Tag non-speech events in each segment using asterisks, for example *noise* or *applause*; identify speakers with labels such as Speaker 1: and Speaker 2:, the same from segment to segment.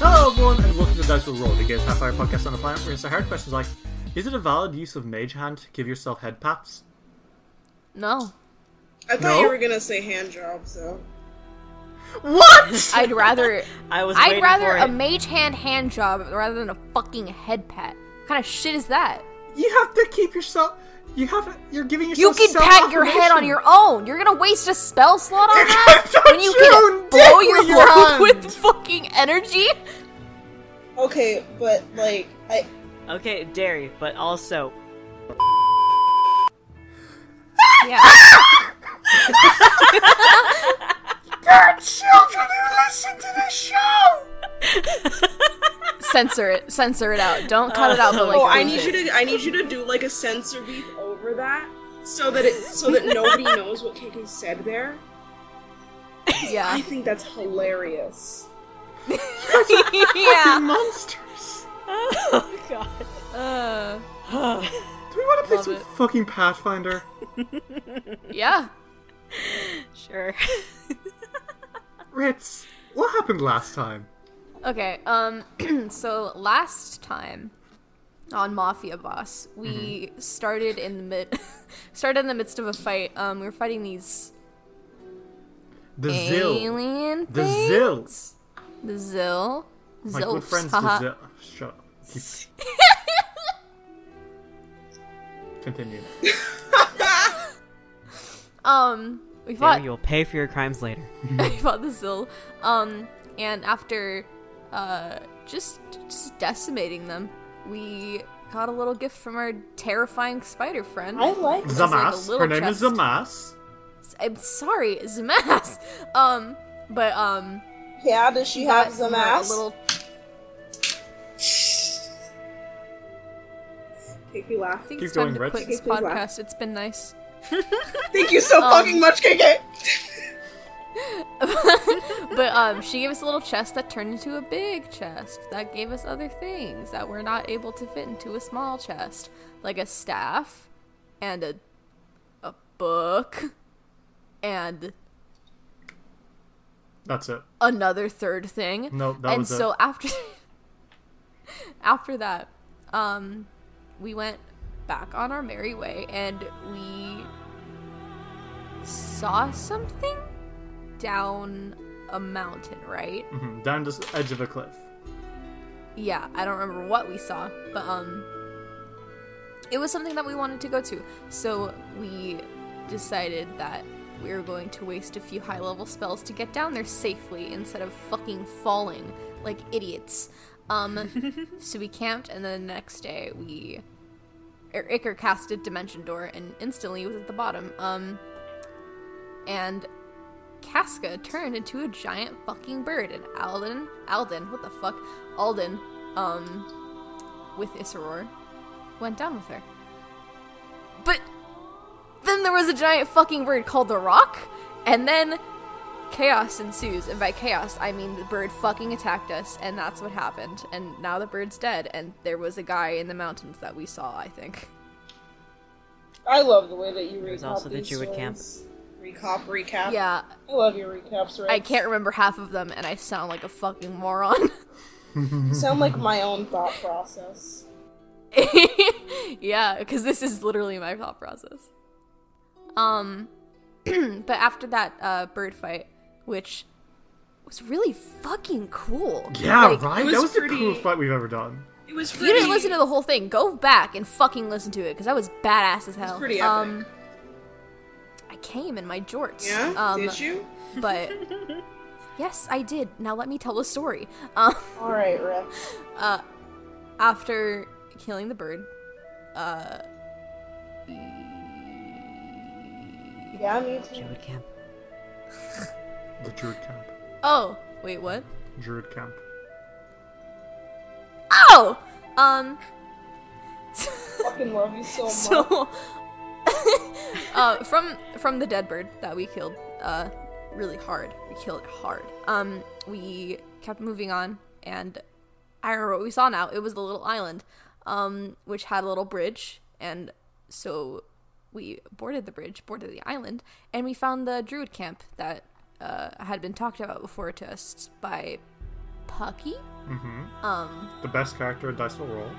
Speaker 1: Hello, everyone, and welcome to Dice Will Roll, the Games Half-Hour podcast on the planet where we answer hard questions like, is it a valid use of Mage Hand to give yourself head pats?
Speaker 2: No.
Speaker 3: I thought you
Speaker 1: No?
Speaker 3: were gonna say hand job, so
Speaker 1: What?
Speaker 2: I'd rather
Speaker 4: *laughs* I was.
Speaker 2: I'd
Speaker 4: waiting
Speaker 2: rather
Speaker 4: for
Speaker 2: a
Speaker 4: it.
Speaker 2: mage hand hand job rather than a fucking head pat. What kind of shit is that?
Speaker 1: you have to keep yourself... You have... You're giving
Speaker 2: You
Speaker 1: yourself
Speaker 2: can pat your head on your own. You're gonna waste a spell slot on that
Speaker 1: Don't
Speaker 2: when you
Speaker 1: you
Speaker 2: can
Speaker 1: dick
Speaker 2: blow
Speaker 1: with
Speaker 2: your
Speaker 1: your
Speaker 2: load
Speaker 1: hand.
Speaker 2: with fucking energy.
Speaker 3: okay, but like I
Speaker 4: Okay, dairy, but also
Speaker 2: *laughs* Yeah.
Speaker 1: Children who listen to this show!
Speaker 2: censor it. Censor it out. Don't cut it out.
Speaker 4: Uh,
Speaker 2: But like,
Speaker 3: Oh, I
Speaker 2: lose
Speaker 3: need
Speaker 2: it.
Speaker 3: you to I need you to do like a censor beat over that so that it so that *laughs* nobody knows what KK said there. I
Speaker 2: Yeah.
Speaker 3: think that's hilarious.
Speaker 2: *laughs* yeah.
Speaker 1: *laughs* Monsters!
Speaker 4: Oh god.
Speaker 2: Uh,
Speaker 1: Do we want to play
Speaker 2: Love
Speaker 1: some
Speaker 2: it.
Speaker 1: fucking Pathfinder?
Speaker 2: yeah.
Speaker 4: Sure.
Speaker 1: Ritz, what happened last time?
Speaker 2: Okay, um *clears throat* so last time on Mafia Boss, we
Speaker 1: Mm-hmm.
Speaker 2: started in the mid *laughs* started in the midst of a fight. Um we were fighting these
Speaker 1: The Zill.
Speaker 2: alien
Speaker 1: The
Speaker 2: things?
Speaker 1: Zills.
Speaker 2: The Zill.
Speaker 1: My good
Speaker 2: Zilfs,
Speaker 1: friends, the
Speaker 2: haha.
Speaker 1: Zill. Shut up.
Speaker 2: *laughs*
Speaker 1: Keep- Continue.
Speaker 2: Um we
Speaker 4: Dairy,
Speaker 2: fought *laughs*
Speaker 4: you'll pay for your crimes later.
Speaker 2: I fought the Zill. Um, and after uh, just, just decimating them, we got a little gift from our terrifying spider friend. I like
Speaker 1: Zamas. Her name is Zamas.
Speaker 2: I'm sorry, Zamas. *laughs* Um, but um,
Speaker 3: Yeah, does she
Speaker 2: got
Speaker 3: have some
Speaker 2: her a
Speaker 3: ass?
Speaker 2: Little
Speaker 3: KK laugh.
Speaker 2: things
Speaker 1: Keep
Speaker 2: time
Speaker 1: going,
Speaker 2: to
Speaker 1: Rhett.
Speaker 2: quit this
Speaker 3: Please laugh.
Speaker 2: podcast. It's been nice.
Speaker 3: Thank you
Speaker 2: Um,
Speaker 3: so fucking much, KK.
Speaker 2: But um, she gave us a little chest that turned into a big chest that gave us other things that were not able to fit into a small chest, like a staff and a a book and
Speaker 1: That's it.
Speaker 2: another third thing.
Speaker 1: No, that
Speaker 2: and
Speaker 1: was it.
Speaker 2: so after *laughs* after that, um, we went back on our merry way and we saw something down a mountain, right?
Speaker 1: Mhm, Down this edge of a cliff.
Speaker 2: yeah i don't remember what we saw but um it was something that we wanted to go to so we decided that we were going to waste a few high level spells to get down there safely instead of fucking falling like idiots um so we camped and then the next day we er, Iker casted dimension door and instantly was at the bottom um and Casca turned into a giant fucking bird, and Alden, Alden, what the fuck, Alden, um, with Isseror, went down with her. But then there was a giant fucking bird called the Rock, and then chaos ensues. And by chaos, I mean the bird fucking attacked us, and that's what happened. And now the bird's dead, and there was a guy in the mountains that we saw, I think.
Speaker 3: I love the way that you recap.
Speaker 4: There's also the
Speaker 3: these
Speaker 4: Druid camp.
Speaker 3: stories. Recap, recap.
Speaker 2: Yeah,
Speaker 3: I love your recaps, right?
Speaker 2: I can't remember half of them, and I sound like a fucking moron. *laughs*
Speaker 3: You sound like my own thought process.
Speaker 2: *laughs* yeah, because this is literally my thought process. Um, *clears throat* but after that uh, bird fight, which was really fucking cool.
Speaker 1: Yeah,
Speaker 2: Like,
Speaker 1: right.
Speaker 3: was
Speaker 1: that was
Speaker 3: pretty-
Speaker 1: the coolest fight we've ever done.
Speaker 3: It was
Speaker 2: If
Speaker 3: pretty,
Speaker 2: you didn't listen to the whole thing, go back and fucking listen to it because that was badass as hell.
Speaker 3: pretty epic.
Speaker 2: um, I came in my jorts.
Speaker 3: Yeah,
Speaker 2: um,
Speaker 3: did you? *laughs*
Speaker 2: But yes, I did. Now let me tell a story. Um,
Speaker 3: All right, Riff.
Speaker 2: after killing the bird,
Speaker 3: Yeah, me too.
Speaker 4: Druid camp.
Speaker 1: The Druid camp.
Speaker 2: oh wait, what?
Speaker 1: Druid camp.
Speaker 2: Oh, um, *laughs*
Speaker 3: Fucking love you *laughs* so much.
Speaker 2: so *laughs* uh, from from the dead bird that we killed uh, really hard we killed it hard um we kept moving on and i remember what we saw now it was the little island um which had a little bridge and so we boarded the bridge boarded the island and we found the druid camp that uh, had been talked about before to us by pucky
Speaker 1: The best character at Dice Will Roll.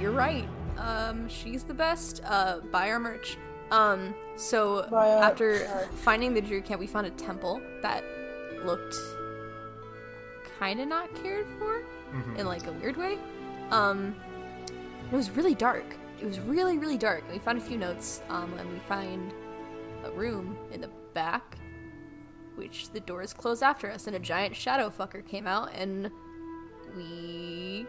Speaker 2: you're right. Um, she's the best. Uh, buy our merch. Um, so
Speaker 3: Buy our
Speaker 2: after
Speaker 3: merch.
Speaker 2: finding the Drew camp, we found a temple that looked kind of not cared for in like a weird way. Um, it was really dark. It was really really dark. And we found a few notes. Um, and we find a room in the back, which the doors closed after us, and a giant shadow fucker came out and we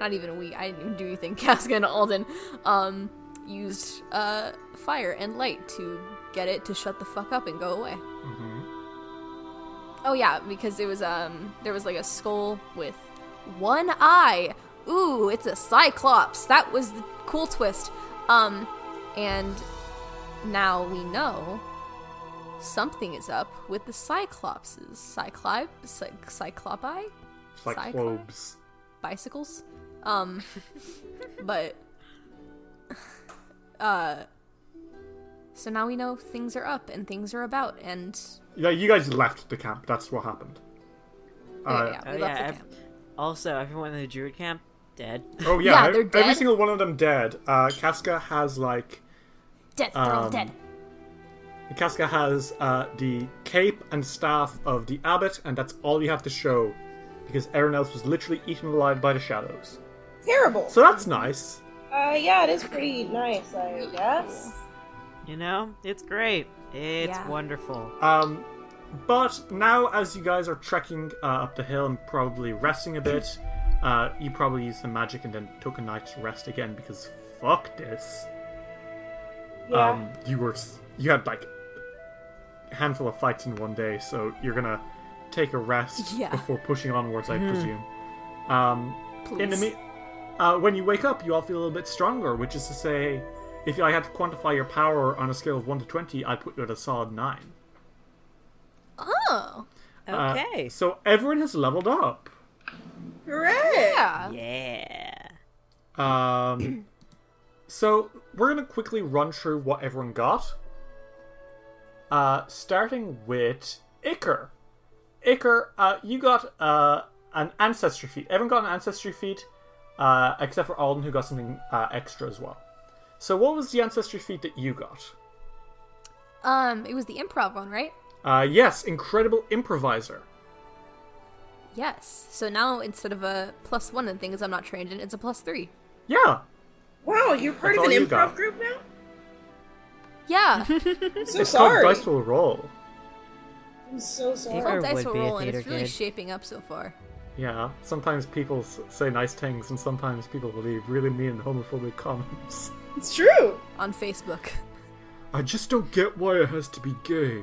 Speaker 2: not even we i didn't even do anything *laughs* casca and alden um used uh fire and light to get it to shut the fuck up and go away oh yeah because it was um there was like a skull with one eye ooh it's a cyclops that was the cool twist um and now we know something is up with the cyclopses cyclops cy- cyclopi
Speaker 1: It's like
Speaker 2: Cyclops?
Speaker 1: Cyclops.
Speaker 2: bicycles. Um, *laughs* but uh, so now we know things are up and things are about, and
Speaker 1: Yeah, you guys left the camp. That's what happened. Uh,
Speaker 2: yeah, yeah,
Speaker 4: Oh,
Speaker 2: we
Speaker 4: yeah,
Speaker 2: left the
Speaker 4: ev-
Speaker 2: camp.
Speaker 4: Also, everyone in the Druid camp dead.
Speaker 1: Oh yeah,
Speaker 2: Yeah,
Speaker 1: ev-
Speaker 2: they're
Speaker 1: every
Speaker 2: dead.
Speaker 1: single one of them dead. Uh, Casca has like
Speaker 2: Dead, they're all
Speaker 1: um,
Speaker 2: dead.
Speaker 1: Casca has uh, the cape and staff of the abbot, and that's all you have to show, because everyone else was literally eaten alive by the shadows.
Speaker 3: Terrible.
Speaker 1: So that's
Speaker 2: Mm-hmm.
Speaker 1: nice.
Speaker 3: Uh, yeah, it is pretty nice, I guess.
Speaker 4: You know, it's great. It's
Speaker 2: Yeah.
Speaker 4: wonderful.
Speaker 1: Um, but now, as you guys are trekking uh, up the hill and probably resting a bit, uh, you probably used some magic and then took a night to rest again because fuck this.
Speaker 3: Yeah.
Speaker 1: Um, you were s- you had like a handful of fights in one day, so you're gonna take a rest
Speaker 2: *laughs* Yeah. Mm-hmm.
Speaker 1: before pushing onwards, I presume. Um,
Speaker 2: Please.
Speaker 1: in the me- uh, when you wake up, you all feel a little bit stronger, which is to say, if I had to quantify your power on a scale of one to twenty, I'd put you at a solid nine.
Speaker 2: oh,
Speaker 1: Uh,
Speaker 4: Okay.
Speaker 1: so everyone has leveled up.
Speaker 3: Hooray!
Speaker 2: yeah.
Speaker 4: yeah.
Speaker 1: Um, *clears throat* so we're gonna quickly run through what everyone got. Uh, starting with Iker. Iker, uh, you got uh, an ancestry feat. Everyone got an ancestry feat, uh, except for Alden, who got something uh, extra as well. So what was the ancestry feat that you got?
Speaker 2: Um, it was the improv one, right?
Speaker 1: Uh, yes, incredible improviser.
Speaker 2: Yes. So now instead of a plus one in things I'm not trained in, it's a plus three.
Speaker 1: Yeah,
Speaker 3: Wow, you're part
Speaker 1: That's
Speaker 3: of
Speaker 1: all you
Speaker 3: an improv
Speaker 1: got.
Speaker 3: group now?
Speaker 4: *laughs*
Speaker 2: Yeah,
Speaker 3: I'm so
Speaker 1: it's
Speaker 3: sorry.
Speaker 1: called dice will roll.
Speaker 3: I'm so sorry.
Speaker 4: Iker
Speaker 2: roll dice
Speaker 4: would
Speaker 2: will
Speaker 4: be a
Speaker 2: roll, and
Speaker 4: theater
Speaker 2: it's really
Speaker 4: kid.
Speaker 2: shaping up so far.
Speaker 1: Yeah, sometimes people s- say nice things, and sometimes people leave really mean homophobic comments.
Speaker 3: It's true.
Speaker 2: On Facebook,
Speaker 1: I just don't get why it has to be gay.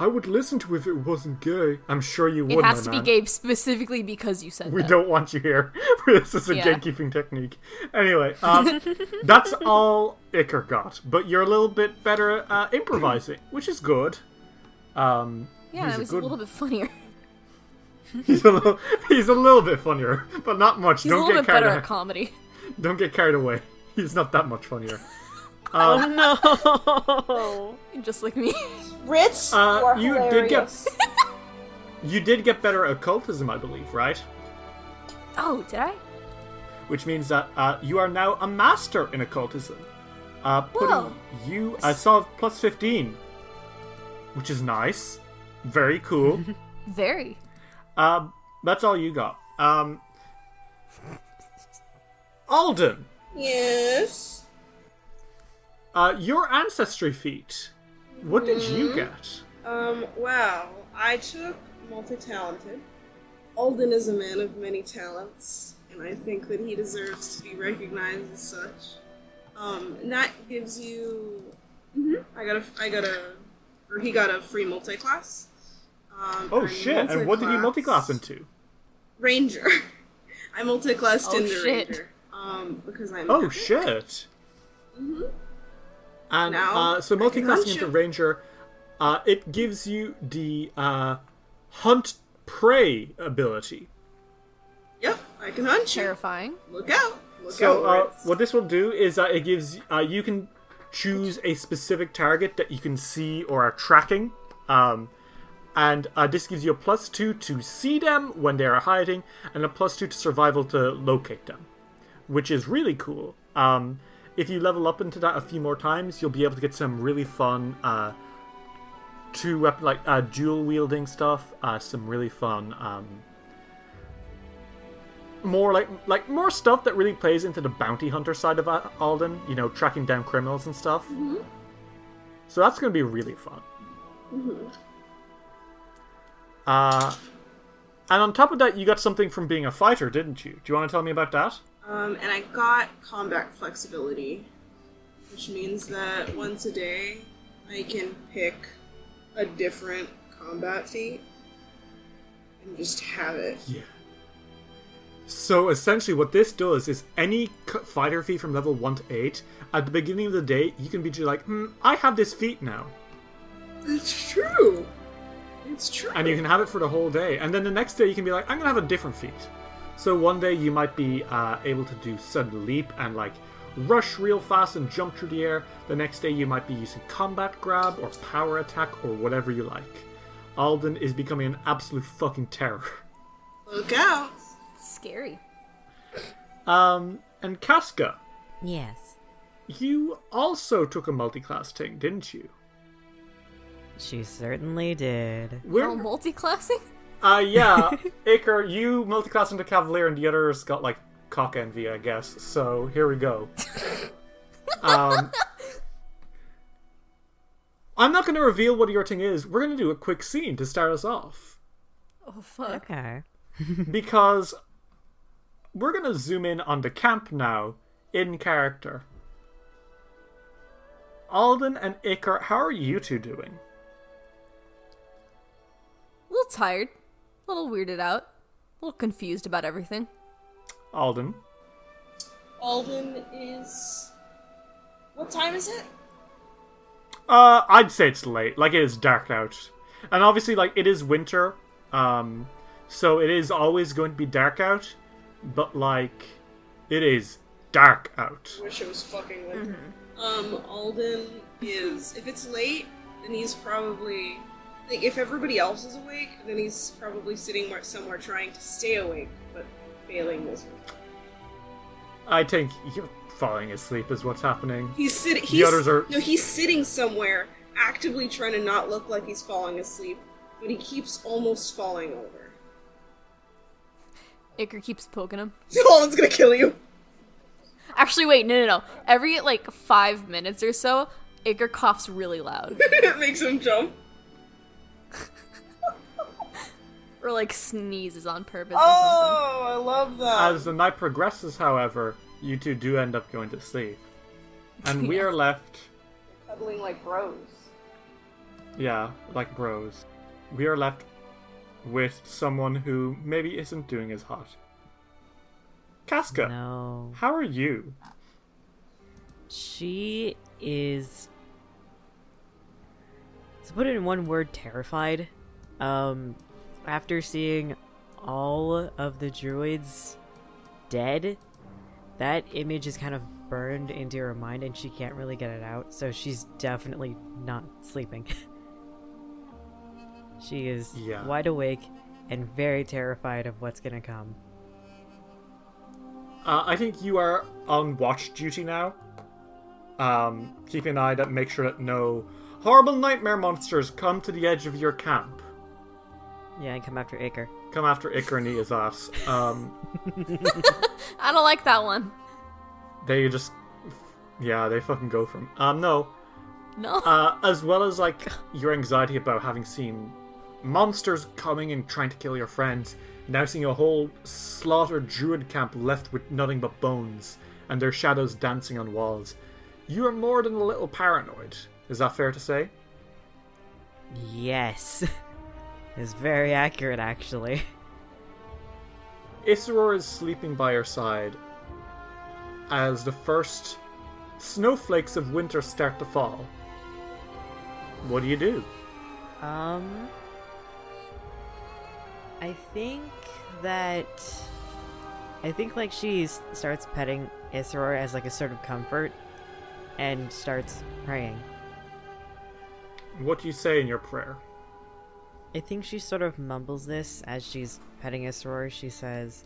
Speaker 1: I would listen to if it wasn't gay. I'm sure you would.
Speaker 2: it has
Speaker 1: my
Speaker 2: to be
Speaker 1: man.
Speaker 2: gay specifically because you said
Speaker 1: We
Speaker 2: that.
Speaker 1: don't want you here. *laughs* this is a
Speaker 2: Yeah.
Speaker 1: gatekeeping technique. Anyway,
Speaker 2: *laughs*
Speaker 1: um, that's all Iker got. But you're a little bit better at uh, *clears throat* improvising, which is good. Um,
Speaker 2: yeah,
Speaker 1: he's
Speaker 2: it was
Speaker 1: a,
Speaker 2: a
Speaker 1: good,
Speaker 2: little bit funnier. *laughs*
Speaker 1: *laughs* He's a little, he's a little bit funnier, but not much.
Speaker 2: He's a
Speaker 1: don't
Speaker 2: little
Speaker 1: get
Speaker 2: bit better
Speaker 1: carried.
Speaker 2: at comedy. *laughs*
Speaker 1: a- don't get carried away. He's not that much funnier.
Speaker 2: *laughs*
Speaker 4: Oh
Speaker 2: just like me.
Speaker 3: Ritz,
Speaker 1: Uh,
Speaker 3: you are
Speaker 1: you did get-
Speaker 3: hilarious.
Speaker 1: You did get better at occultism, I believe, right?
Speaker 2: Oh, did I?
Speaker 1: which means that uh, you are now a master in occultism. Uh, putting
Speaker 2: Whoa.
Speaker 1: you, I saw plus 15. which is nice. Very cool.
Speaker 2: Very.
Speaker 1: um, that's all you got. Um, Alden,
Speaker 3: *laughs* Yes.
Speaker 1: uh, your ancestry feat. What did you get?
Speaker 3: Um, well, I took multi talented. Alden is a man of many talents, and I think that he deserves to be recognized as such. Um, and that gives you. mm-hmm, I got a. I got a. Or he got a free multi class. Um,
Speaker 1: Oh
Speaker 3: I
Speaker 1: shit! And what did you multiclass
Speaker 3: multi-classed
Speaker 1: into?
Speaker 3: Ranger. *laughs* I multiclassed
Speaker 2: Oh,
Speaker 3: in the
Speaker 2: shit.
Speaker 3: Ranger. Um, because I'm.
Speaker 1: Oh
Speaker 3: happy.
Speaker 1: shit! And
Speaker 3: Mm-hmm. Now,
Speaker 1: uh, so
Speaker 3: I can hunt
Speaker 1: multiclassing into
Speaker 3: you.
Speaker 1: ranger, uh, it gives you the uh, hunt prey ability.
Speaker 3: Yep, I can hunt you.
Speaker 2: Terrifying.
Speaker 3: Look out! Look
Speaker 1: So
Speaker 3: out!
Speaker 1: uh, what this will do is uh, it gives uh, you can choose a specific target that you can see or are tracking, um, and uh, this gives you a plus two to see them when they are hiding, and a plus two to survival to locate them, which is really cool. Um, if you level up into that a few more times, you'll be able to get some really fun uh, two weapon like uh, dual wielding stuff, uh, some really fun. Um, more like like more stuff that really plays into the bounty hunter side of Al- Alden, you know, tracking down criminals and stuff. So that's going to be really fun. Uh, and on top of that, you got something from being a fighter, didn't you? Do you want to tell me about that?
Speaker 3: Um, and I got combat flexibility, which means that once a day I can pick a different combat feat and just have it.
Speaker 1: Yeah. So essentially, what this does is any c- fighter feat from level one to eight. At the beginning of the day, you can be just like, "Hmm, I have this feat now."
Speaker 3: It's true. It's true.
Speaker 1: and you can have it for the whole day. And then the next day, you can be like, I'm gonna have a different feat. So one day you might be uh, able to do sudden leap and like rush real fast and jump through the air. The next day you might be using combat grab or power attack or whatever you like. Alden is becoming an absolute fucking terror. *laughs*
Speaker 3: Look out!
Speaker 2: Scary.
Speaker 1: Um, and Casca,
Speaker 4: Yes.
Speaker 1: you also took a multi-class thing, didn't you?
Speaker 4: She certainly did.
Speaker 1: Where?
Speaker 2: Oh, multi-classing? *laughs*
Speaker 1: Uh, yeah, *laughs* Iker, you multi-class into Cavalier, and the others got like cock envy, I guess. So here we go. um, I'm not going to reveal what your thing is. We're going to do a quick scene to start us off
Speaker 2: Oh fuck.
Speaker 4: Okay.
Speaker 1: because we're going to zoom in on the camp now in character. Alden and Iker, how are you two doing?
Speaker 2: A little tired. A little weirded out. A little confused about everything.
Speaker 1: Alden,
Speaker 3: Alden is. What time is it?
Speaker 1: Uh, I'd say it's late. Like it is dark out, and obviously, like it is winter, um, so it is always going to be dark out. But like, it is dark out.
Speaker 3: Wish it was fucking winter. Um, Alden is. If it's late, then he's probably. Like, if everybody else is awake, then he's probably sitting where- somewhere trying to stay awake, but failing miserably.
Speaker 1: I think you're falling asleep is what's happening.
Speaker 3: He's sitting.
Speaker 1: The others are-
Speaker 3: No, he's sitting somewhere, actively trying to not look like he's falling asleep, but he keeps almost falling over. *laughs*
Speaker 2: Iker keeps poking him.
Speaker 3: Alden's gonna kill you. *laughs*
Speaker 2: Actually, wait, no, no, no. Every like five minutes or so, Iker coughs really
Speaker 4: *laughs*
Speaker 2: loud
Speaker 3: it makes him jump.
Speaker 2: or like sneezes on purpose or
Speaker 3: Oh, I love that.
Speaker 1: As the night progresses, however, you two do end up going to sleep, and we are left.
Speaker 3: Cuddling like bros.
Speaker 1: Yeah, like bros. We are left with someone who maybe isn't doing as hot. Casca.
Speaker 4: No.
Speaker 1: How are you?
Speaker 4: She is. To put it in one word, terrified. Um, after seeing all of the druids dead, that image is kind of burned into her mind and she can't really get it out, so she's definitely not sleeping. *laughs* she is
Speaker 1: Yeah.
Speaker 4: wide awake and very terrified of what's gonna come.
Speaker 1: Uh, I think you are on watch duty now. Um, keeping an eye that make sure that no Horrible nightmare monsters come to the edge of your camp.
Speaker 4: Yeah, and come after Acre.
Speaker 1: Come after Icar and eat his ass. Um,
Speaker 2: I don't like that one.
Speaker 1: they just, yeah, they fucking go for him. Um, no,
Speaker 2: No.
Speaker 1: uh, as well as like your anxiety about having seen monsters coming and trying to kill your friends, now seeing a whole slaughtered druid camp left with nothing but bones and their shadows dancing on walls, you are more than a little paranoid. Is that fair to say?
Speaker 4: Yes. *laughs* it's very accurate, actually.
Speaker 1: Isseror is sleeping by her side as the first snowflakes of winter start to fall. What do you do?
Speaker 4: Um, I think that I think like she s- starts petting Isror as like a sort of comfort, and starts praying.
Speaker 1: What do you say in your prayer?
Speaker 4: I think she sort of mumbles this as she's petting Isror. She says,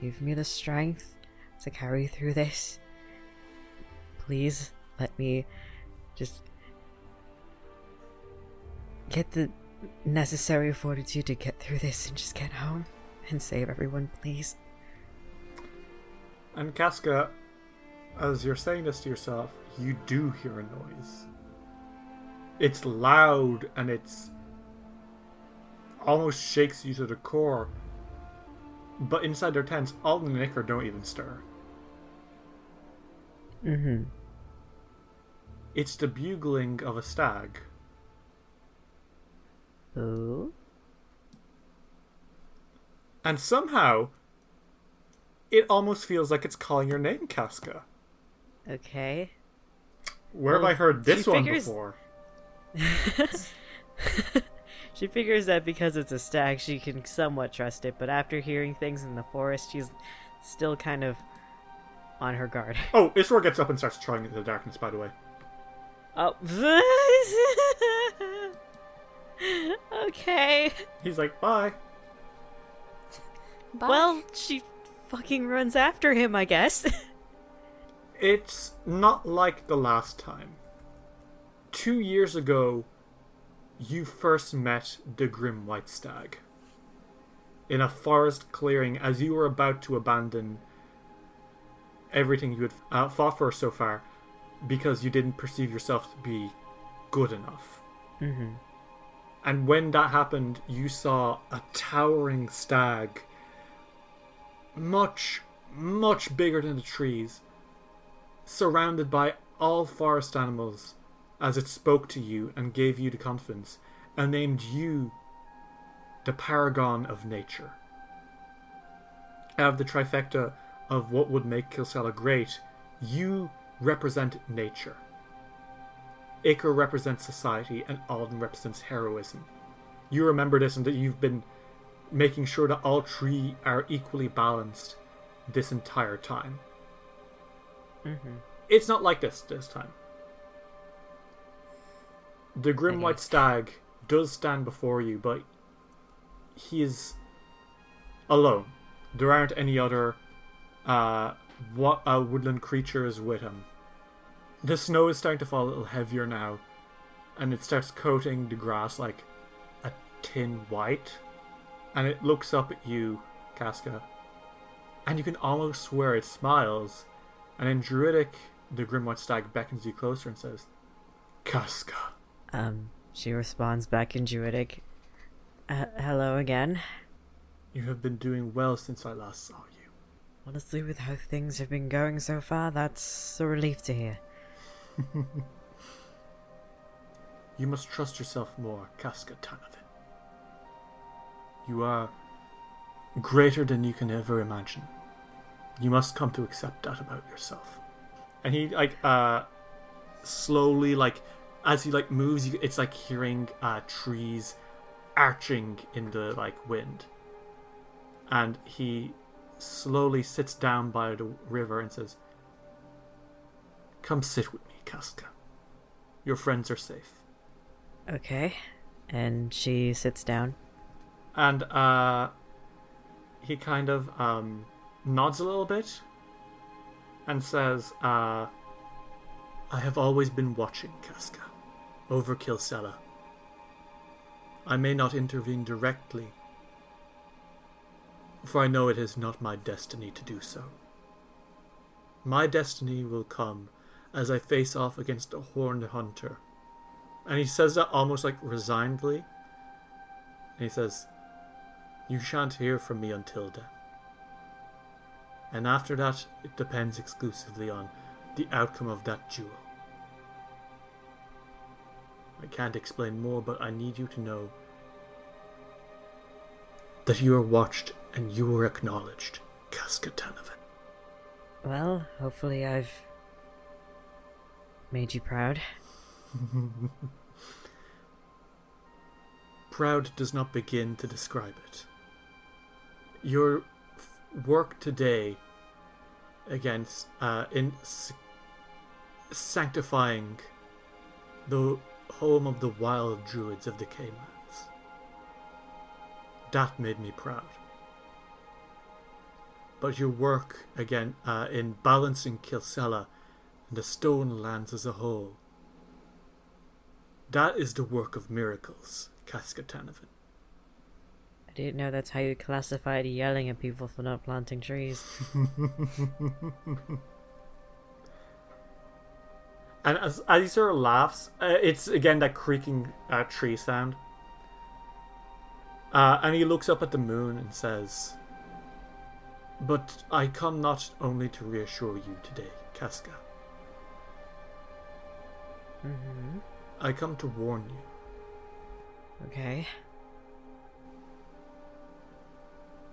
Speaker 4: "Give me the strength to carry through this. Please let me just get the necessary fortitude to get through this and just get home and save everyone, please."
Speaker 1: And Casca, as you're saying this to yourself, you do hear a noise. It's loud and it's almost shakes you to the core. But inside their tents, Alden and Icar don't even stir.
Speaker 4: Mm-hmm.
Speaker 1: It's the bugling of a stag.
Speaker 4: Ooh.
Speaker 1: And somehow, it almost feels like it's calling your name, Casca.
Speaker 4: Okay.
Speaker 1: Where
Speaker 4: Well,
Speaker 1: have I heard
Speaker 4: she
Speaker 1: this one
Speaker 4: figures-
Speaker 1: before?
Speaker 4: she figures that because it's a stag, she can somewhat trust it, but after hearing things in the forest, she's still kind of on her guard. *laughs*
Speaker 1: Oh, Isror gets up and starts trotting into the darkness, by the way.
Speaker 4: Oh. *laughs* okay.
Speaker 1: He's like, bye.
Speaker 2: Bye.
Speaker 4: Well, she fucking runs after him, I guess. *laughs*
Speaker 1: It's not like the last time. Two years ago, you first met the Grim White Stag. In a forest clearing, as you were about to abandon everything you had uh, fought for so far, because you didn't perceive yourself to be good enough. Mm-hmm. And when that happened, you saw a towering stag, much, much bigger than the trees, surrounded by all forest animals as it spoke to you and gave you the confidence and named you the paragon of nature. Out of the trifecta of what would make Kilsella great, you represent nature. Icar represents society and Alden represents heroism. You remember this and that you've been making sure that all three are equally balanced this entire time it's not like this this time. The grim white stag does stand before you, but he is alone. There aren't any other uh, what uh, woodland creatures with him. The snow is starting to fall a little heavier now, and it starts coating the grass like a tin white. And it looks up at you, Casca, and you can almost swear it smiles and in Druidic, the Grimwatch Stag beckons you closer and says, Casca.
Speaker 4: um, she responds back in Druidic. Uh, hello again.
Speaker 1: You have been doing well since I last saw you.
Speaker 4: Honestly, with how things have been going so far, that's a relief to hear.
Speaker 1: You must trust yourself more, Casca Tanovan. You are greater than you can ever imagine. You must come to accept that about yourself. And he like uh slowly like as he like moves you it's like hearing uh trees arching in the like wind. And he slowly sits down by the river and says Come sit with me, Casca. Your friends are safe.
Speaker 4: Okay. And she sits down.
Speaker 1: and uh, he kind of um, nods a little bit and says, uh, "I have always been watching Casca. over Kilsella. I may not intervene directly, for I know it is not my destiny to do so. My destiny will come as I face off against a horned hunter. And he says that almost like resignedly. And he says, You shan't hear from me until then. And after that, it depends exclusively on the outcome of that duel. I can't explain more, but I need you to know that you are watched and you are acknowledged, Kaskatanovan.
Speaker 4: Well, hopefully I've made you proud.
Speaker 1: Proud does not begin to describe it. Your f- work today against uh, in s- sanctifying the home of the wild druids of the Caymans. That made me proud. But your work again uh, in balancing Kilsella and the Stone Lands as a whole, that is the work of miracles, Kaskatanovan.
Speaker 4: I didn't know that's how you classified yelling at people for not planting trees.
Speaker 1: *laughs* And as, as he sort of laughs, uh, it's again that creaking uh, tree sound. Uh, and he looks up at the moon and says, But I come not only to reassure you today, Casca.
Speaker 4: Mm-hmm.
Speaker 1: I come to warn you.
Speaker 4: Okay.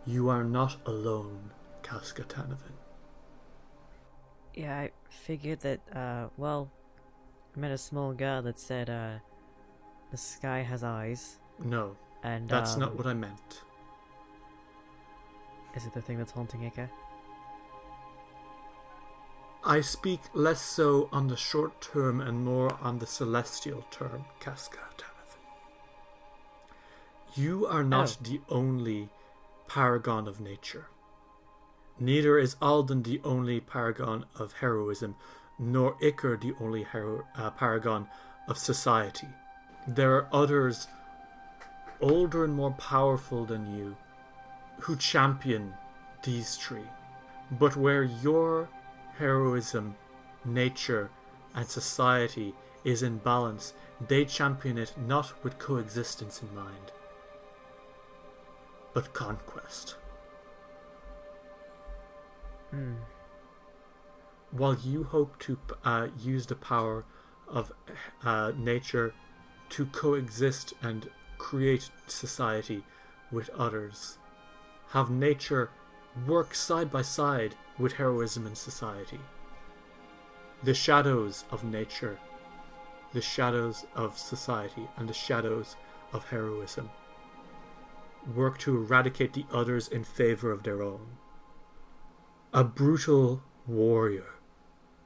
Speaker 1: You are not alone, Casca Tanovan.
Speaker 4: Yeah, I figured that, uh, well, I met a small girl that said, uh, the sky has eyes,
Speaker 1: No,
Speaker 4: and,
Speaker 1: that's
Speaker 4: um,
Speaker 1: not what I meant.
Speaker 4: Is it the thing that's haunting Ika?
Speaker 1: I speak less so on the short term and more on the celestial term, Casca Tanovan. You are not
Speaker 4: Oh.
Speaker 1: the only paragon of nature. Neither is Alden the only paragon of heroism, nor Iker the only hero- uh, paragon of society. There are others older and more powerful than you who champion these three but where your heroism, nature, and society is in balance, they champion it not with coexistence in mind, but conquest.
Speaker 4: Hmm.
Speaker 1: While you hope to uh, use the power of uh, nature to coexist and create society with others, have nature work side by side with heroism and society. The shadows of nature, the shadows of society, and the shadows of heroism work to eradicate the others in favor of their own. A brutal warrior,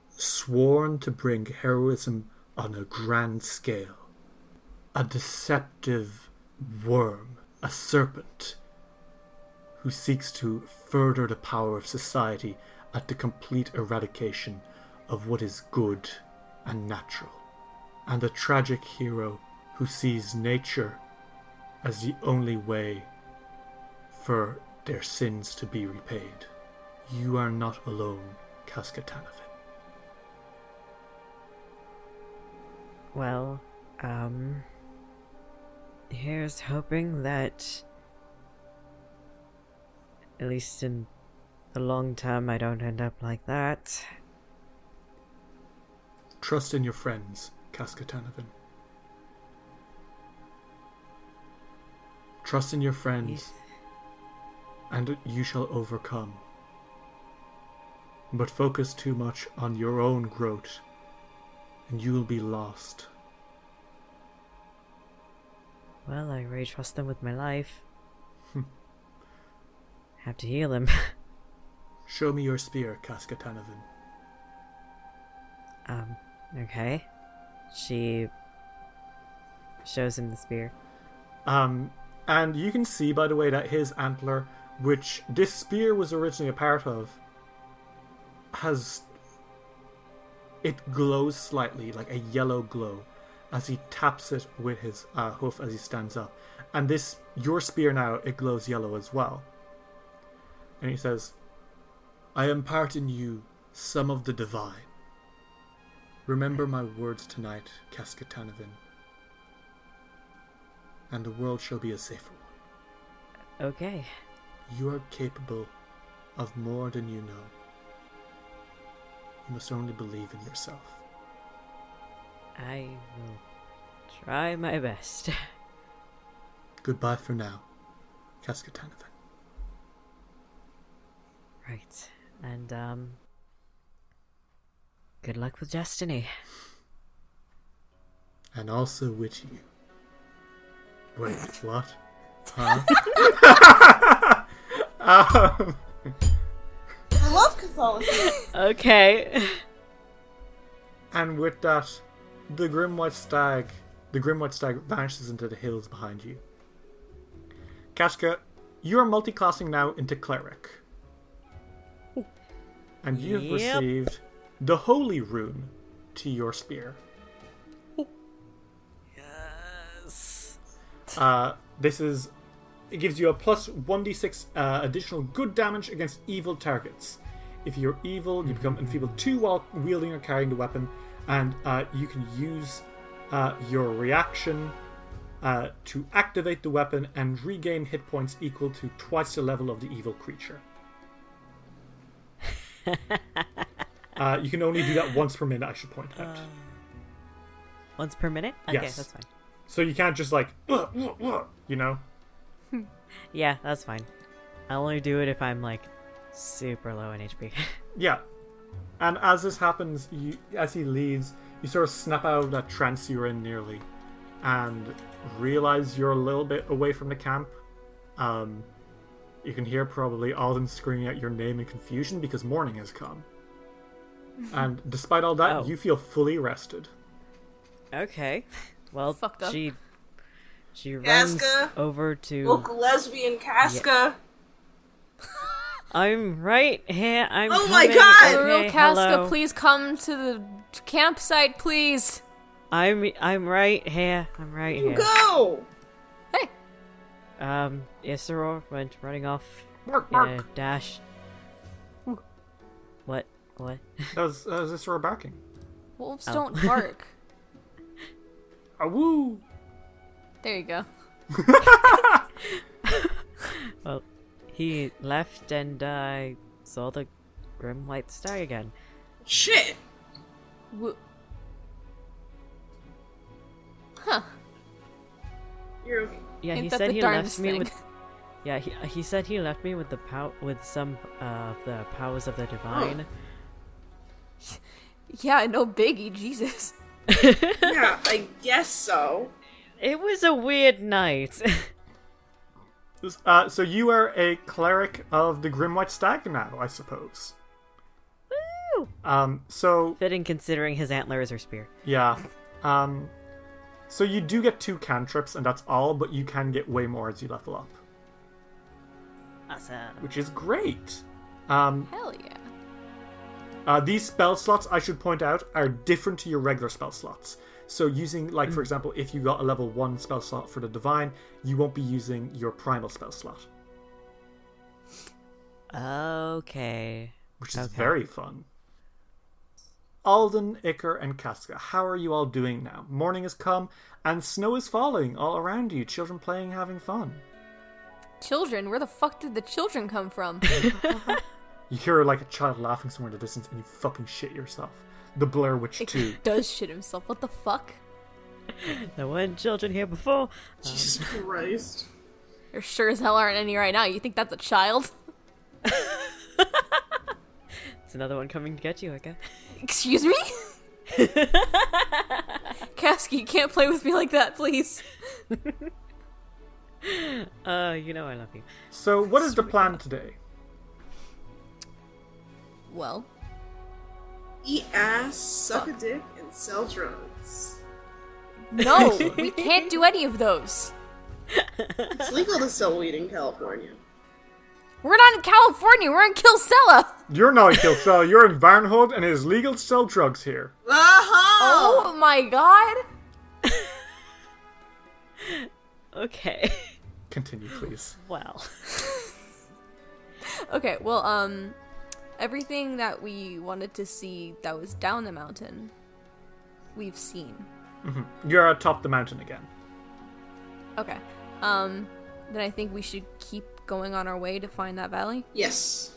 Speaker 1: sworn to bring heroism on a grand scale. A deceptive worm, a serpent, who seeks to further the power of society at the complete eradication of what is good and natural, and a tragic hero who sees nature as the only way for their sins to be repaid. You are not alone, Kaskatanovin.
Speaker 4: Well, um, here's hoping that, at least in the long term, I don't end up like that.
Speaker 1: Trust in your friends, Kaskatanovin. Trust in your friends.
Speaker 4: Yes.
Speaker 1: and you shall overcome. But focus too much on your own growth, and you will be lost.
Speaker 4: Well, I really trust them with my life. Have to heal them. *laughs*
Speaker 1: Show me your spear, Kaskatanovan.
Speaker 4: um, okay. She shows him the spear.
Speaker 1: Um, and you can see, by the way, that his antler, which this spear was originally a part of, has. It glows slightly, like a yellow glow, as he taps it with his uh, hoof as he stands up. And this, your spear now, it glows yellow as well. And he says, I impart in you some of the divine. Remember my words tonight, Kaskatanovin, and the world shall be a safer one.
Speaker 4: Okay.
Speaker 1: You are capable of more than you know. You must only believe in yourself.
Speaker 4: I will try my best. *laughs*
Speaker 1: Goodbye for now, Kaskatanovin.
Speaker 4: Right. And, um. Good luck with Destiny.
Speaker 1: and also with you. Wait, what? Huh? um,
Speaker 3: I love Catholicism.
Speaker 4: Okay.
Speaker 1: and with that, the grim white stag, the grim white stag vanishes into the hills behind you. Kashka, you are multiclassing now into cleric, and you have
Speaker 4: Yep.
Speaker 1: received the holy rune to your spear.
Speaker 4: Yes.
Speaker 1: Uh, this is it gives you a plus 1d6 uh, additional good damage against evil targets. If you're evil, you become enfeebled 2 while wielding or carrying the weapon, and uh, you can use uh, your reaction uh, to activate the weapon and regain hit points equal to twice the level of the evil creature. uh, you can only do that once per minute, I should point out.
Speaker 4: *laughs* Once per minute? Okay,
Speaker 1: Yes.
Speaker 4: that's fine.
Speaker 1: So you can't just like, "Ugh, ugh, ugh," you know?
Speaker 4: Yeah, that's fine. I'll only do it if I'm like super low in *laughs* HP.
Speaker 1: Yeah. And as this happens, you, as he leaves, you sort of snap out of that trance you were in nearly and realize you're a little bit away from the camp. Um, you can hear probably all them screaming out your name in confusion because morning has come. and despite all that,
Speaker 4: Oh.
Speaker 1: you feel fully rested.
Speaker 4: okay. Well,
Speaker 2: Fucked up.
Speaker 4: she she runs
Speaker 3: Casca.
Speaker 4: over to
Speaker 3: Look, lesbian Casca.
Speaker 4: I'm right here. I'm
Speaker 3: Oh my
Speaker 4: coming.
Speaker 3: God!
Speaker 4: Okay,
Speaker 3: The
Speaker 2: Loril Casca,
Speaker 4: hello.
Speaker 2: please come to the campsite, please.
Speaker 4: I'm I'm right here. I'm right here.
Speaker 3: Go!
Speaker 2: Hey,
Speaker 4: Um, Isseror went running off
Speaker 1: Bark,
Speaker 4: in a
Speaker 1: bark.
Speaker 4: dash. What? What?
Speaker 1: That was, that was Isra barking.
Speaker 2: wolves
Speaker 4: Oh. *laughs*
Speaker 2: don't bark.
Speaker 1: Ah, woo!
Speaker 2: there you go.
Speaker 4: Well, he left and I saw the grim white star again.
Speaker 3: Shit!
Speaker 2: Wo- huh?
Speaker 3: You're okay.
Speaker 4: Yeah,
Speaker 2: Ain't
Speaker 4: he
Speaker 2: that
Speaker 4: said
Speaker 2: the
Speaker 4: he left
Speaker 2: darndest
Speaker 4: me
Speaker 2: thing?
Speaker 4: with. *laughs* Yeah, he, he said he left me with the pow- with some uh, of the powers of the divine.
Speaker 2: Yeah, no biggie, Jesus.
Speaker 3: Yeah, I guess so.
Speaker 4: It was a weird night. *laughs*
Speaker 1: Uh, so you are a cleric of the Grim White Stag now, I suppose.
Speaker 4: Woo!
Speaker 1: Um, so
Speaker 4: Fitting considering his antler is her spear.
Speaker 1: Yeah. Um, so you do get two cantrips, and that's all, but you can get way more as you level up,
Speaker 4: Awesome.
Speaker 1: which is great. Um,
Speaker 2: Hell yeah.
Speaker 1: uh, these spell slots, I should point out, are different to your regular spell slots. So, using, like, for example, if you got a level 1 spell slot for the Divine, you won't be using your Primal spell slot,
Speaker 4: Okay.
Speaker 1: which is
Speaker 4: Okay.
Speaker 1: very fun. Alden, Icar, and Casca, how are you all doing now? Morning has come, and snow is falling all around you, children playing, having fun.
Speaker 2: Children, where the fuck did the children come *laughs* from?
Speaker 1: You hear like a child laughing somewhere in the distance, and you fucking shit yourself. The Blair Witch Two.
Speaker 2: does shit himself. What the fuck?
Speaker 4: There weren't children here before.
Speaker 3: Jesus Christ.
Speaker 2: There sure as hell aren't any right now. You think that's a child?
Speaker 4: It's another one coming to get you, okay?
Speaker 2: Excuse *laughs* me? Casky, you can't play with me like that, please.
Speaker 4: Uh, you know I love you.
Speaker 1: So, what is the plan today?
Speaker 2: Well,
Speaker 3: Eat ass, suck a dick, and sell drugs.
Speaker 2: no, *laughs* we can't do any of those.
Speaker 3: It's legal to sell weed in California.
Speaker 2: We're not in California, we're in Kilsella.
Speaker 1: You're not in Kilfell. You're in Varnhold, and it is legal to sell drugs here.
Speaker 3: Uh-huh!
Speaker 2: Oh my god.
Speaker 4: Okay. *laughs*
Speaker 1: Continue, please.
Speaker 4: Well.
Speaker 2: Okay, well, um, everything that we wanted to see that was down the mountain, we've seen.
Speaker 1: You're atop the mountain again.
Speaker 2: Okay, um, then I think we should keep going on our way to find that valley
Speaker 3: Yes.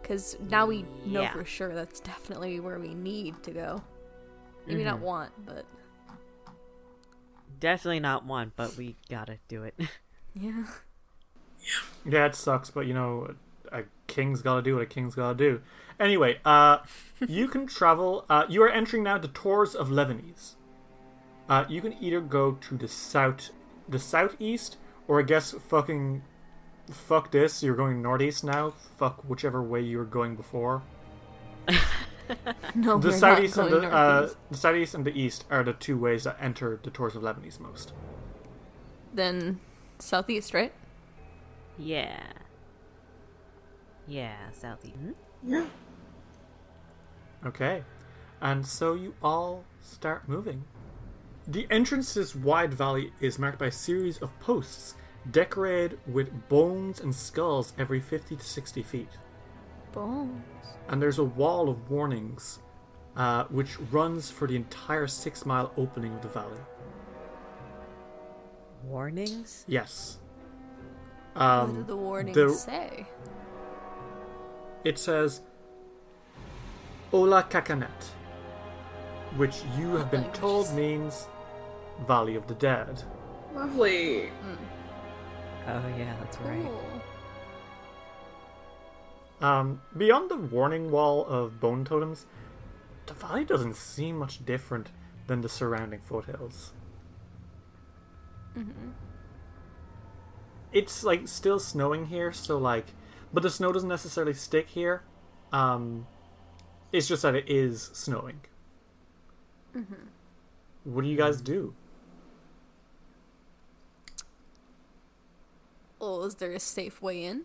Speaker 2: because now we know
Speaker 4: Yeah.
Speaker 2: for sure that's definitely where we need to go. Maybe not
Speaker 1: Mm-hmm.
Speaker 2: want, but
Speaker 4: Definitely not one, but we gotta do it. *laughs*
Speaker 2: *laughs* yeah.
Speaker 1: Yeah, it sucks, but you know, a king's gotta do what a king's gotta do. Anyway,
Speaker 2: *laughs*
Speaker 1: uh, you can travel. Uh, you are entering now the Tours of Lebanese. Uh, you can either go to the south, the southeast, or I guess fucking, fuck this. You're going northeast now. Fuck whichever way you were going before.
Speaker 2: No,
Speaker 1: The
Speaker 2: we're
Speaker 1: southeast
Speaker 2: not
Speaker 1: and
Speaker 2: going
Speaker 1: the uh,
Speaker 2: northeast.
Speaker 1: the southeast and the east are the two ways that enter the Tours of Lebanese most.
Speaker 2: Then southeast, right?
Speaker 4: yeah. Yeah, southeast.
Speaker 3: Yeah.
Speaker 1: Okay. And so you all start moving. The entrance to this wide valley is marked by a series of posts decorated with bones and skulls every 50 to 60 feet.
Speaker 2: Bones.
Speaker 1: And there's a wall of warnings uh, which runs for the entire six mile opening of the valley.
Speaker 4: Warnings?
Speaker 1: Yes.
Speaker 2: what did the warnings
Speaker 1: Um, the-
Speaker 2: say?
Speaker 1: It says Ola Kakanet, which you have been
Speaker 2: Languages.
Speaker 1: told means Valley of the Dead.
Speaker 3: Lovely.
Speaker 4: Oh, yeah, that's right.
Speaker 2: Cool.
Speaker 1: Um, beyond the warning wall of bone totems, the valley doesn't seem much different than the surrounding foothills. It's like still snowing here, so like, but the snow doesn't necessarily stick here. Um, it's just that it is snowing. What do you guys do?
Speaker 2: Well, Oh, is there a safe way in?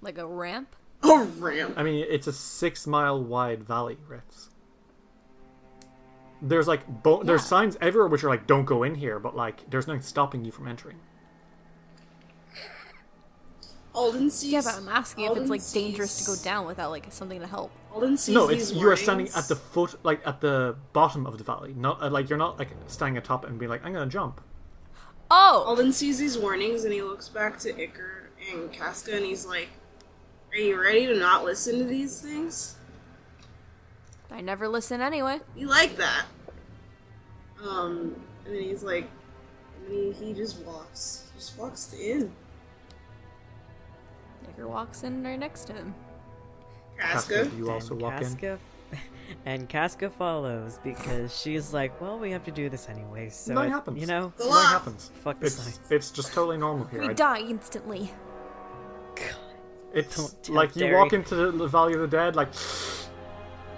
Speaker 2: Like a ramp?
Speaker 3: Oh, ramp.
Speaker 1: I mean, it's a six mile wide valley, Ritz. There's like bo- there's
Speaker 2: Yeah.
Speaker 1: signs everywhere which are like don't go in here, but like there's nothing stopping you from entering.
Speaker 3: Alden sees.
Speaker 2: Yeah, but I'm asking if it's
Speaker 3: Alden
Speaker 2: like dangerous to go
Speaker 3: sees-
Speaker 2: down without like something to help.
Speaker 3: Alden sees
Speaker 1: no, it's
Speaker 3: these
Speaker 1: you are standing at
Speaker 3: warnings.
Speaker 1: the foot, like at the bottom of the valley. Not uh, like you're not like standing atop and being like I'm gonna jump.
Speaker 2: Oh,
Speaker 3: Alden sees these warnings and he looks back to Icar and Casca and he's like, Are you ready to not listen to these things?
Speaker 2: I never listen anyway.
Speaker 3: You like that. Um, and then he's like, and he, he just walks. Just walks to inn.
Speaker 2: Digger walks in right next to him.
Speaker 3: Casca.
Speaker 1: do you also
Speaker 4: and
Speaker 1: walk in?
Speaker 4: Casca... *laughs* and Casca follows because she's like, well, we have to do this anyway, so.
Speaker 1: Nothing
Speaker 4: it-
Speaker 1: happens.
Speaker 4: You know?
Speaker 3: The
Speaker 1: nothing
Speaker 3: law.
Speaker 1: happens.
Speaker 4: Fuck the
Speaker 1: it's
Speaker 4: signs.
Speaker 1: it's just totally normal here.
Speaker 2: We
Speaker 1: I-
Speaker 2: die instantly.
Speaker 1: it's
Speaker 4: Don't tell
Speaker 1: like you
Speaker 4: Derry.
Speaker 1: walk into the- the Valley of the Dead, like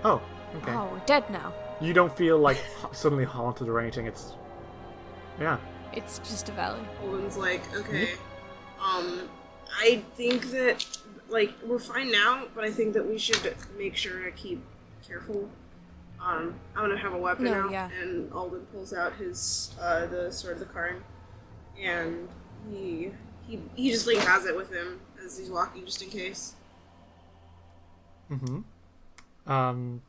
Speaker 1: oh okay.
Speaker 2: Oh, we're dead now.
Speaker 1: You don't feel like ha- suddenly haunted or anything. It's yeah.
Speaker 2: It's just a valley.
Speaker 3: Alden's like, okay, um, I think that, like, we're fine now, but I think that we should make sure to keep careful. Um, I'm gonna have a weapon
Speaker 2: No,
Speaker 3: out,
Speaker 2: yeah.
Speaker 3: and Alden pulls out his, uh, the sword of the Karn, and he, he, he just, like, has it with him as he's walking, just in case.
Speaker 1: Um,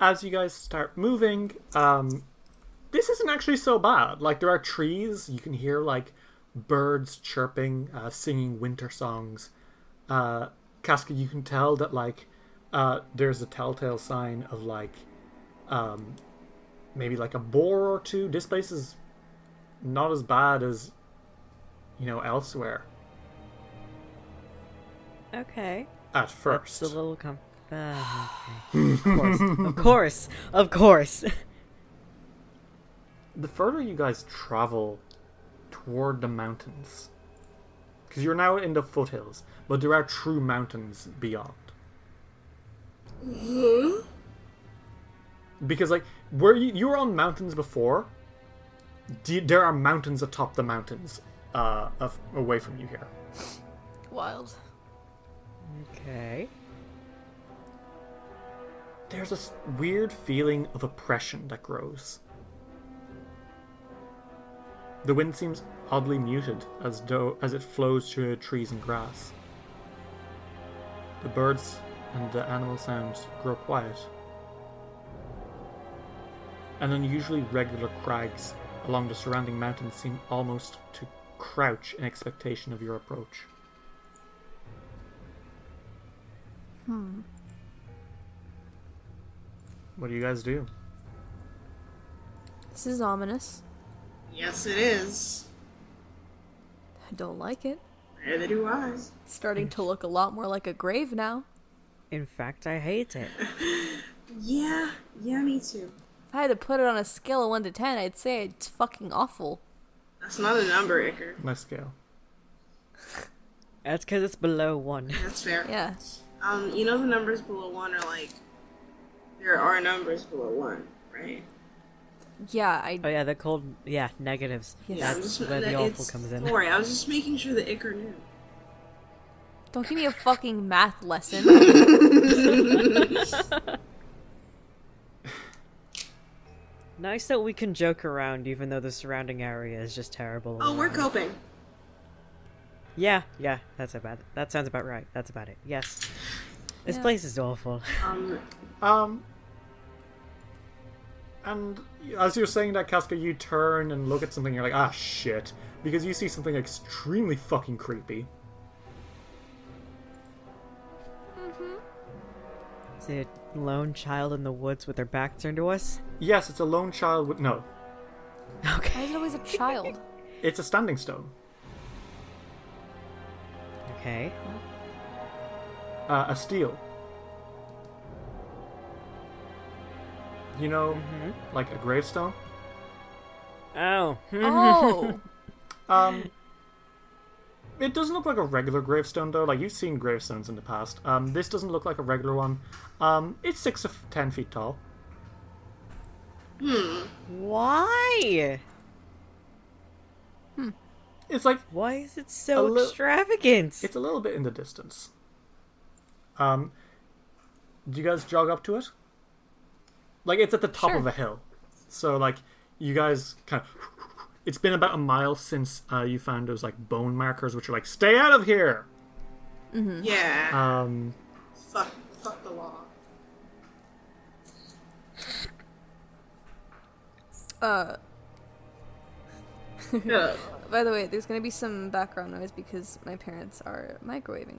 Speaker 1: as you guys start moving, um, this isn't actually so bad. Like there are trees, you can hear like birds chirping, uh, singing winter songs. Uh, Casca, you can tell that like uh, there's a telltale sign of like um, maybe like a boar or two. This place is not as bad as you know elsewhere
Speaker 4: Okay.
Speaker 1: at
Speaker 4: It's
Speaker 1: first.
Speaker 4: a little com-
Speaker 1: *laughs*
Speaker 4: uh, okay. Of course. Of course. *laughs* Of course.
Speaker 1: the further you guys travel toward the mountains, because you're now in the foothills, but there are true mountains beyond. Because like where you you were on mountains before, d- there are mountains atop the mountains, uh, of, away from you here.
Speaker 2: Wild.
Speaker 4: okay.
Speaker 1: There's this weird feeling of oppression that grows. The wind seems oddly muted as though as it flows through trees and grass. The birds and the animal sounds grow quiet. An unusually regular crags along the surrounding mountains seem almost to crouch in expectation of your approach. What do you guys do?
Speaker 2: This is ominous.
Speaker 3: Yes, it is.
Speaker 2: I don't like it.
Speaker 3: Neither do I.
Speaker 2: It's starting to look a lot more like a grave now.
Speaker 4: In fact, I hate it.
Speaker 3: Yeah, yeah, me too.
Speaker 2: If I had to put it on a scale of 1 to 10, I'd say it's fucking awful.
Speaker 3: That's not a number, Icker.
Speaker 1: Nice scale.
Speaker 4: That's because it's below one. *laughs*
Speaker 3: That's fair.
Speaker 2: Yeah.
Speaker 3: Um, you know the numbers below one are like there are numbers below one, right?
Speaker 2: Yeah, I.
Speaker 4: Oh yeah, the cold. Yeah, negatives.
Speaker 2: Yes.
Speaker 3: I'm
Speaker 4: That's where the awful
Speaker 3: it's-
Speaker 4: comes in.
Speaker 3: Don't worry, I was just making sure that Icker knew.
Speaker 2: Don't give me a fucking math lesson.
Speaker 4: Nice that we can joke around, even though the surrounding area is just terrible.
Speaker 3: Oh, we're
Speaker 4: around.
Speaker 3: coping.
Speaker 4: Yeah, yeah, that's about. That sounds about right. That's about it. Yes, this
Speaker 2: Yeah.
Speaker 4: place is awful.
Speaker 3: Um,
Speaker 1: Um. And as you're saying that, Casca, you turn and look at something. You're like, ah, shit, because you see something extremely fucking creepy.
Speaker 4: Is it lone child in the woods with their back turned to us? *laughs*
Speaker 1: Yes, it's a lone child with no.
Speaker 2: Why
Speaker 4: Okay.
Speaker 2: is it always a child?
Speaker 1: It's a standing stone,
Speaker 4: Okay.
Speaker 1: uh, a steel. You know, like a gravestone.
Speaker 4: Oh.
Speaker 2: Oh!
Speaker 1: Um, it doesn't look like a regular gravestone though. Like you've seen gravestones in the past. Um, this doesn't look like a regular one. Um, it's six to f- ten feet tall.
Speaker 4: Why?
Speaker 1: It's like
Speaker 4: Why is it
Speaker 1: A
Speaker 4: so
Speaker 1: li-
Speaker 4: extravagant?
Speaker 1: It's a little bit in the distance. Um, do you guys jog up to it? Like it's at the top
Speaker 2: Sure.
Speaker 1: of a hill, so like you guys kind of. It's been about a mile since uh, you found those like bone markers, which are like "stay out of here."
Speaker 4: Uh,
Speaker 3: yeah.
Speaker 1: Um,
Speaker 3: fuck, fuck the law. *laughs*
Speaker 2: Uh,
Speaker 3: Yeah.
Speaker 2: by the way, there's gonna be some background noise because my parents are microwaving.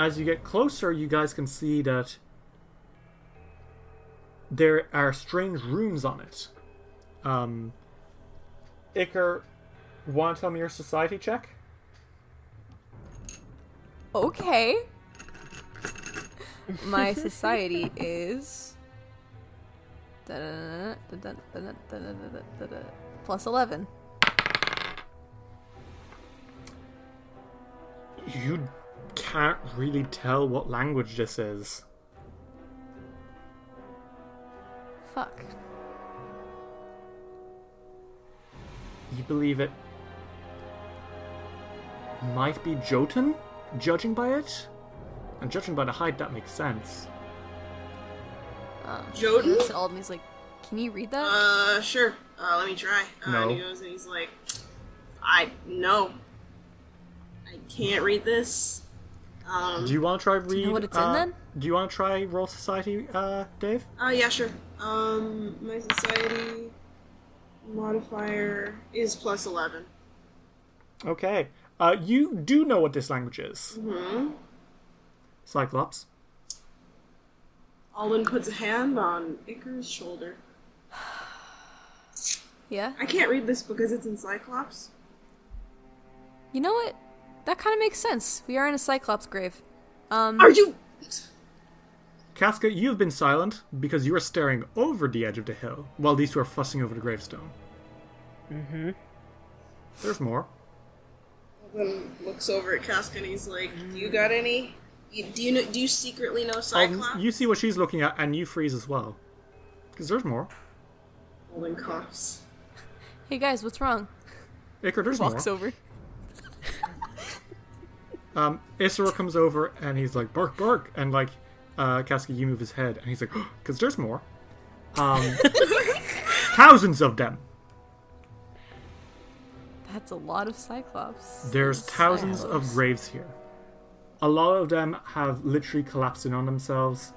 Speaker 1: as you get closer, you guys can see that there are strange runes on it. Um, Iker, want to tell me your society check? *laughs*
Speaker 2: Okay. My society is. da-da-da-da, da-da-da-da, da-da-da-da-da, Plus 11.
Speaker 1: You can't really tell what language this is.
Speaker 2: Fuck.
Speaker 1: You believe it might be Jotun, judging by it? And judging by the height, that makes sense.
Speaker 2: Um, *laughs*
Speaker 3: Jotun?
Speaker 2: looks at Aldemy's like, can you read that?
Speaker 3: Uh, sure. Uh, let me try. Uh,
Speaker 1: No.
Speaker 3: And he goes and he's like, I no. I can't read this. Um.
Speaker 1: Do you want to try read?
Speaker 2: you know what it's in
Speaker 1: uh,
Speaker 2: then?
Speaker 1: Do you want to try roll society, uh, Dave?
Speaker 3: Uh, yeah, sure. Um, my society modifier is plus eleven.
Speaker 1: Okay. Uh, you do know what this language is.
Speaker 3: Hmm.
Speaker 1: Cyclops.
Speaker 3: Alden puts a hand on Icarus' shoulder.
Speaker 2: yeah?
Speaker 3: I can't read this because it's in Cyclops.
Speaker 2: You know what? That kind of makes sense. We are in a Cyclops grave. Um,
Speaker 3: Are you?
Speaker 1: Casca, you've been silent because you are staring over the edge of the hill while these two are fussing over the gravestone.
Speaker 4: Mm-hmm.
Speaker 1: There's more.
Speaker 3: Alden looks over at Casca and he's like, "Do you got any? You, do you know, do you secretly know
Speaker 1: Um,
Speaker 3: Cyclops?"
Speaker 1: you see what she's looking at, and you freeze as well. Because there's more.
Speaker 3: Alden coughs.
Speaker 2: hey guys, what's wrong?
Speaker 1: Iker, there's
Speaker 2: Walks
Speaker 1: more.
Speaker 2: over.
Speaker 1: Um, Isra comes over, and he's like, bark, bark. And, like, uh, Casca, you move his head, and he's like, *gasps* because there's more. Um, thousands of them.
Speaker 2: That's a lot of Cyclops.
Speaker 1: There's
Speaker 2: That's
Speaker 1: thousands of
Speaker 2: Cyclops.
Speaker 1: graves here. A lot of them have literally collapsed in on themselves.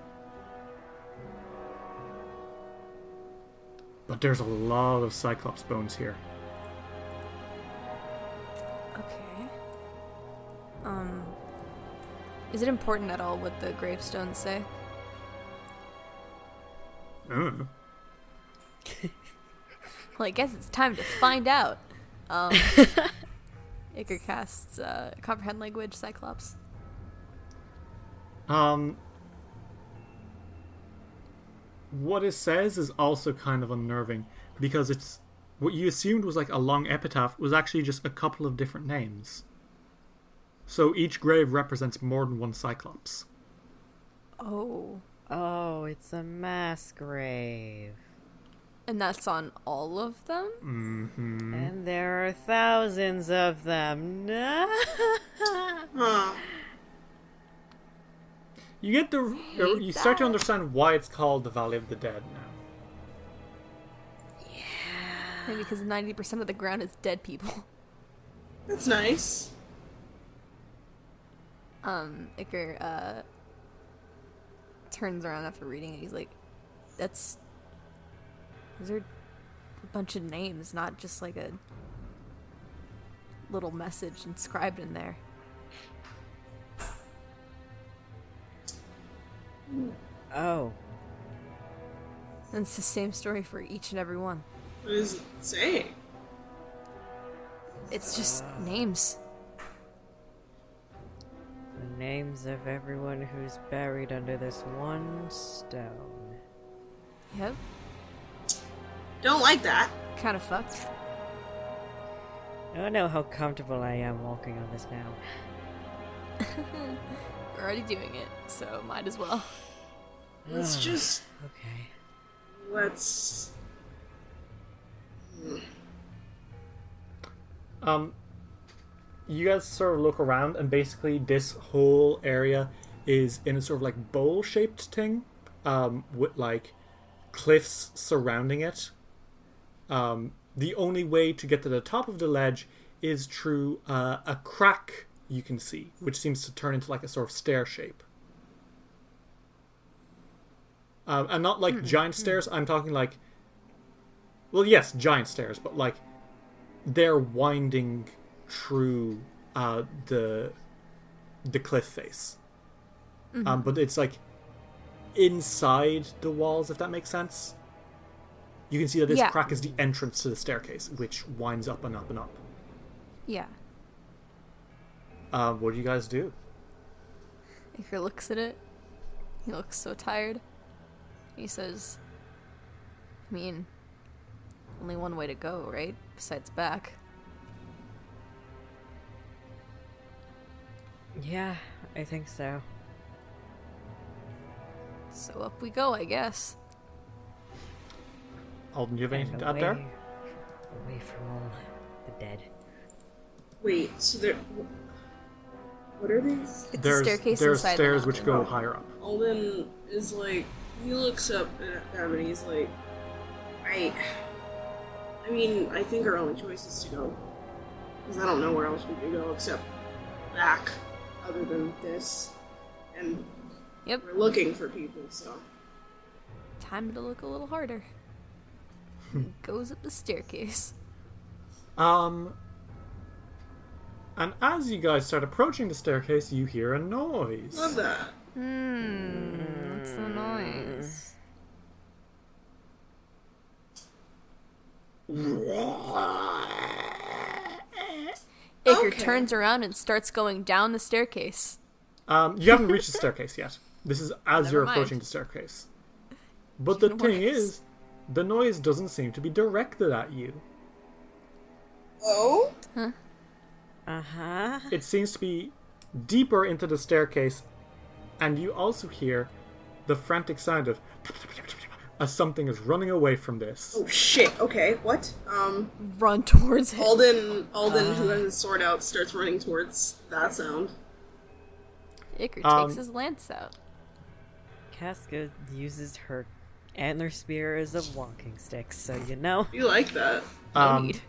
Speaker 1: But there's a lot of Cyclops bones here.
Speaker 2: Okay. Um. Is it important at all what the gravestones say?
Speaker 1: Mm.
Speaker 2: Well, I guess it's time to find out. Um, Iker casts uh, comprehend language Cyclops.
Speaker 1: Um, what it says is also kind of unnerving because it's what you assumed was like a long epitaph was actually just a couple of different names. So each grave represents more than one Cyclops.
Speaker 2: Oh,
Speaker 4: Oh, it's a mass grave.
Speaker 2: and that's on all of them.
Speaker 4: And there are thousands of them. *laughs* No.
Speaker 3: Huh.
Speaker 1: You get the
Speaker 2: hate
Speaker 1: you start to
Speaker 2: that.
Speaker 1: understand why it's called the Valley of the Dead now.
Speaker 2: Maybe because ninety percent of the ground is dead people. *laughs*
Speaker 3: That's nice.
Speaker 2: Um, Iker uh, turns around after reading it. He's like, "That's those are a bunch of names, not just like a little message inscribed in there."
Speaker 4: oh,
Speaker 2: And it's the same story for each and every one.
Speaker 3: What does it say?
Speaker 2: It's just names.
Speaker 4: the names of everyone who's buried under this one stone.
Speaker 2: Yep.
Speaker 3: Don't like that.
Speaker 2: Kind of fucked.
Speaker 4: I don't know how comfortable I am walking on this now.
Speaker 2: We're already doing it, so might as well.
Speaker 1: Hmm.
Speaker 3: Let's just
Speaker 4: Okay.
Speaker 3: let's.
Speaker 1: Um, you guys sort of look around, and basically this whole area is in a sort of like bowl-shaped thing, um, with like cliffs surrounding it. Um, the only way to get to the top of the ledge is through uh, a crack you can see, which seems to turn into like a sort of stair shape. Um, and not
Speaker 2: Hmm,
Speaker 1: like giant stairs. I'm talking like, well, yes, giant stairs, but like they're winding through uh, the the cliff face,
Speaker 2: Mm-hmm.
Speaker 1: um, but it's like inside the walls, if that makes sense. You can see that this
Speaker 2: Yeah.
Speaker 1: crack is the entrance to the staircase, which winds up and up and up.
Speaker 2: Yeah.
Speaker 1: Uh, what do you guys do?
Speaker 2: Iker looks at it. He looks so tired. He says, I mean, only one way to go, right? Besides back.
Speaker 4: Yeah, I think so.
Speaker 2: So up we go, I guess.
Speaker 1: Alden, do you have anything
Speaker 4: And
Speaker 1: to add there?
Speaker 4: away- Away from all the dead.
Speaker 3: Wait. So there. What are these?
Speaker 2: It's
Speaker 1: There's
Speaker 2: a staircase
Speaker 1: there's
Speaker 2: inside the
Speaker 1: stairs which go
Speaker 2: mountain.
Speaker 1: higher up.
Speaker 3: Alden is like he looks up at them and he's like, I. I mean, I think our only choice is to go, because I don't know where else we could go except back, other than this, and
Speaker 2: Yep.
Speaker 3: we're looking for people. So
Speaker 2: Time to look a
Speaker 1: *laughs*
Speaker 2: little harder. Goes up the staircase.
Speaker 1: Um, and as you guys start approaching the staircase, you hear a noise.
Speaker 3: love that.
Speaker 2: Mmm, what's the noise? Iker
Speaker 3: Okay.
Speaker 2: turns around and starts going down the staircase.
Speaker 1: Um, you haven't reached the staircase yet. This is as
Speaker 2: Never
Speaker 1: you're
Speaker 2: mind.
Speaker 1: approaching the staircase. But the
Speaker 2: Even
Speaker 1: thing
Speaker 2: worse.
Speaker 1: is, the noise doesn't seem to be directed at you.
Speaker 3: Oh.
Speaker 4: Uh huh.
Speaker 1: It seems to be deeper into the staircase, and you also hear the frantic sound of as something is running away from this.
Speaker 3: Oh shit. Okay. What? Um.
Speaker 2: Run towards it.
Speaker 3: Alden. Alden, who has his sword out, starts running towards that sound.
Speaker 2: Iker
Speaker 1: Um,
Speaker 2: takes his lance out.
Speaker 4: Casca uses her antler spear as a walking stick, so you know.
Speaker 3: You like that?
Speaker 2: No
Speaker 1: Um,
Speaker 2: need.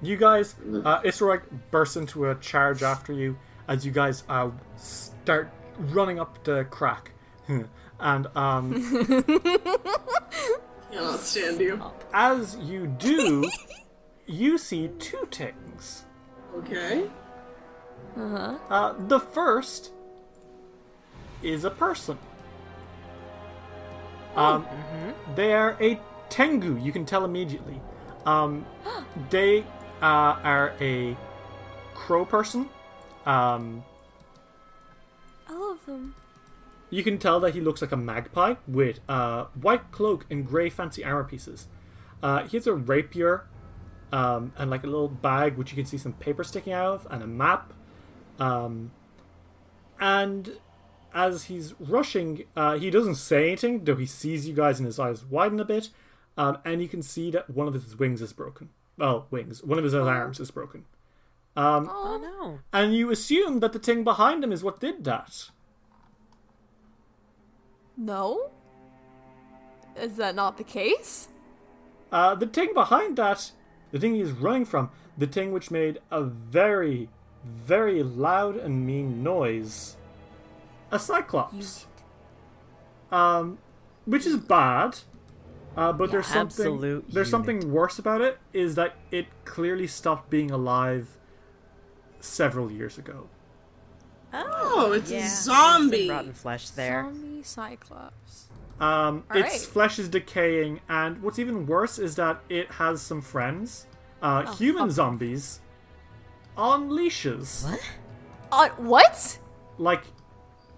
Speaker 1: You guys, uh, Isroik bursts into a charge after you as you guys uh, start running up the crack. *laughs* and um,
Speaker 3: Cannot stand you.
Speaker 1: as you do, you see two things.
Speaker 3: Okay.
Speaker 1: Uh, the first is a person. Um, They are a Tengu, you can tell immediately. Um, they uh, are a crow person. Um,
Speaker 2: All of them.
Speaker 1: you can tell that he looks like a magpie with uh, white cloak and grey fancy armor pieces. Uh, he has a rapier um, and like a little bag which you can see some paper sticking out of and a map. Um, and as he's rushing, uh, he doesn't say anything, though he sees you guys and his eyes widen a bit. Um, and you can see that one of his wings is broken. Well, wings. One of his arms is broken. Um,
Speaker 4: Oh no.
Speaker 1: And you assume that the thing behind him is what did that.
Speaker 2: No? Is that not the case?
Speaker 1: Uh, the thing behind that, the thing he's running from, the thing which made a very, very loud and mean noise, a cyclops. Um, which is bad. Uh, but there's something
Speaker 4: absolute
Speaker 1: there's something worse about it is that it clearly stopped being alive several years ago.
Speaker 3: Oh, it's a
Speaker 4: Some
Speaker 3: zombie.
Speaker 4: rotten flesh there.
Speaker 2: Zombie Cyclops.
Speaker 1: Um,
Speaker 2: All
Speaker 1: its
Speaker 2: right.
Speaker 1: flesh is decaying, and what's even worse is that it has some friends, uh,
Speaker 2: Oh,
Speaker 1: human zombies, on leashes.
Speaker 2: Uh, what?
Speaker 1: Like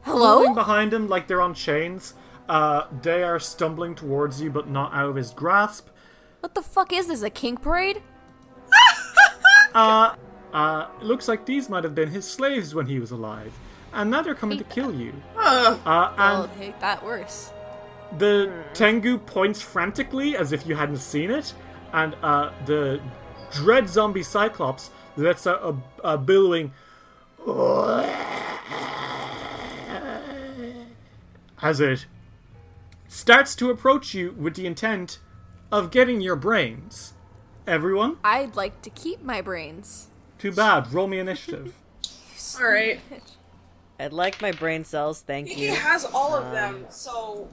Speaker 1: pulling
Speaker 2: Hello?
Speaker 1: behind him, like they're on chains. Uh, they are stumbling towards you, but not out of his grasp.
Speaker 2: What the fuck is this? A kink parade?
Speaker 1: Uh, it looks like these might have been his slaves when he was alive, and now they're coming to kill you.
Speaker 3: Ugh.
Speaker 1: Uh,
Speaker 2: Oh,
Speaker 1: and
Speaker 2: take that worse.
Speaker 1: The Tengu points frantically as if you hadn't seen it, and uh, the dread zombie Cyclops lets out a, a billowing as it starts to approach you with the intent of getting your brains. Everyone,
Speaker 2: I'd like to keep my brains.
Speaker 1: too bad. Roll me initiative.
Speaker 3: All right.
Speaker 4: I'd like my brain cells, thank
Speaker 3: He
Speaker 4: you.
Speaker 3: has all of them, so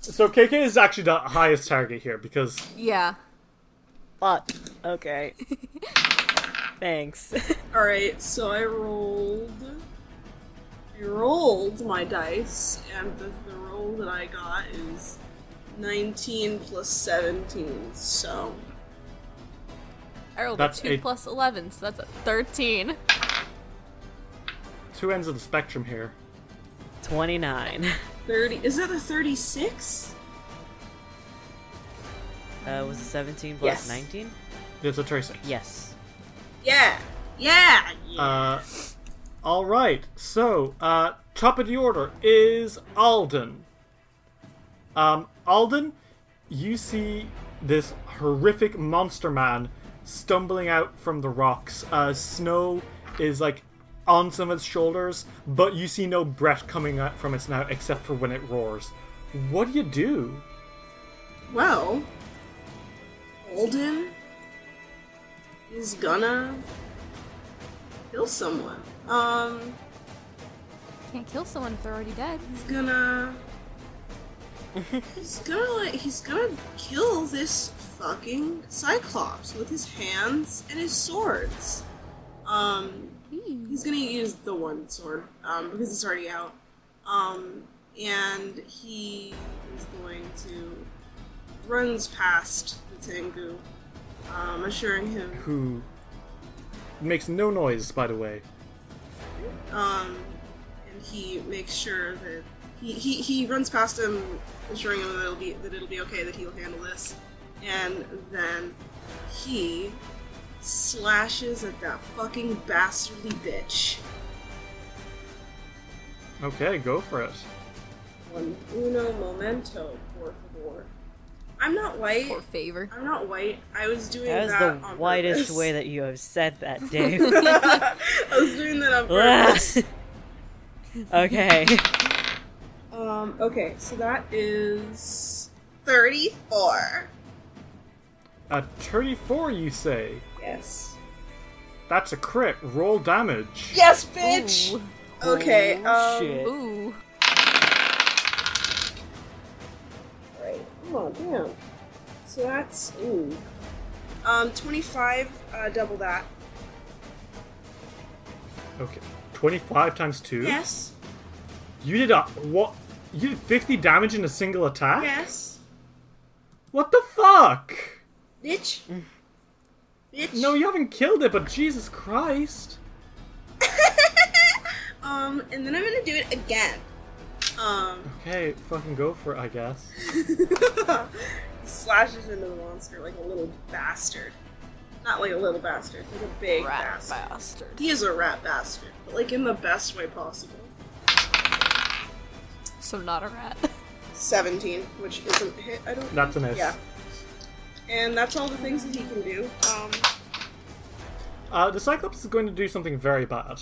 Speaker 1: so KK is actually the highest target here because
Speaker 2: Yeah.
Speaker 4: Fuck. Okay. Thanks. *laughs*
Speaker 3: all right. So I rolled. I rolled my dice, and the, the roll that I got is nineteen plus seventeen. So
Speaker 2: I rolled
Speaker 1: That's
Speaker 2: a 2
Speaker 1: eight.
Speaker 2: plus 11, so that's a 13.
Speaker 1: two ends of the spectrum here.
Speaker 4: 29.
Speaker 3: thirty. Is that a thirty-six?
Speaker 4: Uh, was it 17 plus
Speaker 3: Yes.
Speaker 4: 19?
Speaker 1: There's a tracing.
Speaker 4: Yes.
Speaker 3: Yeah. Yeah.
Speaker 1: Uh, all right. So, uh, top of the order is Alden. Um, Alden, you see this horrific monster man stumbling out from the rocks. Uh, snow is like on some of its shoulders, but you see no breath coming out from its now except for when it roars. What do you do?
Speaker 3: Well, Alden is gonna kill someone. Um,
Speaker 2: Can't kill someone if they're already dead.
Speaker 3: he's gonna. he's gonna like, he's gonna kill this fucking Cyclops with his hands and his swords. Um,
Speaker 2: Please.
Speaker 3: he's gonna use the one sword um, because it's already out. Um, and he is going to runs past the Tengu, um, assuring him
Speaker 1: Who makes no noise, by the way.
Speaker 3: Um, and he makes sure that he, he, he runs past him, assuring him that it'll be that it'll be okay that he'll handle this. And then he slashes at that fucking bastardly bitch.
Speaker 1: Okay, go for it.
Speaker 3: One uno momento, por favor. I'm not white.
Speaker 2: For favor.
Speaker 3: I'm not white. I was doing
Speaker 4: That
Speaker 3: that.
Speaker 4: is the
Speaker 3: on
Speaker 4: whitest
Speaker 3: purpose.
Speaker 4: way that you have said that, Dave.
Speaker 3: *laughs* I was doing that on
Speaker 4: *laughs*
Speaker 3: purpose.
Speaker 4: okay.
Speaker 3: um. Okay. So that is thirty-four.
Speaker 1: A 34, you say?
Speaker 3: Yes.
Speaker 1: That's a crit. Roll damage.
Speaker 3: Yes, bitch. Okay.
Speaker 4: Oh,
Speaker 3: Um,
Speaker 4: shit.
Speaker 2: Ooh.
Speaker 3: Right. Come on, damn. So that's ooh. Um, twenty-five. Uh, double that.
Speaker 1: Okay. 25 times 2.
Speaker 3: Yes.
Speaker 1: You did a what? You did 50 damage in a single attack?
Speaker 3: Yes.
Speaker 1: What the fuck?
Speaker 3: Bitch. Bitch.
Speaker 1: No, you haven't killed it, but Jesus Christ.
Speaker 3: Um, and then I'm gonna do it again.
Speaker 1: *laughs*
Speaker 3: Um, *laughs*
Speaker 1: Okay, fucking go for it, I guess.
Speaker 3: he slashes into the monster like a little bastard. Not like a little bastard, like a big
Speaker 2: Rat
Speaker 3: bastard.
Speaker 2: bastard.
Speaker 3: He is a rat bastard, but like in the best way possible.
Speaker 2: So not a rat. *laughs*
Speaker 3: 17, which isn't hit, I don't
Speaker 1: That's a miss.
Speaker 3: Yeah. And that's all the things that he can do. Um,
Speaker 1: Uh, the Cyclops is going to do something very bad.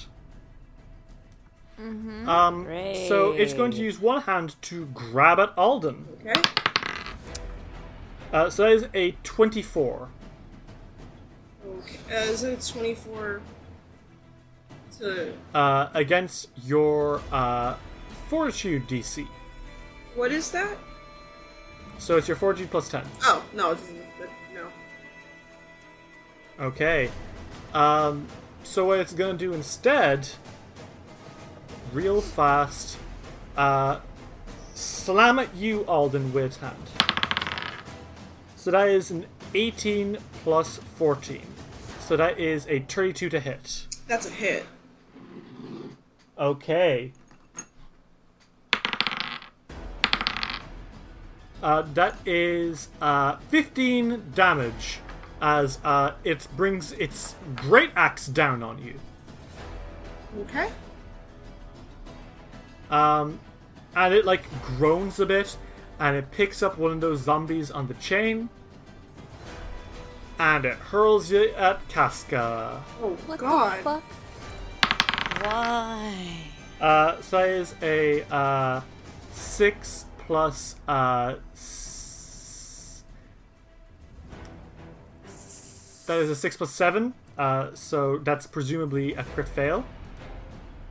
Speaker 1: Mm-hmm. Um, so it's going to use one hand to grab at Alden.
Speaker 3: okay.
Speaker 1: Uh, so that is a 24.
Speaker 3: Okay. Uh, is it 24 to.
Speaker 1: Uh, against your uh, Fortitude DC.
Speaker 3: What is that?
Speaker 1: So it's your Fortitude plus 10.
Speaker 3: Oh, no, it doesn't. But no.
Speaker 1: Okay. Um, so what it's gonna do instead, real fast, uh, slam at you, Alden, with hand. So that is an 18 plus 14. So that is a 32 to hit.
Speaker 3: That's a hit.
Speaker 1: Okay. Uh, that is uh, 15 damage as uh, it brings its great axe down on you.
Speaker 3: Okay.
Speaker 1: Um, and it like groans a bit and it picks up one of those zombies on the chain and it hurls you at Casca.
Speaker 3: Oh,
Speaker 2: What
Speaker 3: God.
Speaker 2: the fuck?
Speaker 4: Why?
Speaker 1: Uh, so that is a uh, six plus uh, s- that is a six plus seven. Uh, so that's presumably a crit fail.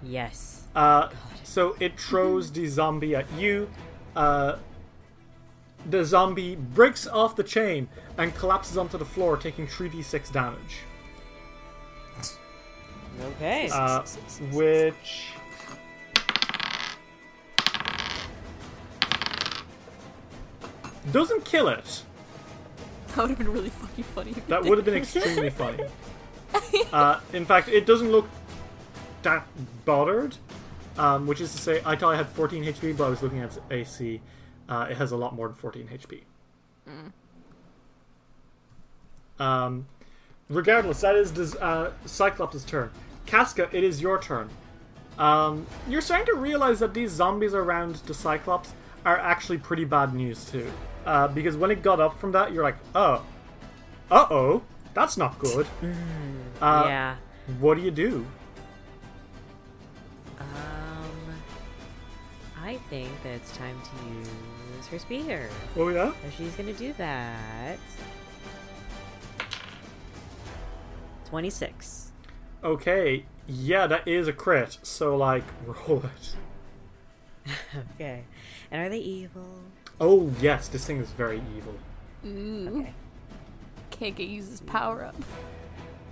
Speaker 4: Yes.
Speaker 1: Uh, so it throws the zombie at you. Uh, the zombie breaks off the chain and collapses onto the floor, taking three d six damage.
Speaker 4: Okay.
Speaker 1: Uh, which doesn't kill it.
Speaker 2: That would have been really fucking funny. if
Speaker 1: That
Speaker 2: it
Speaker 1: would have been extremely funny. Uh, in fact, it doesn't look that bothered, um, which is to say, I thought I had 14 HP, but I was looking at AC. Uh, it has a lot more than 14 HP. Um, regardless, that is des- uh, Cyclops' turn. Casca, it is your turn. Um, you're starting to realize that these zombies around the Cyclops are actually pretty bad news too, uh, because when it got up from that, you're like, oh, uh oh, that's not good. Uh,
Speaker 4: yeah.
Speaker 1: What do you do?
Speaker 4: Um, I think that it's time to use her spear.
Speaker 1: Oh yeah.
Speaker 4: So she's gonna do that. Twenty-six. *laughs*
Speaker 1: Okay. Yeah, that is a crit. So like, *laughs* roll it.
Speaker 4: Okay. And are they evil?
Speaker 1: Oh yes, this thing is very evil.
Speaker 2: did. Ooh.
Speaker 4: Okay.
Speaker 2: KK uses power up.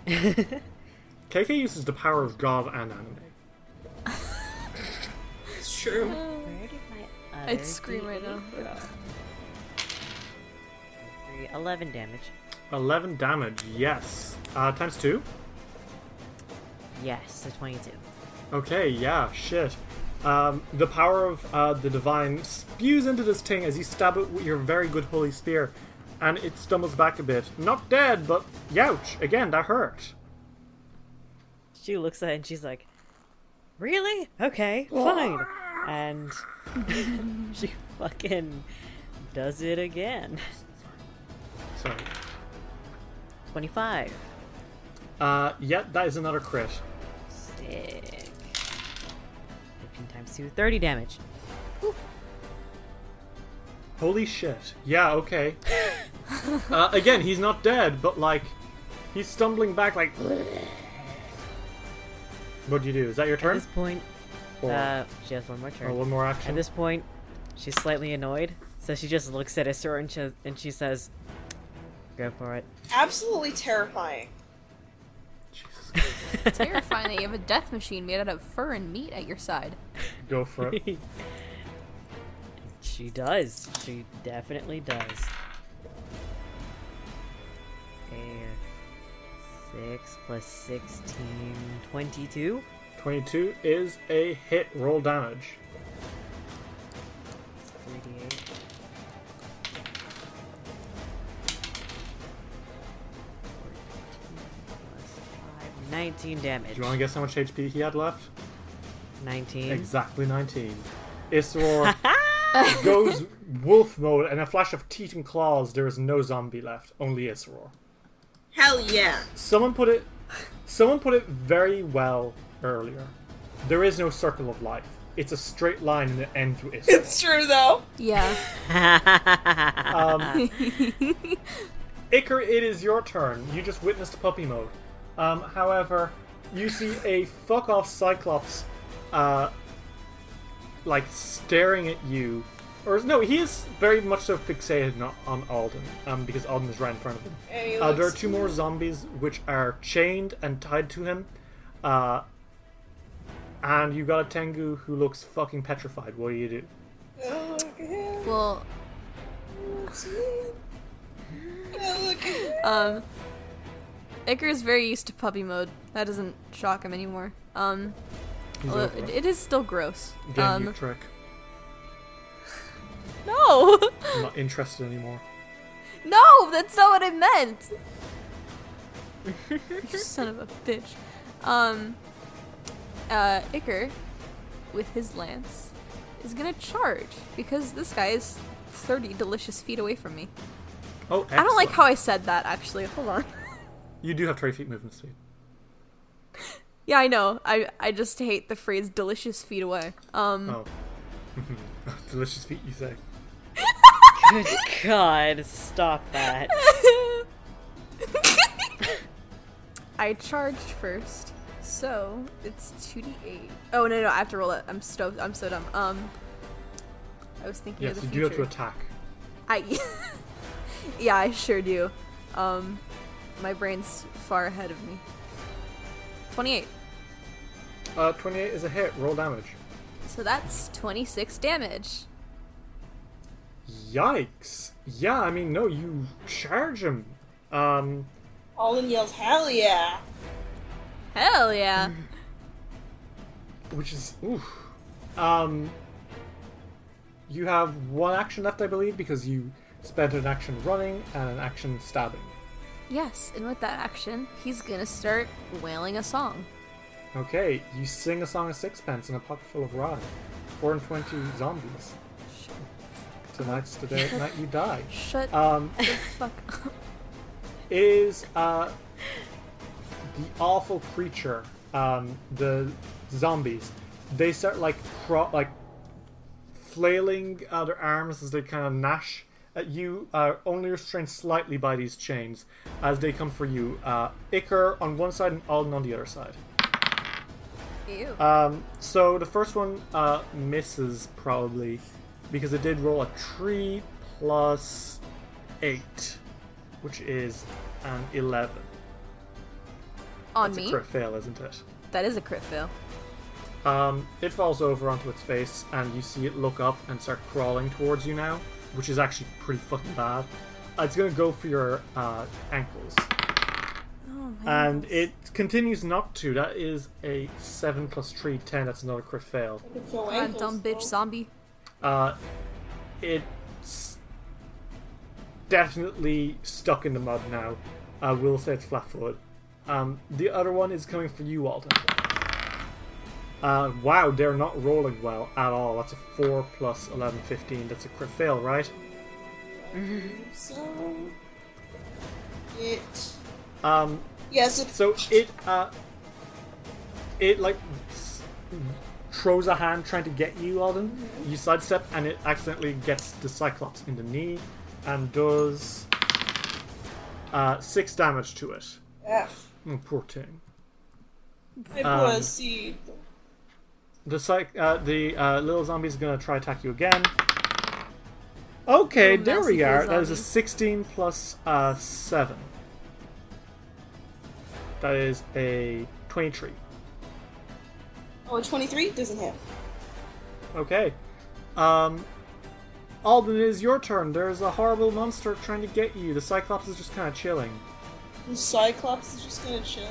Speaker 1: KK uses the power of God and anime.
Speaker 3: It's true.
Speaker 4: Where did my other E
Speaker 2: I'd scream right now.
Speaker 4: Three- Eleven damage.
Speaker 1: Eleven damage. Yes. Uh, times two.
Speaker 4: Yes, so twenty-two.
Speaker 1: Okay, yeah, shit. Um, the power of uh, the divine spews into this thing as you stab it with your very good holy spear, and it stumbles back a bit. Not dead, but youch! Again, that hurt.
Speaker 4: She looks at it and she's like, "Really? Okay, fine." And *laughs* she fucking does it again.
Speaker 1: Sorry.
Speaker 4: Twenty-five.
Speaker 1: Uh, yeah, that is another crit.
Speaker 4: Sick. 15 times 2, 30 damage.
Speaker 1: Holy shit. Yeah, okay. uh, again, he's not dead, but like, he's stumbling back, like, What do you do? Is that your
Speaker 4: At
Speaker 1: turn?
Speaker 4: this point,
Speaker 1: Or-
Speaker 4: uh, she has one more turn.
Speaker 1: or Oh, one more
Speaker 4: At
Speaker 1: action?
Speaker 4: this point, she's slightly annoyed, so she just looks at Isra and she, and she says, "Go for it."
Speaker 3: Absolutely terrifying.
Speaker 1: Jesus, Christ.
Speaker 2: Terrifying that you have a death machine made out of fur and meat at your side.
Speaker 1: go for
Speaker 4: *laughs*
Speaker 1: it.
Speaker 4: She does. She definitely does. And 6 plus 16, 22.
Speaker 1: 22 is a hit. Roll damage.
Speaker 4: 3d8. Plus five, 19 damage.
Speaker 1: Do you want to guess how much HP he had left?
Speaker 4: 19.
Speaker 1: Exactly 19.
Speaker 4: *laughs*
Speaker 1: Isror goes wolf mode, and a flash of teeth and claws. There is no zombie left, only Isror.
Speaker 3: Hell yeah.
Speaker 1: Someone put it. Someone put it very well earlier. There is no circle of life. It's a straight line and it ends with Isror.
Speaker 3: It's true though.
Speaker 2: Yeah.
Speaker 1: Um, Iker, it is your turn. You just witnessed puppy mode. Um, however, you see a fuck off Cyclops, uh, like staring at you. Or no, he is very much so fixated on- on Alden, um, because Alden is right in front of him.
Speaker 3: And he
Speaker 1: Uh, there are
Speaker 3: looks-
Speaker 1: two more zombies which are chained and tied to him. Uh, and you got a Tengu who looks fucking petrified. What do you do?
Speaker 3: Oh, look at him.
Speaker 2: *laughs* Well,
Speaker 3: It's me. Oh, look at him.
Speaker 2: um, Iker is very used to puppy mode. That doesn't shock him anymore. Um,
Speaker 1: He's
Speaker 2: although
Speaker 1: over
Speaker 2: it,
Speaker 1: it.
Speaker 2: it is still gross.
Speaker 1: Damn you
Speaker 2: um,
Speaker 1: trick.
Speaker 2: *laughs* no,
Speaker 1: I'm not interested anymore.
Speaker 2: no, that's not what
Speaker 1: *laughs*
Speaker 2: I meant. you son of a bitch. Um, uh, Iker, with his lance, is gonna charge because this guy is thirty delicious feet away from me.
Speaker 1: Oh,
Speaker 2: I don't
Speaker 1: excellent.
Speaker 2: like how I said that. Actually, hold on. *laughs*
Speaker 1: You do have 20 feet movement speed.
Speaker 2: yeah, I know. I I just hate the phrase "delicious feet away." Um. *laughs*
Speaker 1: Oh. *laughs* Delicious feet, you say.
Speaker 4: Good God, stop that.
Speaker 2: I charged first, so it's two d eight. Oh no no, I have to roll it. I'm so I'm so dumb. Um, I was thinking
Speaker 1: Yes,
Speaker 2: of the
Speaker 1: you do have to
Speaker 2: future.
Speaker 1: attack.
Speaker 2: I *laughs* yeah, I sure do. Um, my brain's far ahead of me. Twenty eight.
Speaker 1: Uh, 28 is a hit. Roll damage.
Speaker 2: So that's twenty six damage.
Speaker 1: Yikes. Yeah, I mean, no, you charge him. Um,
Speaker 3: Alden yells, "Hell yeah!"
Speaker 2: Hell yeah.
Speaker 1: which is oof. Um, you have one action left, I believe, because you spent an action running and an action stabbing.
Speaker 2: yes, and with that action, he's gonna start wailing a song.
Speaker 1: Okay, you sing a song of sixpence in a pocket full of rye. Four and twenty zombies. Tonight's the day, night you die.
Speaker 2: Shut
Speaker 1: Um,
Speaker 2: the fuck up.
Speaker 1: is uh, the awful creature, um, the zombies. They start like cro- like flailing uh, their arms as they kind of gnash at you, uh, only restrained slightly by these chains as they come for you. Uh, Iker on one side and Alden on the other side.
Speaker 2: Ew.
Speaker 1: Um, so the first one uh, misses probably because it did roll a three plus eight, which is an eleven.
Speaker 2: On
Speaker 1: It's a
Speaker 2: me?
Speaker 1: crit fail, isn't it?
Speaker 2: That is a crit fail.
Speaker 1: Um, it falls over onto its face, and you see it look up and start crawling towards you now, which is actually pretty fucking bad. Uh, It's gonna go for your uh, ankles,
Speaker 2: Oh my
Speaker 1: and it continues not to. That is a seven plus three, ten. That's another crit fail.
Speaker 3: Look at your
Speaker 2: god,
Speaker 3: ankles,
Speaker 2: dumb bitch
Speaker 3: though.
Speaker 2: zombie.
Speaker 1: Uh, it's definitely stuck in the mud now. I will say it's flat footed. Um, the other one is coming for you, Alden. Uh, wow, they're not rolling well at all. That's a 4 plus 11, 15. That's a crit fail, right?
Speaker 3: So it.
Speaker 1: Um,
Speaker 3: Yes, it's
Speaker 1: so it, uh, it like s- throws a hand trying to get you, Alden. You sidestep and it accidentally gets the Cyclops in the knee and does uh, six damage to it.
Speaker 3: F.
Speaker 1: Mm, poor thing.
Speaker 3: I
Speaker 1: Um,
Speaker 3: was see.
Speaker 1: The psych, uh, the uh, little zombie's gonna try attack you again. Okay,
Speaker 2: Little
Speaker 1: there we
Speaker 2: mousey
Speaker 1: are.
Speaker 2: little
Speaker 1: That is a
Speaker 2: zombie.
Speaker 1: 16 plus uh, 7. That is a 23.
Speaker 3: Oh, a 23 doesn't hit.
Speaker 1: Okay. Um, Alden, it is your turn. There is a horrible monster trying to get you. The Cyclops is just kind of chilling.
Speaker 3: The Cyclops is just gonna chill.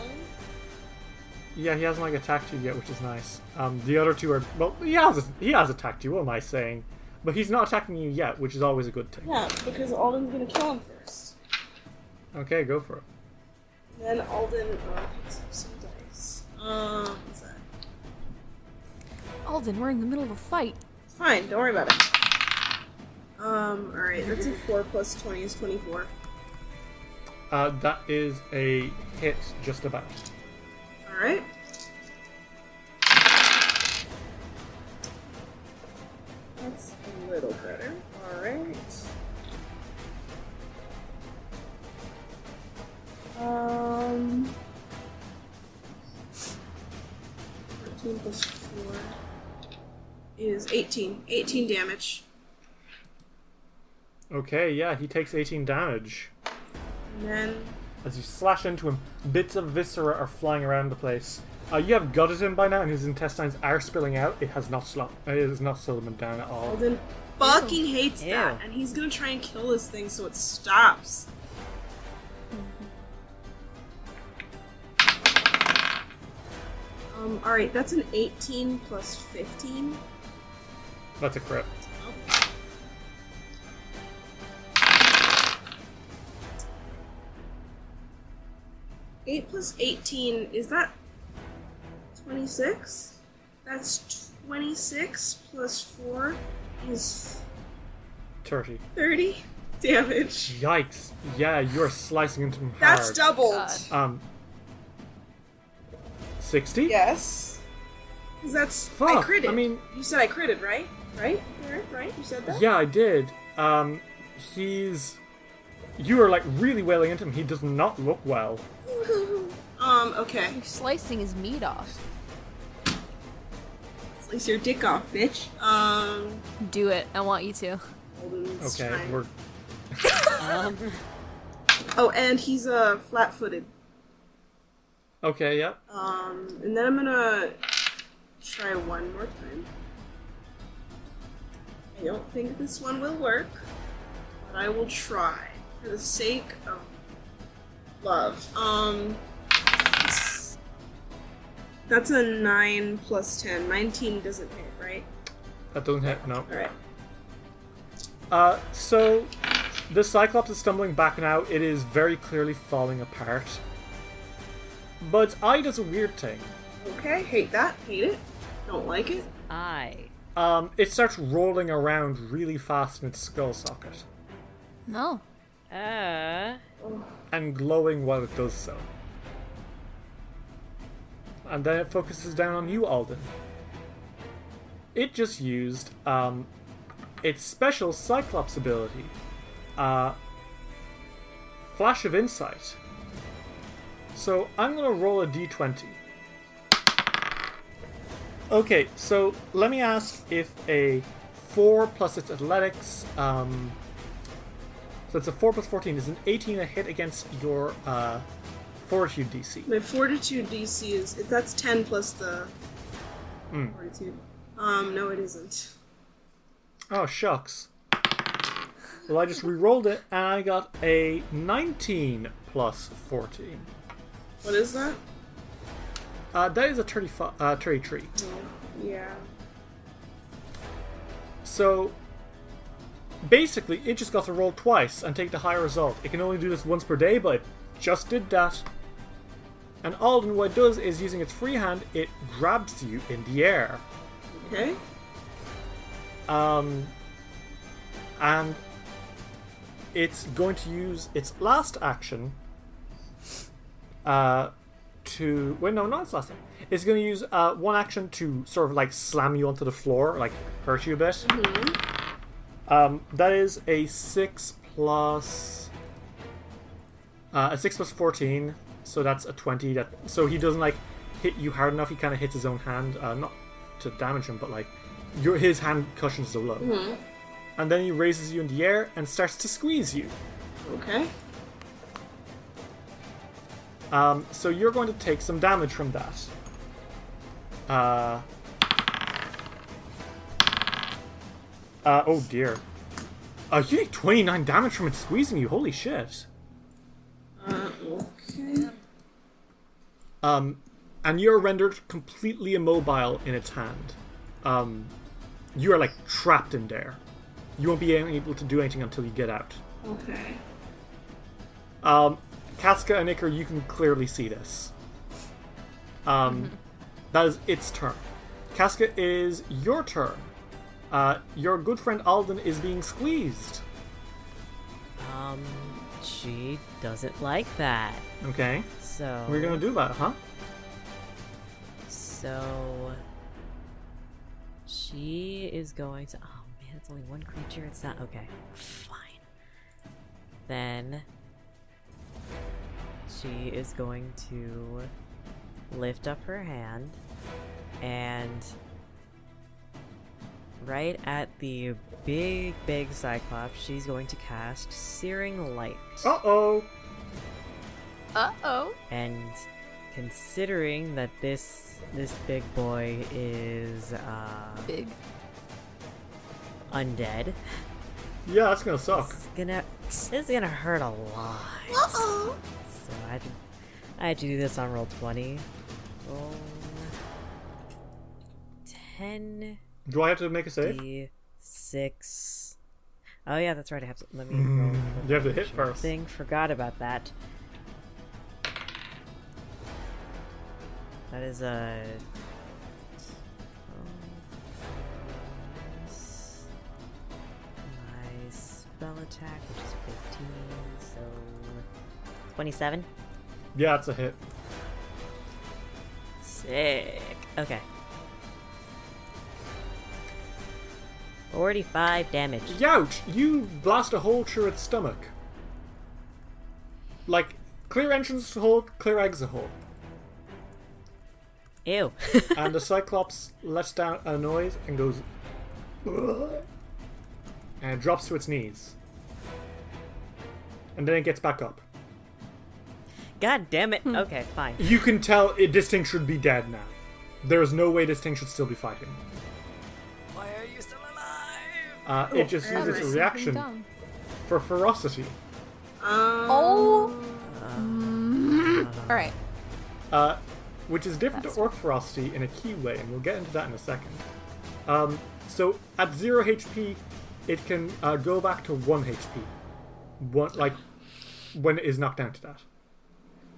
Speaker 1: Yeah, he hasn't like attacked you yet, which is nice. Um, the other two are well, he has he has attacked you. What am I saying? But he's not attacking you yet, which is always a good thing.
Speaker 3: Yeah, because Alden's gonna kill him first.
Speaker 1: Okay, go for it.
Speaker 3: Then Alden uh, picks up some dice. Um, what's that?
Speaker 2: Alden, we're in the middle of a fight.
Speaker 3: It's fine. Don't worry about it. Um, all right. That's a four plus 20 is 24.
Speaker 1: Uh, that is a hit, just about.
Speaker 3: All right. That's a little better. All right. Um. Fourteen plus four is eighteen. Eighteen damage.
Speaker 1: Okay, yeah, he takes 18 damage
Speaker 3: And then
Speaker 1: as you slash into him. Bits of viscera are flying around the place. Uh, you have gutted him by now, and his intestines are spilling out. It has not slowed. It has not slowed him down at all.
Speaker 3: Alden fucking hates
Speaker 4: Ew.
Speaker 3: that, and he's gonna try and kill this thing so it stops. Um, alright, that's an 18 plus 15.
Speaker 1: That's a crit.
Speaker 3: Eight plus eighteen is that twenty-six? That's twenty-six plus four is
Speaker 1: 30.
Speaker 3: thirty damage.
Speaker 1: Yikes! Yeah, you're slicing into him hard.
Speaker 3: That's doubled.
Speaker 2: God.
Speaker 1: Um. 60?
Speaker 3: Yes. Because that's I
Speaker 1: Fuck,
Speaker 3: critted.
Speaker 1: I mean-
Speaker 3: you said I critted, right? Right? Right? Right? You said that.
Speaker 1: Yeah, I did. Um, he's. You are like really wailing into him. He does not look well.
Speaker 3: *laughs* um. Okay.
Speaker 2: You're slicing his meat off.
Speaker 3: Slice your dick off, bitch. Um.
Speaker 2: Do it. I want you to.
Speaker 3: Alden's
Speaker 1: Okay,
Speaker 3: trying-
Speaker 1: we're.
Speaker 4: Um,
Speaker 3: Oh, and he's uh flat-footed.
Speaker 1: Okay, yeah.
Speaker 3: Um. And then I'm gonna try one more time. I don't think this one will work, but I will try for the sake of love. Um. That's a 9 plus 10. 19 doesn't hit, right?
Speaker 1: That doesn't hit, no.
Speaker 3: Alright.
Speaker 1: Uh, so, the Cyclops is stumbling back now. It is very clearly falling apart. But its eye does a weird thing.
Speaker 3: Okay, hate that. Hate it. Don't like it.
Speaker 4: I.
Speaker 1: Um, it starts rolling around really fast in its skull socket
Speaker 2: No.
Speaker 4: Uh.
Speaker 1: and glowing while it does so. And then it focuses down on you, Alden. It just used um, its special Cyclops ability, uh, Flash of Insight. So I'm gonna roll a d20. Okay, so let me ask if a four plus its athletics, um, so it's a four plus fourteen is an eighteen a hit against your uh, fortitude DC.
Speaker 3: My fortitude DC is that's ten plus the
Speaker 1: Mm.
Speaker 3: fortitude. Um, no, it isn't.
Speaker 1: Oh, shucks. Well, I just re-rolled it and I got a 19 plus 14.
Speaker 3: What is that?
Speaker 1: Uh, that is a 35, uh, 33.
Speaker 3: Yeah.
Speaker 1: So, basically, it just got to roll twice and take the high result. It can only do this once per day, but it just did that. And Alden, what it does is using its free hand, it grabs you in the air.
Speaker 3: Okay.
Speaker 1: Um, and it's going to use its last action uh, to. Wait, no, not its last action. It's going to use uh, one action to sort of like slam you onto the floor, like hurt you a bit. Um, that is a 6 plus. Uh, a 6 plus 14, so that's a 20. That So he doesn't like hit you hard enough, he kind of hits his own hand, uh, not to damage him, but like your his hand cushions the blow. And then he raises you in the air and starts to squeeze you.
Speaker 3: Okay.
Speaker 1: Um, so you're going to take some damage from that. Uh, uh, oh dear. Uh, you take 29 damage from it squeezing you. Holy shit.
Speaker 3: Uh, okay.
Speaker 1: Um, and you're rendered completely immobile in its hand. Um, you are like trapped in there. You won't be able to do anything until you get out.
Speaker 3: Okay.
Speaker 1: Um, Casca and Iker, you can clearly see this. Um, that is its turn. Casca is your turn. Uh, your good friend Alden is being squeezed.
Speaker 4: Um, she doesn't like that.
Speaker 1: Okay.
Speaker 4: So
Speaker 1: What are you gonna do about it, huh?
Speaker 4: So she is going to. Oh man, it's only one creature. It's not okay. Fine. Then she is going to lift up her hand and right at the big big cyclops she's going to cast searing light
Speaker 1: Uh oh.
Speaker 2: Uh oh.
Speaker 4: and considering that this this big boy is uh,
Speaker 2: Big.
Speaker 4: undead,
Speaker 1: Yeah, that's gonna suck.
Speaker 4: it's gonna this is gonna hurt a lot. So I had to, I had to do this on roll twenty. Roll ten
Speaker 1: Do I have to make a save?
Speaker 4: d six. Oh yeah, that's right. I have to let me roll.
Speaker 1: Mm, you have to hit
Speaker 4: Sure
Speaker 1: first.
Speaker 4: Thing forgot about that. That is a. my spell attack, which is fifteen, so twenty-seven.
Speaker 1: Yeah, it's a hit.
Speaker 4: Sick. Okay. Forty-five damage.
Speaker 1: Youch! You blast a hole through its stomach. Like, clear entrance hole, clear exit hole.
Speaker 4: Ew. *laughs*
Speaker 1: and the Cyclops lets down a noise and goes. "Ugh," And drops to its knees. And then it gets back up.
Speaker 4: God damn it. Okay, fine.
Speaker 1: You can tell it, this thing should be dead now. There is no way this thing should still be fighting.
Speaker 4: Why are you still alive?
Speaker 1: Uh, it just uses
Speaker 2: Everest.
Speaker 1: its reaction
Speaker 2: Dumb.
Speaker 1: for ferocity.
Speaker 3: Um,
Speaker 2: Oh. Mm-hmm. All right.
Speaker 1: Uh, which is different to Orc Ferocity in a key way, and we'll get into that in a second. Um, so at zero HP, it can uh, go back to one HP, one like when it is knocked down to that.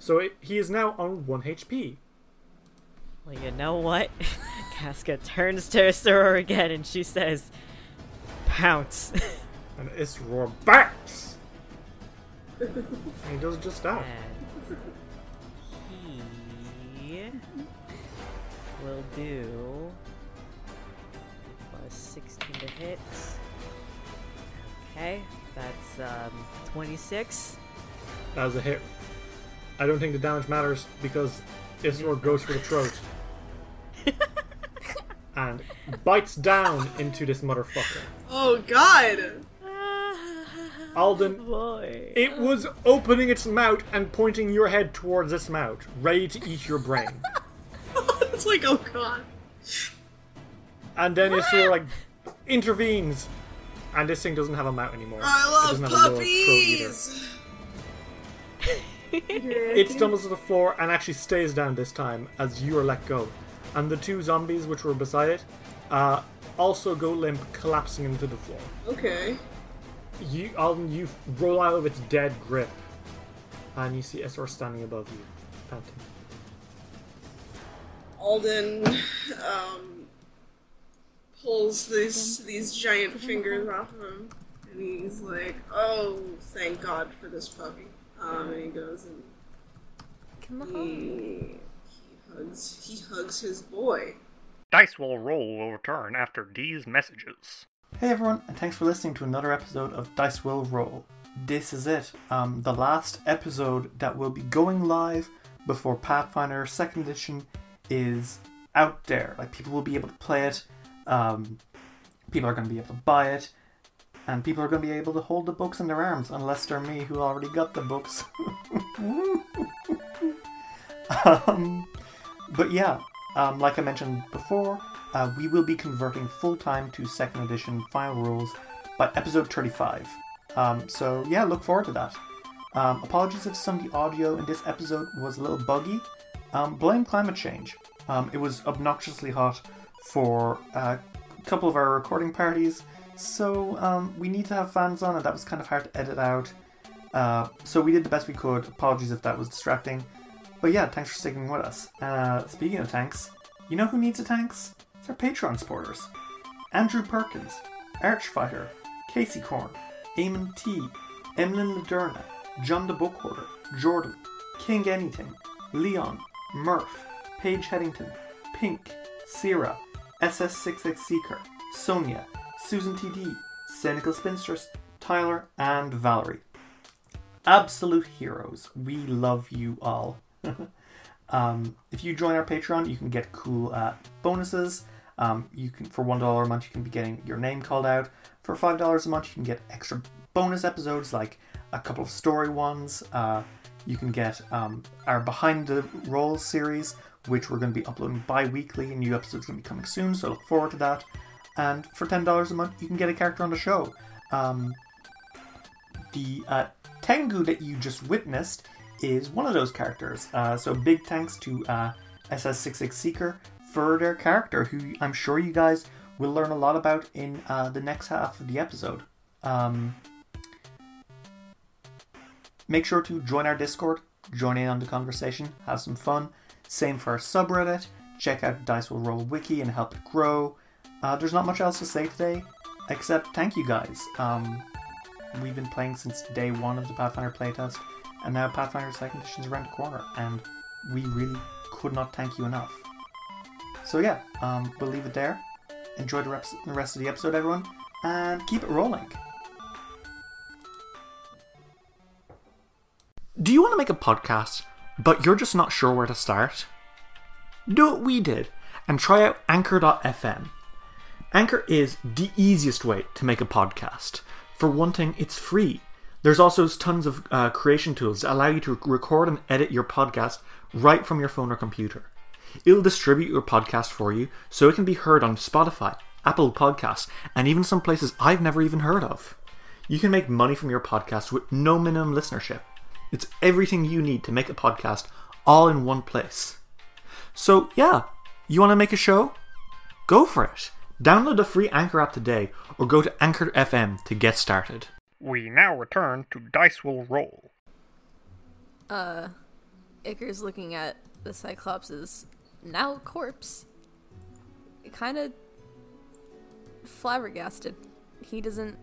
Speaker 1: So it, he is now on one HP.
Speaker 4: Well, you know what? *laughs* Casca turns to Soror again and she says, Pounce. *laughs*
Speaker 1: And it's roar backs. and he does just that.
Speaker 4: and he will do plus 16 to hit. Okay, that's um, 26.
Speaker 1: That was a hit. I don't think the damage matters because Isildur goes for the throat. and bites down into this motherfucker.
Speaker 3: oh God. *laughs*
Speaker 1: Alden,
Speaker 4: Oh, Boy.
Speaker 1: it was opening its mouth and pointing your head towards its mouth, ready to eat your
Speaker 3: *laughs*
Speaker 1: brain.
Speaker 3: it's like oh God.
Speaker 1: And then Isildur, like, intervenes. And this thing doesn't have a mouth anymore.
Speaker 3: I
Speaker 1: it
Speaker 3: love
Speaker 1: doesn't have a lower throat either.
Speaker 3: puppies.
Speaker 1: It stumbles to the floor and actually stays down this time as you are let go. And the two zombies which were beside it uh, also go limp, collapsing into the floor.
Speaker 3: Okay.
Speaker 1: You, Alden, you roll out of its dead grip, and you see Esor standing above you, panting.
Speaker 3: Alden um, pulls these these giant fingers off of him, and he's like, "Oh, thank God for this puppy." Um, and he goes and
Speaker 2: Come on.
Speaker 3: he, he hugs he hugs his boy.
Speaker 1: Dice will roll will return after these messages. Hey everyone, and thanks for listening to another episode of Dice Will Roll. This is it, um, the last episode that will be going live before Pathfinder 2nd Edition
Speaker 5: is out there. Like people will be able to play it. Um, people are going to be able to buy it, and people are going to be able to hold the books in their arms, unless they're me who already got the books. *laughs* um, but yeah, um, like I mentioned before, uh, we will be converting full time to second edition final rules by episode 35. Um, so yeah, look forward to that. Um, apologies if some of the audio in this episode was a little buggy. Um, blame climate change. Um, it was obnoxiously hot for uh, a couple of our recording parties, so um, we need to have fans on, and that was kind of hard to edit out. Uh, so we did the best we could. Apologies if that was distracting. But yeah, thanks for sticking with us. Uh, speaking of tanks, you know who needs a tanks? It's our Patreon supporters. Andrew Perkins, Archfighter, Casey Korn, Eamon T, Emlyn Laderna, John the Book Hoarder, Jordan, King Anything, Leon, Murph, Paige Headington, Pink, Sierra, SS66 Seeker, Sonia, Susan TD, Cynical Spinsters, Tyler, and Valerie absolute heroes. We love you all. *laughs* um, if you join our Patreon, you can get cool uh, bonuses. Um, you can for one dollar a month, you can be getting your name called out. For five dollars a month, you can get extra bonus episodes like a couple of story ones. Uh, you can get um, our behind the rolls series, which we're going to be uploading bi-weekly, and new episodes going to be coming soon. So look forward to that. And for ten dollars a month, you can get a character on the show. Um, the uh, Tengu that you just witnessed is one of those characters. Uh, so big thanks to uh, SS66 Seeker for their character, who I'm sure you guys will learn a lot about in uh, the next half of the episode. Um, make sure to join our Discord, join in on the conversation, have some fun. Same for our subreddit. Check out Dice Will Roll Wiki and help it grow. Uh, there's not much else to say today, except thank you guys. Um, we've been playing since day one of the Pathfinder playtest, and now Pathfinder Second Edition is around the corner, and we really could not thank you enough. So yeah, um, we'll leave it there. Enjoy the, reps- the rest of the episode, everyone, and keep it rolling. Do you want to make a podcast, but you're just not sure where to start? Do what we did and try out Anchor.fm. Anchor is the easiest way to make a podcast. For one thing, it's free. There's also tons of uh, creation tools that allow you to record and edit your podcast right from your phone or computer. It'll distribute your podcast for you so it can be heard on Spotify, Apple Podcasts, and even some places I've never even heard of. You can make money from your podcast with no minimum listenership. It's everything you need to make a podcast all in one place. So, yeah, you want to make a show? Go for it. Download the free Anchor app today or go to Anchor FM to get started.
Speaker 6: We now return to Dice Will Roll.
Speaker 2: Uh, Icker's looking at the Cyclops's now corpse. Kind of flabbergasted. He doesn't.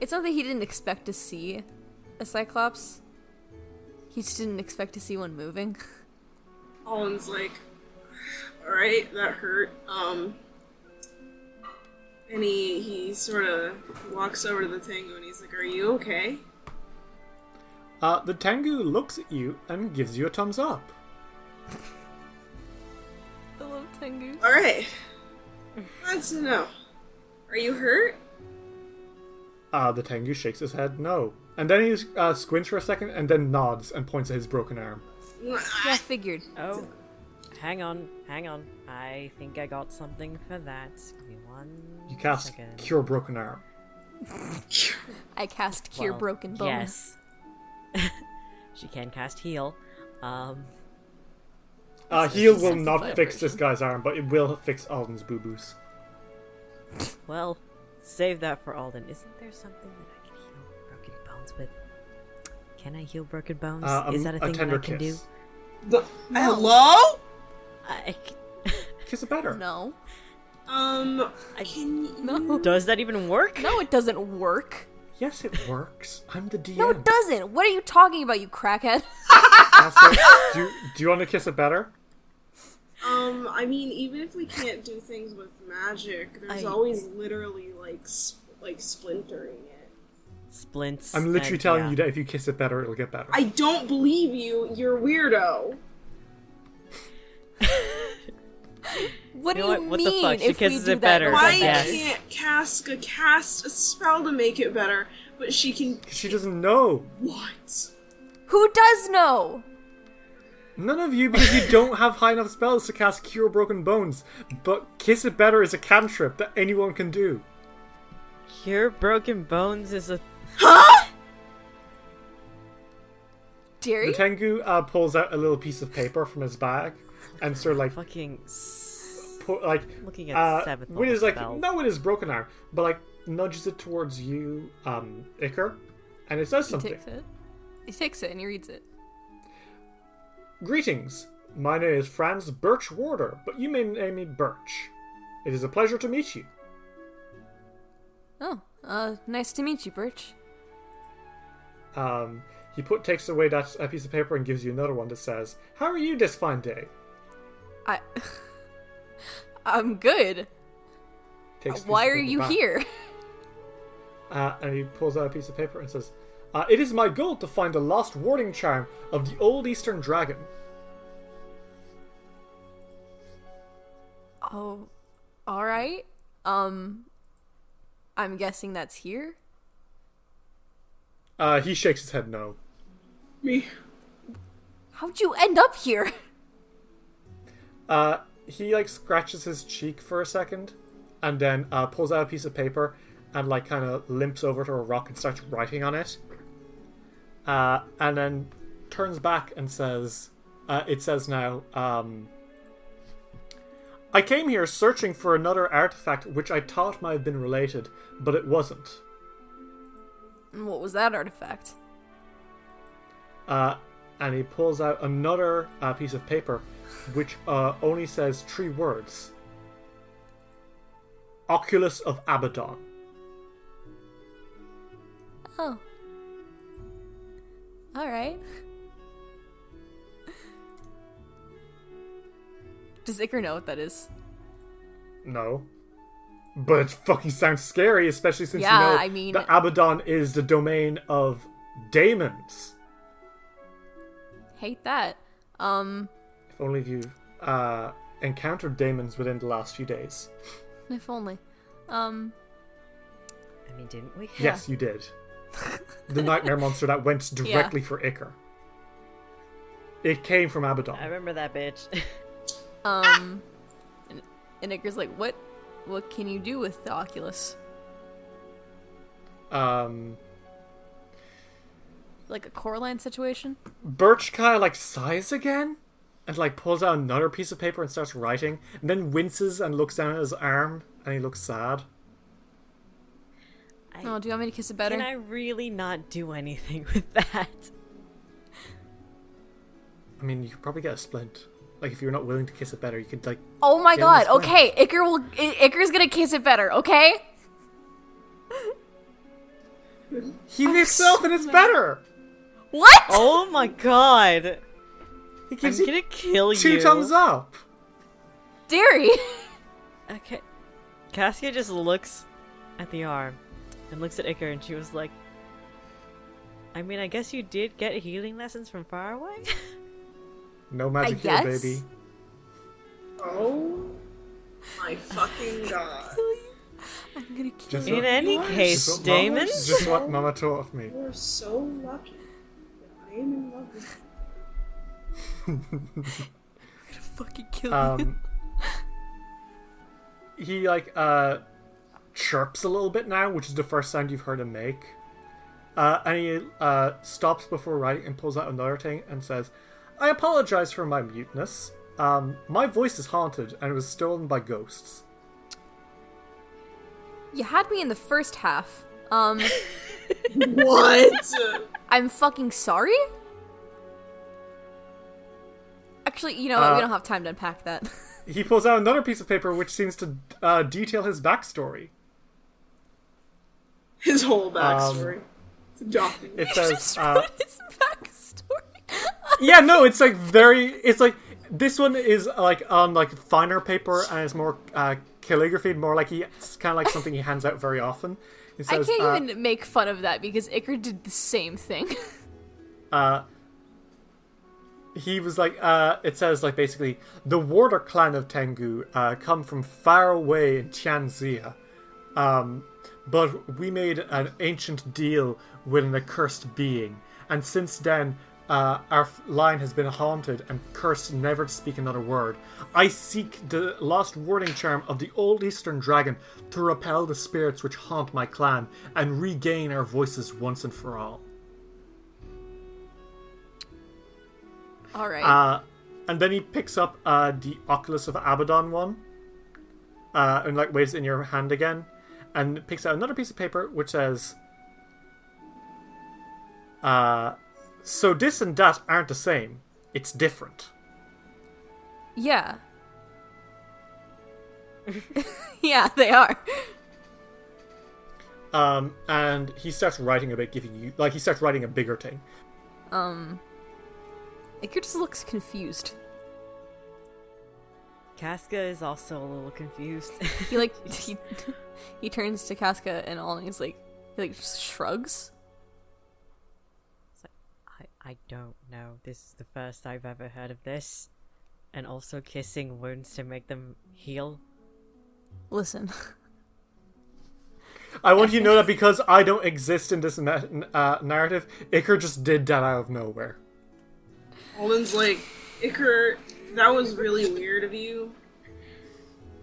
Speaker 2: It's not that he didn't expect to see a Cyclops. He just didn't expect to see one moving. *laughs*
Speaker 3: Olin's like, alright, that hurt. Um, and he, he sort of walks over to the tango and he's like, are you okay?
Speaker 1: Uh, the Tengu looks at you and gives you a thumbs up.
Speaker 2: I love Tengu.
Speaker 3: Alright. Glad to know. Are you hurt?
Speaker 1: Uh, the Tengu shakes his head no. And then he uh, squints for a second and then nods and points at his broken arm.
Speaker 2: Yeah, I figured.
Speaker 4: Oh, hang on, hang on. I think I got something for that. Give me one.
Speaker 1: You cast
Speaker 4: second.
Speaker 1: Cure Broken Arm.
Speaker 2: I cast Cure
Speaker 4: Well,
Speaker 2: Broken Bones.
Speaker 4: Yes. *laughs* she can cast heal. Um,
Speaker 1: Uh,
Speaker 2: It's
Speaker 1: heal
Speaker 2: just
Speaker 1: will
Speaker 2: sense of
Speaker 1: not fix this
Speaker 2: vibration.
Speaker 1: guy's arm, but it will fix Alden's boo boos.
Speaker 4: well, save that for Alden. Isn't there something that I can heal broken bones with? Can I heal broken bones?
Speaker 1: Uh,
Speaker 4: Is that a thing that
Speaker 1: tender
Speaker 4: I can
Speaker 1: kiss.
Speaker 4: do?
Speaker 3: Hello?
Speaker 4: I c-
Speaker 1: Kiss it better.
Speaker 2: No.
Speaker 3: Um,
Speaker 4: I-
Speaker 3: can you...
Speaker 2: *laughs* No.
Speaker 4: Does that even work?
Speaker 2: No, it doesn't work.
Speaker 1: Yes, it works. I'm the DM.
Speaker 2: No, it doesn't. What are you talking about, you crackhead? *laughs*
Speaker 1: Master, do, do you want to kiss it better?
Speaker 3: Um, I mean, even if we can't do things with magic, there's
Speaker 2: I-
Speaker 3: always literally like sp- like splintering it.
Speaker 4: Splints.
Speaker 1: I'm literally
Speaker 4: and-
Speaker 1: telling
Speaker 4: yeah.
Speaker 1: you that if you kiss it better, it'll get better.
Speaker 3: I don't believe you. You're a weirdo.
Speaker 2: What
Speaker 4: You
Speaker 2: do
Speaker 4: know
Speaker 2: you
Speaker 4: what? What the
Speaker 2: mean
Speaker 4: fuck? She
Speaker 2: if we
Speaker 4: kisses
Speaker 2: do that?
Speaker 4: it better.
Speaker 2: it
Speaker 3: Why
Speaker 2: doesn't
Speaker 4: Yes.
Speaker 2: matter?
Speaker 3: can't Casca cast a spell to make it better, but she can.
Speaker 1: She doesn't know.
Speaker 3: What?
Speaker 2: Who does know?
Speaker 1: None of you, because you don't have high enough spells to cast Cure Broken Bones. But Kiss It Better is a cantrip that anyone can do.
Speaker 4: Cure broken bones is a
Speaker 3: Huh?
Speaker 2: Jerry?
Speaker 1: Tengu uh, pulls out a little piece of paper from his bag and sort of like
Speaker 4: fucking. s-
Speaker 1: pu- like
Speaker 4: Looking at
Speaker 1: uh,
Speaker 4: seventh
Speaker 1: with
Speaker 4: level
Speaker 1: his like
Speaker 4: spells.
Speaker 1: no, it is broken arm, but like nudges it towards you, um, Iker, and it says
Speaker 2: He
Speaker 1: something.
Speaker 2: takes it. He takes it and he reads it.
Speaker 1: Greetings. My name is Franz Birch Warder, but you may name me Birch. It is a pleasure to meet you.
Speaker 2: Oh, uh, nice to meet you, Birch.
Speaker 1: Um, he put takes away that uh, piece of paper and gives you another one that says, "How are you this fine day?"
Speaker 2: I. *laughs* I'm good.
Speaker 1: Takes a piece
Speaker 2: Uh, Why
Speaker 1: of
Speaker 2: are
Speaker 1: paper
Speaker 2: you
Speaker 1: back.
Speaker 2: here? *laughs*
Speaker 1: Uh, and he pulls out a piece of paper and says, uh, "It is my goal to find the lost warding charm of the old Eastern dragon."
Speaker 2: Oh, alright. Um, I'm guessing that's here?
Speaker 1: Uh, he shakes his head no.
Speaker 3: Me.
Speaker 2: How'd you end up here? *laughs*
Speaker 1: Uh, he like scratches his cheek for a second, and then uh, pulls out a piece of paper and like kind of limps over to a rock and starts writing on it. Uh, and then turns back and says, uh, "It says now." Um, I came here searching for another artifact which I thought might have been related, but it wasn't.
Speaker 2: And What was that artifact?
Speaker 1: uh, and he pulls out another uh, piece of paper, which uh, only says three words: "Oculus of Abaddon."
Speaker 2: Oh. Alright. *laughs* Does Iker know what that is?
Speaker 1: No, but it fucking sounds scary, especially since
Speaker 2: Yeah,
Speaker 1: you know
Speaker 2: I mean-
Speaker 1: that Abaddon is the domain of daemons.
Speaker 2: Hate that. Um,
Speaker 1: If only you uh, encountered daemons within the last few days.
Speaker 2: if only. Um,
Speaker 4: I mean, didn't we?
Speaker 1: Yes, you
Speaker 2: *laughs*
Speaker 1: did. the nightmare monster that went directly for Icar. It came from Abaddon.
Speaker 4: *laughs* I remember that bitch. Ah!
Speaker 2: um, and, and Iker's like, what, what can you do with the Oculus?
Speaker 1: Um,
Speaker 2: Like a Coraline situation?
Speaker 1: Birch kind of like sighs again and like pulls out another piece of paper and starts writing and then winces and looks down at his arm and he looks sad.
Speaker 4: I,
Speaker 2: Oh, do you want me to kiss it better?
Speaker 4: Can I really not do anything with that?
Speaker 1: I mean, you could probably get a splint. Like, if you're not willing to kiss it better, you could, like,
Speaker 2: Oh my
Speaker 1: Get him
Speaker 2: god,
Speaker 1: a
Speaker 2: okay, Iker will I- Iker's gonna kiss it better, okay?
Speaker 1: heal himself and it's better!
Speaker 2: What?
Speaker 4: Oh my god!
Speaker 1: He
Speaker 4: I'm
Speaker 1: gives
Speaker 4: gonna
Speaker 1: you
Speaker 4: kill you.
Speaker 1: two thumbs up! *laughs*
Speaker 2: Dairy!
Speaker 4: Okay. Uh, Cassia just looks at the arm and looks at Icar, and she was like, I mean, I guess you did get healing lessons from
Speaker 2: *laughs*
Speaker 4: far away?
Speaker 1: No magic
Speaker 2: guess.
Speaker 1: heal, baby.
Speaker 3: Oh my fucking god.
Speaker 2: I'm gonna kill
Speaker 1: Just
Speaker 4: In
Speaker 1: what-
Speaker 4: any
Speaker 3: Yours?
Speaker 4: case,
Speaker 1: just what Mama-
Speaker 4: Damon.
Speaker 1: Just what Mama taught me.
Speaker 3: You're so lucky. that I am in love with you.
Speaker 2: fucking kill you.
Speaker 1: um, *laughs* he like uh chirps a little bit now which is the first sound you've heard him make uh, and he uh, stops before writing and pulls out another thing and says i apologize for my muteness um, my voice is haunted and it was stolen by ghosts
Speaker 2: You had me in the first half.
Speaker 1: *laughs*
Speaker 2: Um,
Speaker 3: What?
Speaker 2: I'm fucking sorry? Actually, you know what?
Speaker 1: Uh,
Speaker 2: we don't have time to unpack that. *laughs*
Speaker 1: he pulls out another piece of paper which seems to uh, detail his backstory
Speaker 3: *laughs* His
Speaker 1: Um,
Speaker 3: whole backstory. it's a document.
Speaker 1: it says
Speaker 2: Just
Speaker 1: uh,
Speaker 2: wrote his backstory.
Speaker 1: yeah no it's like very it's like this one is like on like finer paper and it's more uh calligraphy more like he it's kind of like something he hands out very often He
Speaker 2: I
Speaker 1: says,
Speaker 2: can't
Speaker 1: uh,
Speaker 2: even make fun of that because Iker did the same thing.
Speaker 1: uh, he was like, uh, it says like basically, the warder clan of Tengu uh, come from far away in Tianzia, um, but we made an ancient deal with an accursed being, and since then. Uh, our f- line has been haunted and cursed never to speak another word. I seek the lost warning charm of the old eastern dragon to repel the spirits which haunt my clan and regain our voices once and for all.
Speaker 2: *laughs* All right.
Speaker 1: Uh, and then he picks up uh, the Oculus of Abaddon one, uh, and like waves it in your hand again, and picks out another piece of paper which says, uh, "So this and that aren't the same. It's different."
Speaker 2: yeah. *laughs* yeah, they are.
Speaker 1: Um, and he starts writing about giving you like he starts writing a bigger thing.
Speaker 2: Um, Iker just looks confused.
Speaker 4: Casca is also a little confused.
Speaker 2: He like *laughs*
Speaker 4: *laughs*
Speaker 2: he he turns to Casca and all, and he's like he like just shrugs.
Speaker 4: I, I don't know. This is the first I've ever heard of this. And also kissing wounds to make them heal.
Speaker 2: Listen, *laughs*
Speaker 1: I want you to know that because I don't exist in this na- uh, narrative, Iker just did that out of nowhere.
Speaker 3: Alden's like, Iker, that was really weird of you.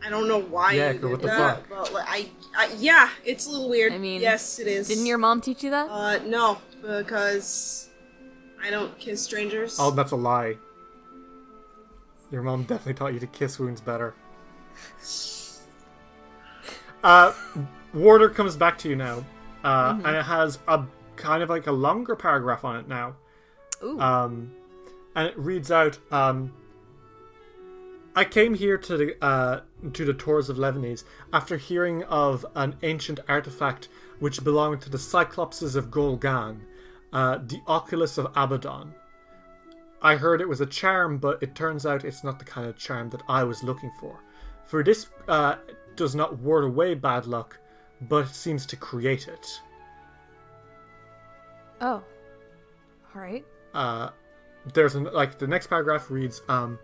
Speaker 3: I don't know why
Speaker 1: Yeah,
Speaker 3: you
Speaker 1: Iker,
Speaker 3: did
Speaker 1: what the
Speaker 3: that,
Speaker 1: fuck?
Speaker 3: but like, I, I, yeah, it's a little weird.
Speaker 2: I mean,
Speaker 3: yes, it is.
Speaker 2: didn't your mom teach you that?
Speaker 3: Uh, no, because I don't kiss strangers.
Speaker 1: Oh, that's a lie. Your mom definitely taught you to kiss wounds better. Uh, Warder comes back to you now, uh, and it has a kind of like a longer paragraph on it now.
Speaker 2: Ooh.
Speaker 1: Um, and it reads out, um, I came here to the uh, to the Tours of Lebanese after hearing of an ancient artifact which belonged to the Cyclopses of Golgan, uh, the Oculus of Abaddon. I heard it was a charm, but it turns out it's not the kind of charm that I was looking for. For this uh, does not ward away bad luck, but seems to create it.
Speaker 2: oh, all right.
Speaker 1: uh, there's an, like the next paragraph reads um,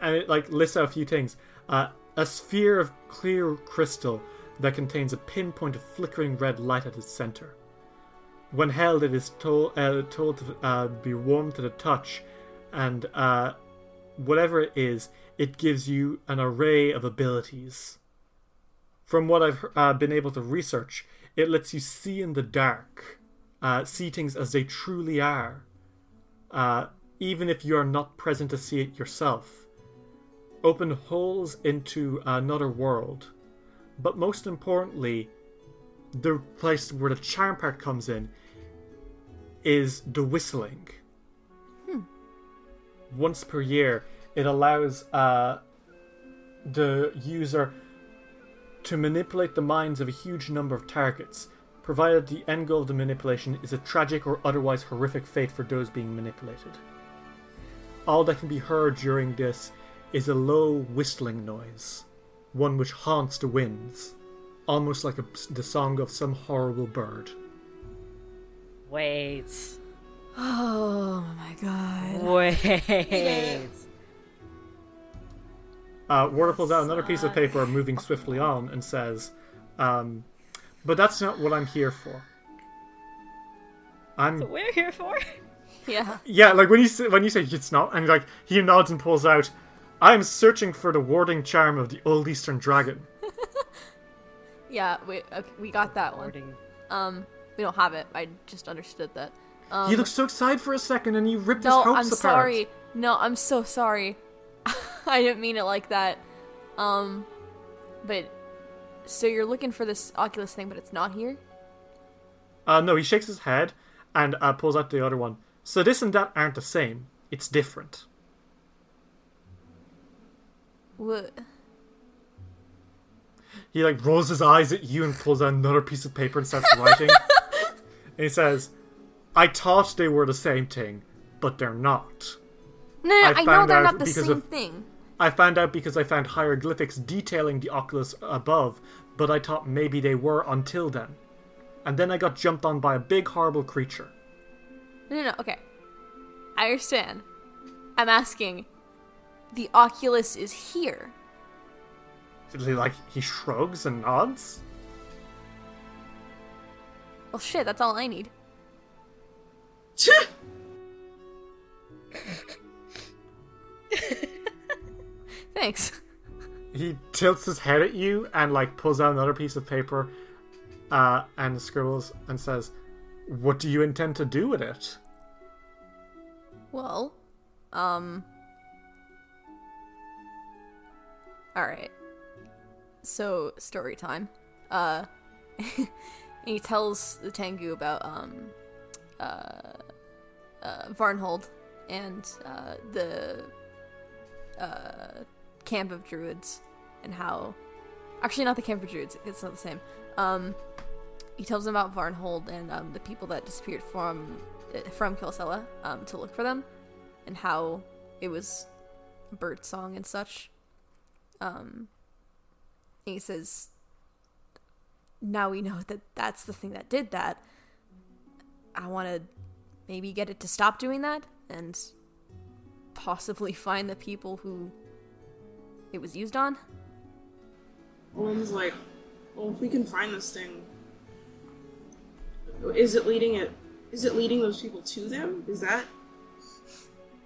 Speaker 1: and it like lists out a few things uh, a sphere of clear crystal that contains a pinpoint of flickering red light at its center when held it is told uh, told to uh, be warm to the touch and uh, whatever it is it gives you an array of abilities from what i've uh, been able to research it lets you see in the dark uh, see things as they truly are uh, even if you are not present to see it yourself. Open holes into uh, another world. But most importantly, the place where the charm part comes in is the whistling. Once per year, it allows uh, the user to manipulate the minds of a huge number of targets, provided the end goal of the manipulation is a tragic or otherwise horrific fate for those being manipulated. All that can be heard during this is a low whistling noise, one which haunts the winds, almost like a, the song of some horrible bird.
Speaker 4: Wait.
Speaker 2: Oh my god.
Speaker 4: Wait.
Speaker 1: Uh, Warder pulls out another piece of paper, moving swiftly on, and says, um, But that's not what I'm here for. I'm
Speaker 4: We're here for.
Speaker 2: Yeah.
Speaker 1: Yeah, like when you say, when you say it's not, and like he nods and pulls out, I'm searching for the warding charm of the old Eastern dragon.
Speaker 2: Yeah. We okay, we got that one. Um, we don't have it. I just understood that. Um,
Speaker 1: he looked so excited for a second, and he ripped
Speaker 2: no,
Speaker 1: his
Speaker 2: I'm
Speaker 1: hopes apart.
Speaker 2: sorry. No, I'm so sorry. *laughs* I didn't mean it like that. Um, but so you're looking for this Oculus thing, but it's not here.
Speaker 1: Uh, no, he shakes his head and uh, pulls out the other one. So this and that aren't the same. It's different.
Speaker 2: What?
Speaker 1: He like rolls his eyes at you and pulls out another piece of paper and
Speaker 2: *laughs*
Speaker 1: starts writing. and he says, "I thought they were the same thing, but they're not."
Speaker 2: No, no,
Speaker 1: I
Speaker 2: I, know
Speaker 1: found
Speaker 2: they're
Speaker 1: out
Speaker 2: not the
Speaker 1: because
Speaker 2: same
Speaker 1: of-
Speaker 2: thing.
Speaker 1: I found out because I found hieroglyphics detailing the oculus above, but I thought maybe they were until then. And then I got jumped on by a big horrible creature.
Speaker 2: No, no, no. Okay, I understand. I'm asking. The Oculus is here.
Speaker 1: He, like, he shrugs and nods.
Speaker 2: Well, shit, that's all
Speaker 1: *laughs*
Speaker 2: I need. Thanks.
Speaker 1: He tilts his head at you and, like, pulls out another piece of paper uh, and scribbles and says, What do you intend to do with it?
Speaker 2: Well, um. Alright. So, story time. Uh. *laughs* and he tells the Tengu about, um. Uh. Uh. Varnhold and, uh, the. Uh. Camp of Druids and how. Actually, not the Camp of Druids, it's not the same. Um. He tells them about Varnhold and um, the people that disappeared from uh, from Kilsella um, to look for them and how it was bird song and such. Um, and he says, "Now we know that that's the thing that did that. I want to maybe get it to stop doing that, and possibly *laughs* find the people who it was used on."
Speaker 3: Olin's like, well, if we can find this thing, is it leading it? Is it leading those people to them? Is that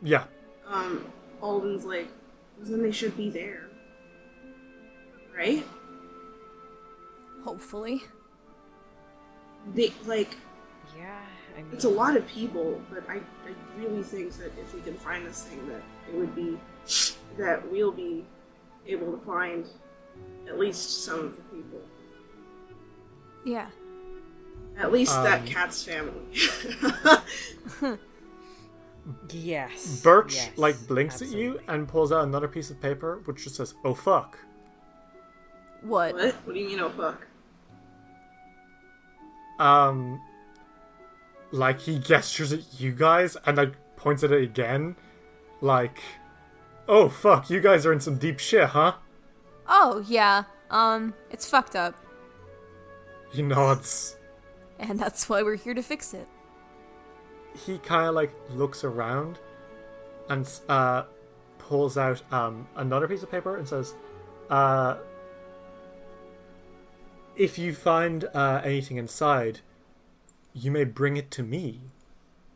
Speaker 1: Yeah.
Speaker 3: um, Alden's like, then they should be there. Right?
Speaker 2: Hopefully,
Speaker 3: They, like,
Speaker 4: Yeah, I mean,
Speaker 3: it's a lot of people, but I, I really think that if we can find this thing, that it would be, that we'll be able to find at least some of the people.
Speaker 2: yeah.
Speaker 3: At least
Speaker 1: Um,
Speaker 3: that cat's family. *laughs*
Speaker 4: yes.
Speaker 1: Birch,
Speaker 4: yes,
Speaker 1: like, blinks at you
Speaker 4: absolutely.
Speaker 1: and pulls out another piece of paper which just says, Oh fuck.
Speaker 2: What?
Speaker 3: what? What do you mean, oh fuck?
Speaker 1: Um, like he gestures at you guys and like points at it again, like, "Oh fuck, you guys are in some deep shit, huh?"
Speaker 2: Oh yeah. Um, it's fucked up, *laughs*
Speaker 1: He nods.
Speaker 2: and that's why we're here to fix it.
Speaker 1: He kind of like looks around, and s- uh, pulls out um another piece of paper and says, "Uh, if you find uh anything inside, you may bring it to me."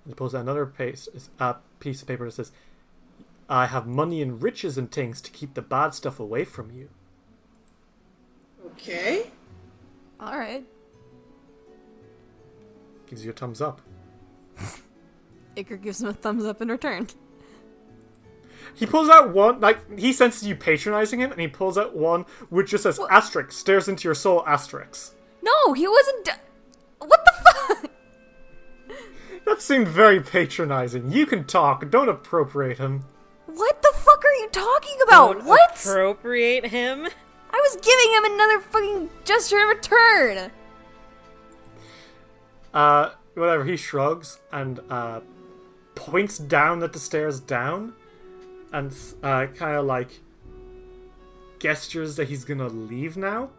Speaker 1: And he pulls out another piece, uh, piece of paper that says, I have money and riches and things to keep the bad stuff away from you.
Speaker 3: Okay.
Speaker 2: All right.
Speaker 1: Gives you a thumbs up.
Speaker 2: Iker gives him a thumbs up in return.
Speaker 1: He pulls out one, like, he senses you patronizing him, and he pulls out one which just says asterisk, stares into your soul, asterisk.
Speaker 2: No, he wasn't. d what the fuck?
Speaker 1: That seemed very patronizing. You can talk, don't appropriate him.
Speaker 2: *laughs* What the fuck are you talking about?
Speaker 4: Don't
Speaker 2: what?
Speaker 4: Appropriate him?
Speaker 2: I was giving him another fucking gesture in return.
Speaker 1: Uh, whatever, he shrugs and, uh, points down at the stairs down, and, s- uh, kind of like gestures that he's gonna leave now.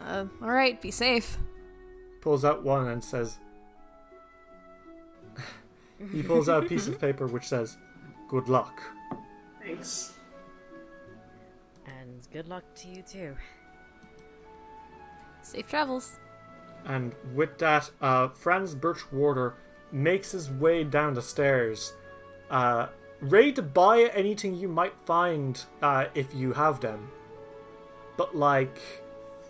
Speaker 2: Uh, all right, be safe.
Speaker 1: pulls out one and says *laughs* he pulls out a piece of paper which says good luck
Speaker 3: Thanks.
Speaker 4: And good luck to you too.
Speaker 2: Safe travels. *laughs*
Speaker 1: and with that uh, franz birchwarder makes his way down the stairs uh, ready to buy anything you might find uh, if you have them but like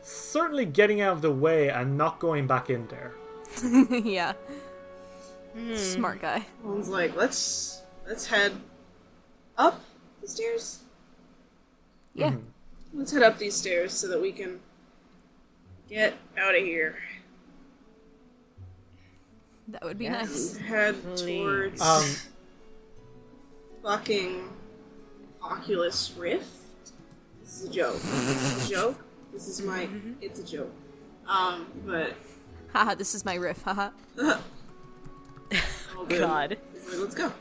Speaker 1: certainly getting out of the way and not going back in there
Speaker 2: yeah. Smart guy.
Speaker 3: Olin's like, let's, let's head up the stairs.
Speaker 2: Yeah.
Speaker 3: Let's head up these stairs so that we can get out of here.
Speaker 2: That would be nice.
Speaker 3: Head
Speaker 4: Please.
Speaker 3: towards
Speaker 1: um,
Speaker 3: fucking Oculus Rift. This is a joke. This
Speaker 1: *laughs*
Speaker 3: is a joke. This is my. It's a joke. Um, but *laughs*
Speaker 2: Haha, this is my riff. Haha.
Speaker 3: oh
Speaker 4: God.
Speaker 3: He's like, let's go.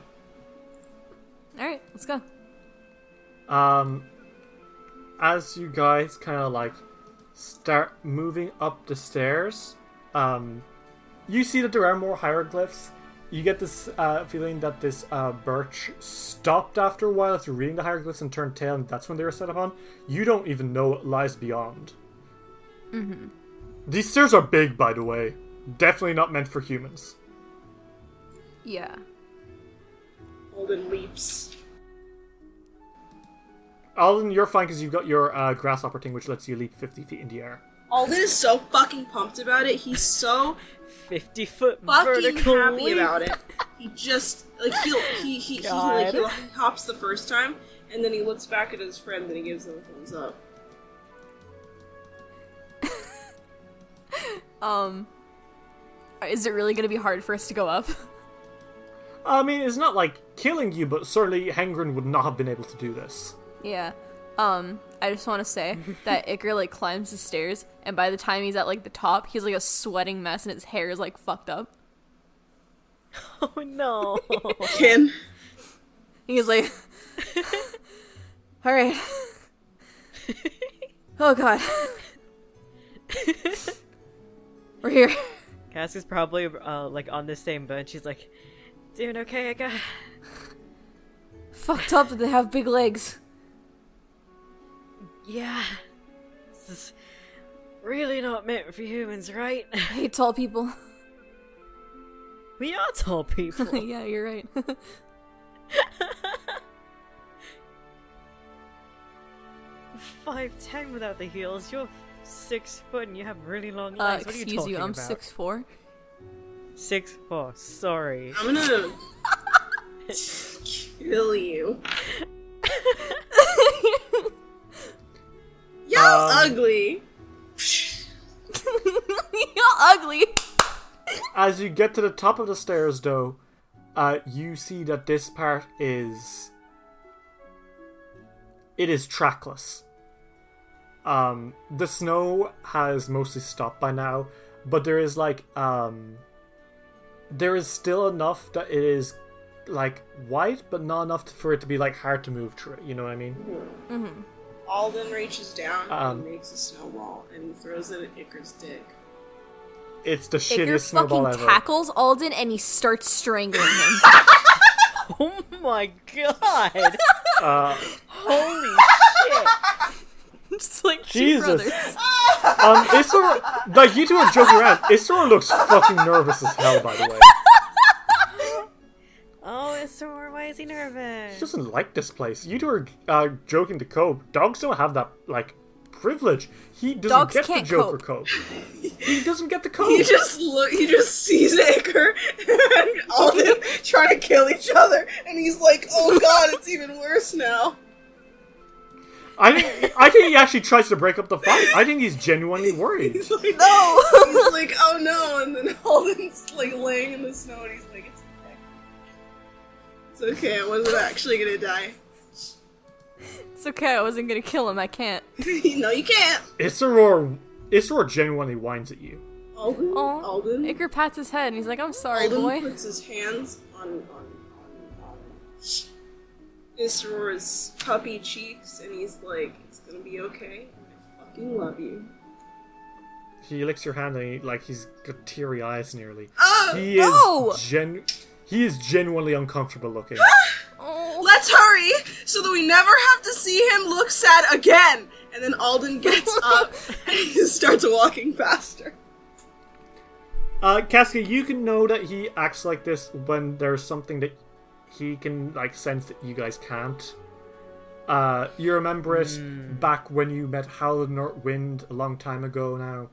Speaker 2: All right, let's go.
Speaker 1: Um, as you guys kind of like start moving up the stairs, um, you see that there are more hieroglyphs, You get this uh, feeling that this uh, birch stopped after a while after reading the hieroglyphs and turned tail, and that's when they were set upon. You don't even know what lies beyond. Mm-hmm. These stairs are big, by the way. Definitely not meant for humans.
Speaker 2: Yeah.
Speaker 3: Alden leaps.
Speaker 1: Alden, you're fine because you've got your uh, grasshopper thing, which lets you leap 50 feet in the air.
Speaker 3: Alden is so fucking pumped about it. He's so
Speaker 4: 50 foot
Speaker 3: fucking
Speaker 4: vertical
Speaker 3: happy
Speaker 4: leap.
Speaker 3: about it. He just like he'll, he he he, he like
Speaker 4: God.
Speaker 3: he hops the first time, and then he looks back at his friend and he gives him a thumbs up.
Speaker 2: Um, is it really gonna be hard for us to go up? *laughs*
Speaker 1: I mean, it's not like killing you, but certainly Hengrin would not have been able to do this.
Speaker 2: yeah. Um, I just want to
Speaker 4: *laughs*
Speaker 2: say that Icar like climbs the stairs, and by the time he's at like the top, he's like a sweating mess, and his hair is like fucked up.
Speaker 4: *laughs* Oh no. *laughs*
Speaker 3: Kin,
Speaker 2: He's like, *laughs* all
Speaker 4: *laughs*
Speaker 2: right. oh god. We're here.
Speaker 4: Cass is probably uh, like on the same bench. She's like, doing okay, I guess.
Speaker 2: Fucked up that they have big legs.
Speaker 4: Yeah. This is really not meant for humans, right? *laughs*
Speaker 2: I hate tall people. *laughs*
Speaker 4: We are tall people.
Speaker 2: yeah, you're right.
Speaker 4: *laughs*
Speaker 2: *laughs* Uh,
Speaker 4: Five ten without the heels. You're six foot and you have really long
Speaker 2: uh,
Speaker 4: legs. what are you
Speaker 2: excuse
Speaker 4: talking
Speaker 2: you, I'm
Speaker 4: about?
Speaker 2: six four. *laughs*
Speaker 4: Six four. Sorry.
Speaker 3: I'm gonna kill you. Y'all ugly.
Speaker 2: You're ugly.
Speaker 1: As you get to the top of the stairs, though, uh, you see that this part is. It is trackless. Um, the snow has mostly stopped by now, but there is like. Um, there is still enough that it is like wide, but not enough for it to be like hard to move through. it, You know what I mean?
Speaker 3: Alden reaches down
Speaker 1: Um.
Speaker 3: and makes a snowball and he throws it at Icar's dick.
Speaker 1: It's the
Speaker 2: Icar
Speaker 1: shittiest snowball
Speaker 2: fucking
Speaker 1: ever.
Speaker 2: tackles Alden and he starts strangling him.
Speaker 4: *laughs* Oh my *laughs* god!
Speaker 1: Uh,
Speaker 4: Holy shit!
Speaker 2: Just like two
Speaker 1: Jesus.
Speaker 2: brothers.
Speaker 1: Um, Isor, like you two are joking around. Isor looks fucking nervous as hell. By the way,
Speaker 4: Oh, Isor, why is he nervous?
Speaker 1: she doesn't like this place. You two are uh, joking to cope. Dogs don't have that like privilege. He doesn't
Speaker 2: Dogs
Speaker 1: get the
Speaker 2: can't
Speaker 1: Joker cope.
Speaker 2: cope.
Speaker 1: He doesn't get the
Speaker 3: *laughs* He
Speaker 1: cope.
Speaker 3: just look. He just sees Icar and Alden trying to kill each other, and he's like, "Oh God, it's even worse now."
Speaker 1: I think I think he actually tries to break up the fight. I think he's
Speaker 3: *laughs*
Speaker 1: genuinely worried.
Speaker 3: He's like, "No!" He's like, "Oh no!" And then Alden's like laying in the snow, and he's like, "It's okay. It's okay. I wasn't actually gonna die." *laughs*
Speaker 2: It's okay, I wasn't gonna kill him, I can't.
Speaker 3: no, you can't.
Speaker 1: Isor, Isor genuinely whines at you.
Speaker 3: Alden.
Speaker 2: Aw.
Speaker 3: Alden.
Speaker 2: Icar pats his head and he's like, I'm sorry,
Speaker 3: Alden
Speaker 2: boy.
Speaker 3: puts his hands on on on, on Isror's puppy cheeks, and he's like, "It's gonna be okay. I fucking love you."
Speaker 1: He licks your hand and he like he's got teary eyes nearly.
Speaker 3: Oh
Speaker 1: He is
Speaker 2: No!
Speaker 1: gen. He is genuinely uncomfortable
Speaker 3: *laughs*
Speaker 1: looking.
Speaker 2: Oh,
Speaker 3: Let's hurry so that we never have to see him look sad again. And then Alden gets up and he starts walking faster.
Speaker 1: Uh, Casca, you can know that he acts like this when there's something that he can like sense that you guys can't. Uh, you remember it back when you met Howlin' North Wind a long time ago now.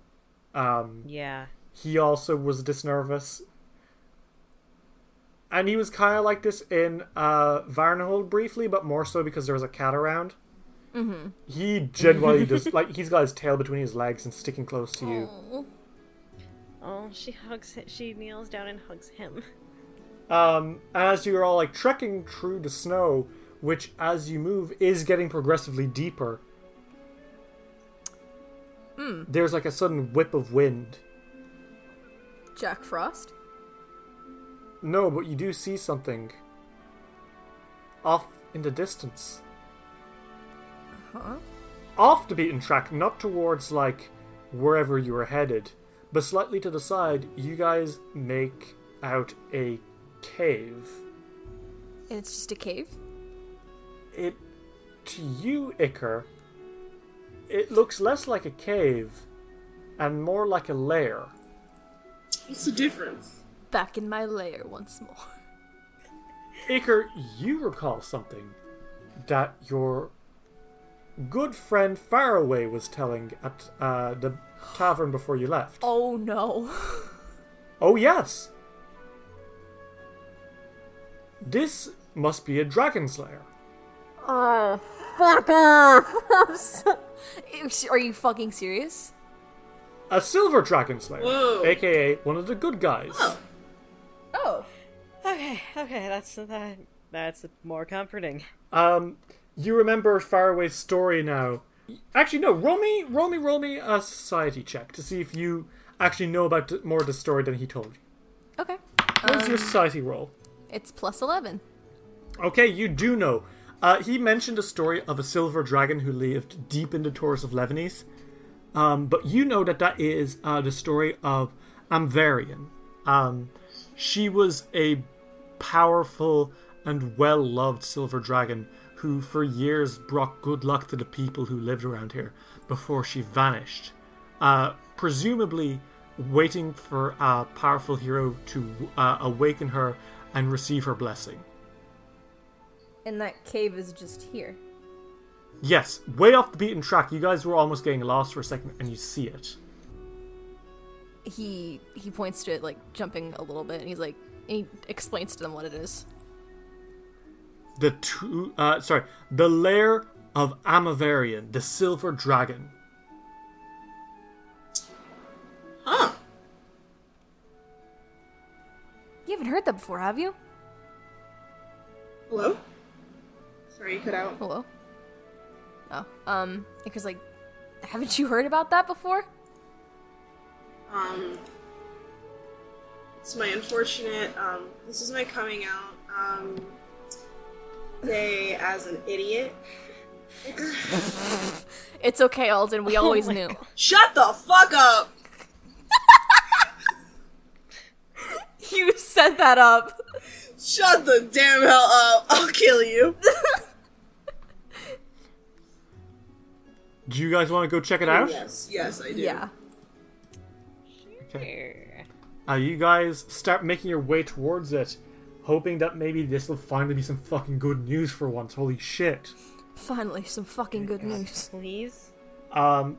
Speaker 1: Um,
Speaker 4: Yeah.
Speaker 1: he also was this nervous. And he was kind of like this in uh, Varnhold briefly, but more so because there was a cat around. Mm-hmm. He genuinely just like he's got his tail between his legs and sticking close to you.
Speaker 4: Oh, she hugs. Him. She kneels down and hugs him. *laughs*
Speaker 1: Um, as you're all like trekking through the snow, which as you move is getting progressively deeper, there's like a sudden whip of wind.
Speaker 2: Jack Frost?
Speaker 1: No, but you do see something off in the distance.
Speaker 2: Huh?
Speaker 1: Off the beaten track, not towards like wherever you were headed, but slightly to the side, you guys make out a cave.
Speaker 2: And it's just a cave?
Speaker 1: It, to you, Icar, it looks less like a cave and more like a lair.
Speaker 3: What's the difference?
Speaker 2: Back in my lair once more. *laughs*
Speaker 1: Iker, you recall something that your good friend Faraway was telling at uh, the tavern before you left. Oh,
Speaker 2: Oh no.
Speaker 1: yes! This must be a dragon slayer.
Speaker 2: Oh, fuck off! *laughs* I'm so- Ew, Are you fucking serious?
Speaker 1: A silver dragon slayer,
Speaker 3: Whoa.
Speaker 1: aka one of the good guys.
Speaker 2: Oh.
Speaker 4: Okay, okay, that's that. That's more comforting.
Speaker 1: Um, you remember Faraway's story now. Actually, no, roll me, roll me, roll me a society check to see if you actually know about th- more of the story than he told you.
Speaker 2: Okay.
Speaker 1: What's your society roll?
Speaker 2: It's plus 11.
Speaker 1: Okay, you do know. Uh, he mentioned a story of a silver dragon who lived deep in the Taurus of Lebanese. Um, but you know that that is uh, the story of Amvarian. Um, she was a powerful and well loved silver dragon who, for years, brought good luck to the people who lived around here before she vanished. Uh, presumably, waiting for a powerful hero to uh, awaken her and receive her blessing.
Speaker 2: And that cave is just here.
Speaker 1: Yes, way off the beaten track. You guys were almost getting lost for a second, and you see it.
Speaker 2: He he points to it like jumping a little bit and he's like and he explains to them what it is.
Speaker 1: The two, uh, sorry, the lair of Amavarian, the silver dragon.
Speaker 3: Huh.
Speaker 2: You haven't heard that before, have you?
Speaker 3: Hello? Sorry, you cut out.
Speaker 2: Hello? Oh. Um Icar's like, haven't you heard about that before?
Speaker 3: Um, it's my unfortunate. Um, this is my coming out um, day as an idiot.
Speaker 2: It's okay, Alden, we always knew.
Speaker 3: Shut the fuck up.
Speaker 2: *laughs* You set that up.
Speaker 3: Shut the damn hell up. *laughs* I'll kill you.
Speaker 1: Do you guys want to go check it out?
Speaker 3: yes, yes, I do.
Speaker 2: Yeah.
Speaker 1: Uh, you guys start making your way towards it, hoping that maybe this will finally be some fucking good news for once. Holy shit!
Speaker 2: Finally, some fucking good news.
Speaker 4: Please.
Speaker 1: Um,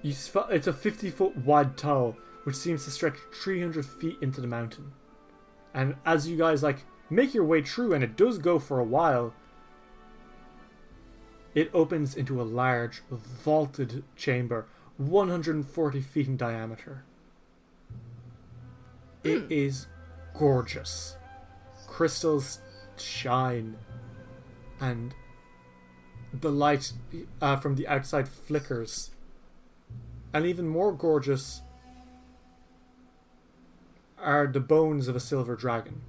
Speaker 1: you sp- it's a 50 foot wide tunnel, which seems to stretch 300 feet into the mountain. And as you guys like make your way through, and it does go for a while, it opens into a large vaulted chamber, 140 feet in diameter. It is gorgeous. Crystals shine, and the light uh, from the outside flickers. And even more gorgeous are the bones of a silver dragon.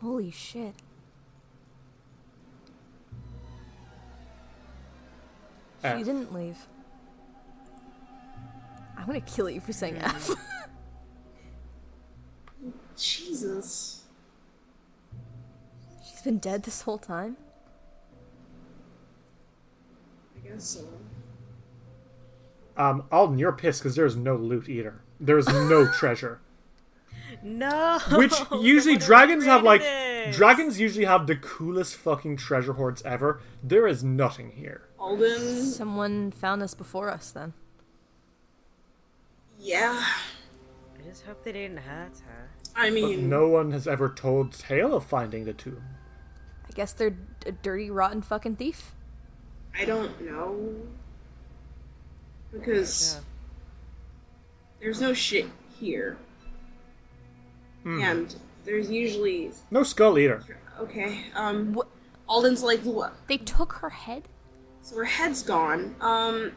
Speaker 2: Holy shit. She
Speaker 1: F.
Speaker 2: didn't leave. I'm gonna kill you for saying F. *laughs*
Speaker 3: Jesus.
Speaker 2: She's been dead this whole time?
Speaker 3: I guess so.
Speaker 1: Um, Alden, you're pissed because there's no loot either. There's no treasure.
Speaker 4: No.
Speaker 1: Which usually dragons have like
Speaker 4: created
Speaker 1: dragons usually have the coolest fucking treasure hoards ever. There is nothing here.
Speaker 3: Alden.
Speaker 2: Someone found us before us then.
Speaker 3: Yeah.
Speaker 4: *laughs* I just hope they didn't hurt her.
Speaker 3: I
Speaker 1: But
Speaker 3: mean,
Speaker 1: no one has ever told tale of finding the tomb.
Speaker 2: I guess they're d- a dirty, rotten fucking thief.
Speaker 3: I don't know. Because there's no shit here.
Speaker 1: Hmm.
Speaker 3: And there's usually.
Speaker 1: No skull either.
Speaker 3: Okay, um.
Speaker 2: What?
Speaker 3: Alden's like, what?
Speaker 2: They took her head?
Speaker 3: So her head's gone. Um,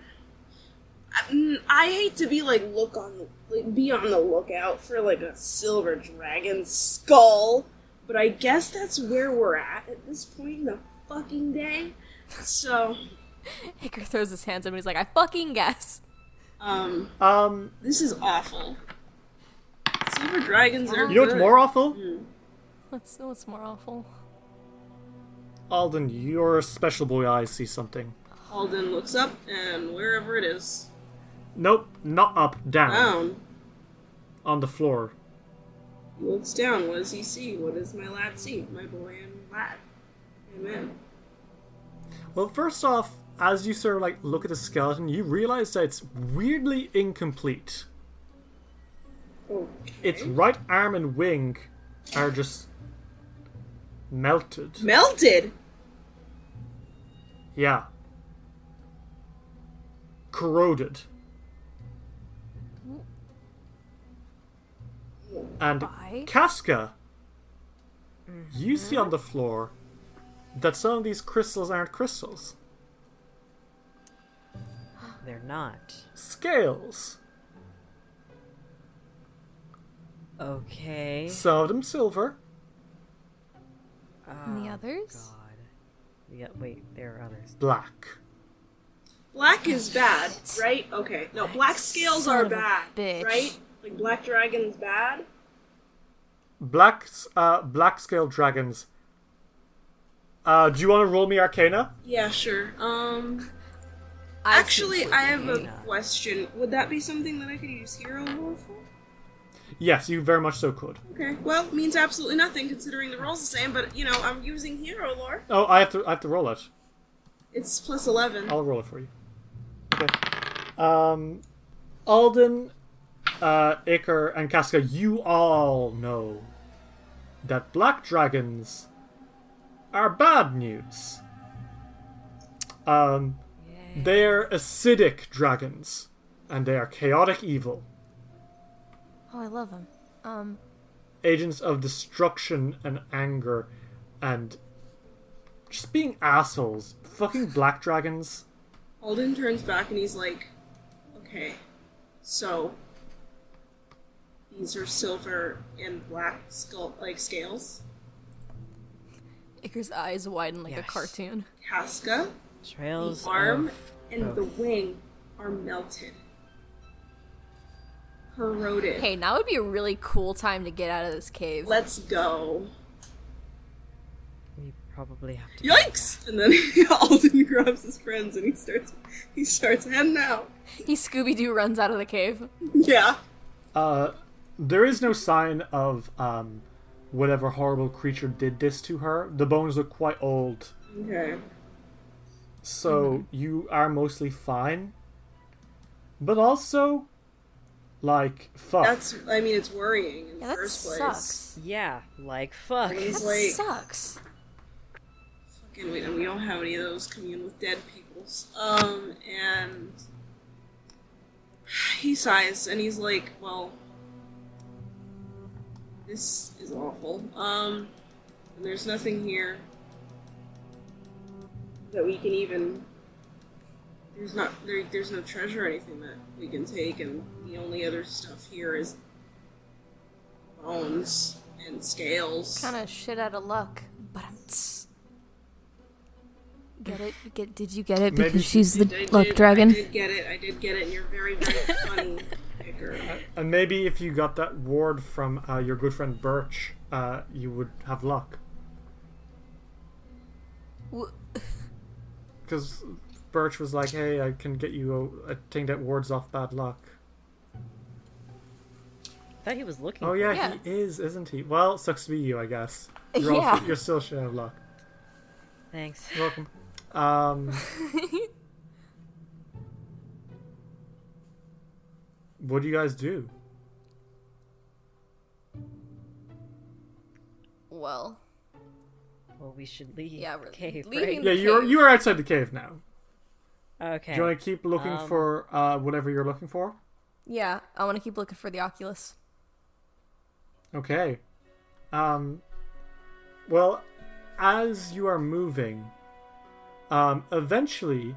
Speaker 3: I, mm, I hate to be like look on, like be on the lookout for like a silver dragon skull, but I guess that's where we're at at this point in the fucking day. So,
Speaker 2: Hicker throws his hands up and he's like, I fucking guess. *laughs*
Speaker 3: um,
Speaker 1: Um,
Speaker 3: this is awful. It's Silver dragons are
Speaker 1: You know what's
Speaker 3: good.
Speaker 1: more awful?
Speaker 2: What's what's more awful?
Speaker 1: Alden, your special boy eyes see something.
Speaker 3: Alden looks up and wherever it is,
Speaker 1: Nope, not up, down.
Speaker 3: down.
Speaker 1: On the floor.
Speaker 3: He looks down. What does he see? What does my lad see? My boy and lad. Amen.
Speaker 1: Well, first off, as you sort of like look at the skeleton, you realize that it's weirdly incomplete.
Speaker 3: Oh,
Speaker 1: Its right arm and wing are just melted.
Speaker 3: melted.
Speaker 1: Yeah. Corroded. And
Speaker 2: Why?
Speaker 1: Casca, you see on the floor that some of these crystals aren't crystals.
Speaker 4: They're not.
Speaker 1: Scales.
Speaker 4: Okay.
Speaker 1: Some of them silver.
Speaker 2: And the others?
Speaker 4: Oh, God. Yeah, wait, there are others.
Speaker 1: Black.
Speaker 3: Black is bad, right? Okay. No, black scales
Speaker 2: Oh, son
Speaker 3: are
Speaker 2: of a
Speaker 3: bad,
Speaker 2: bitch.
Speaker 3: right? Like black dragon's bad.
Speaker 1: Black, s- uh, black scale dragons. Uh, do you want to roll me Arcana?
Speaker 3: Yeah, sure. Um,
Speaker 2: I see
Speaker 3: actually,
Speaker 2: sleeping
Speaker 3: I have a
Speaker 2: Beauty.
Speaker 3: question. Would that be something that I could use hero roll for?
Speaker 1: Yes, you very much so could.
Speaker 3: Okay. Well, means absolutely nothing considering the roll's the same, but you know, I'm using hero lore.
Speaker 1: Oh, I have to. I have to roll it.
Speaker 3: It's plus 11.
Speaker 1: I'll roll it for you. Okay. Um, Alden, uh, Iker, and Casca, you all know that black dragons are bad news. Um, they're acidic dragons, and they are chaotic evil,
Speaker 2: Oh, I love them. Um,
Speaker 1: agents of destruction and anger, and just being assholes. Fucking black dragons.
Speaker 3: Alden turns back and he's like, okay, so these are silver and black skull like scales.
Speaker 2: Iker's eyes widen like
Speaker 4: Yes.
Speaker 2: a cartoon.
Speaker 3: Casca, the
Speaker 4: Trails.
Speaker 3: arm,
Speaker 4: of-
Speaker 3: and the wing are melted. Corroded.
Speaker 2: Hey, now would be a really cool time to get out of this cave.
Speaker 3: Let's go.
Speaker 4: We probably have to.
Speaker 3: Yikes! And then *laughs* Alden grabs his friends and he starts he starts heading out.
Speaker 2: he Scooby Doo runs out of the cave.
Speaker 3: Yeah.
Speaker 1: Uh, there is no sign of um, whatever horrible creature did this to her. The bones look quite old,
Speaker 3: Okay.
Speaker 2: Hmm.
Speaker 1: so you are mostly fine. But also, like, fuck.
Speaker 3: That's I mean it's worrying in
Speaker 2: Yeah,
Speaker 3: the
Speaker 2: that
Speaker 3: first place.
Speaker 2: sucks.
Speaker 4: Yeah, like fuck.
Speaker 3: Alden's
Speaker 2: That
Speaker 3: like,
Speaker 2: sucks.
Speaker 3: And we, and we don't have any of those commune with dead peoples. Um, and he sighs and he's like, "Well, this is awful. Um, and there's nothing here that we can even. There's not there, There's no treasure or anything that we can take, and the only other stuff here is bones and scales.
Speaker 2: Kind of shit out of luck, but I'm. Tss. Get it? Get? Did you get it?
Speaker 1: Maybe
Speaker 2: Because
Speaker 1: she-
Speaker 2: she's the
Speaker 3: I did-
Speaker 2: luck dragon.
Speaker 3: I did get it. I did get it, and you're very, very funny, *laughs* Iker.
Speaker 1: and maybe if you got that ward from uh, your good friend Birch, uh, you would have luck.
Speaker 2: W-
Speaker 1: Because Birch was like, hey, I can get you a, a thing that wards off bad luck.
Speaker 4: I thought he was looking.
Speaker 1: Oh,
Speaker 4: for
Speaker 1: yeah,
Speaker 4: it.
Speaker 2: Yeah.
Speaker 1: he is, isn't he? Well, sucks to be you, I guess. You're, all-
Speaker 2: *laughs* Yeah.
Speaker 1: you're still shit out of luck.
Speaker 4: Thanks.
Speaker 1: You're welcome. Um, what do you guys do?
Speaker 2: Well,
Speaker 4: *laughs* Well, we should leave.
Speaker 2: Yeah, we're
Speaker 4: cave,
Speaker 2: leaving-
Speaker 4: right?
Speaker 1: Yeah, you're
Speaker 2: cave.
Speaker 1: you are outside the cave now.
Speaker 4: Okay.
Speaker 1: Do you want to keep looking
Speaker 4: Um,
Speaker 1: for uh, whatever you're looking for?
Speaker 2: yeah. I want to keep looking for the Oculus.
Speaker 1: Okay. Um. Well, as you are moving, um, eventually,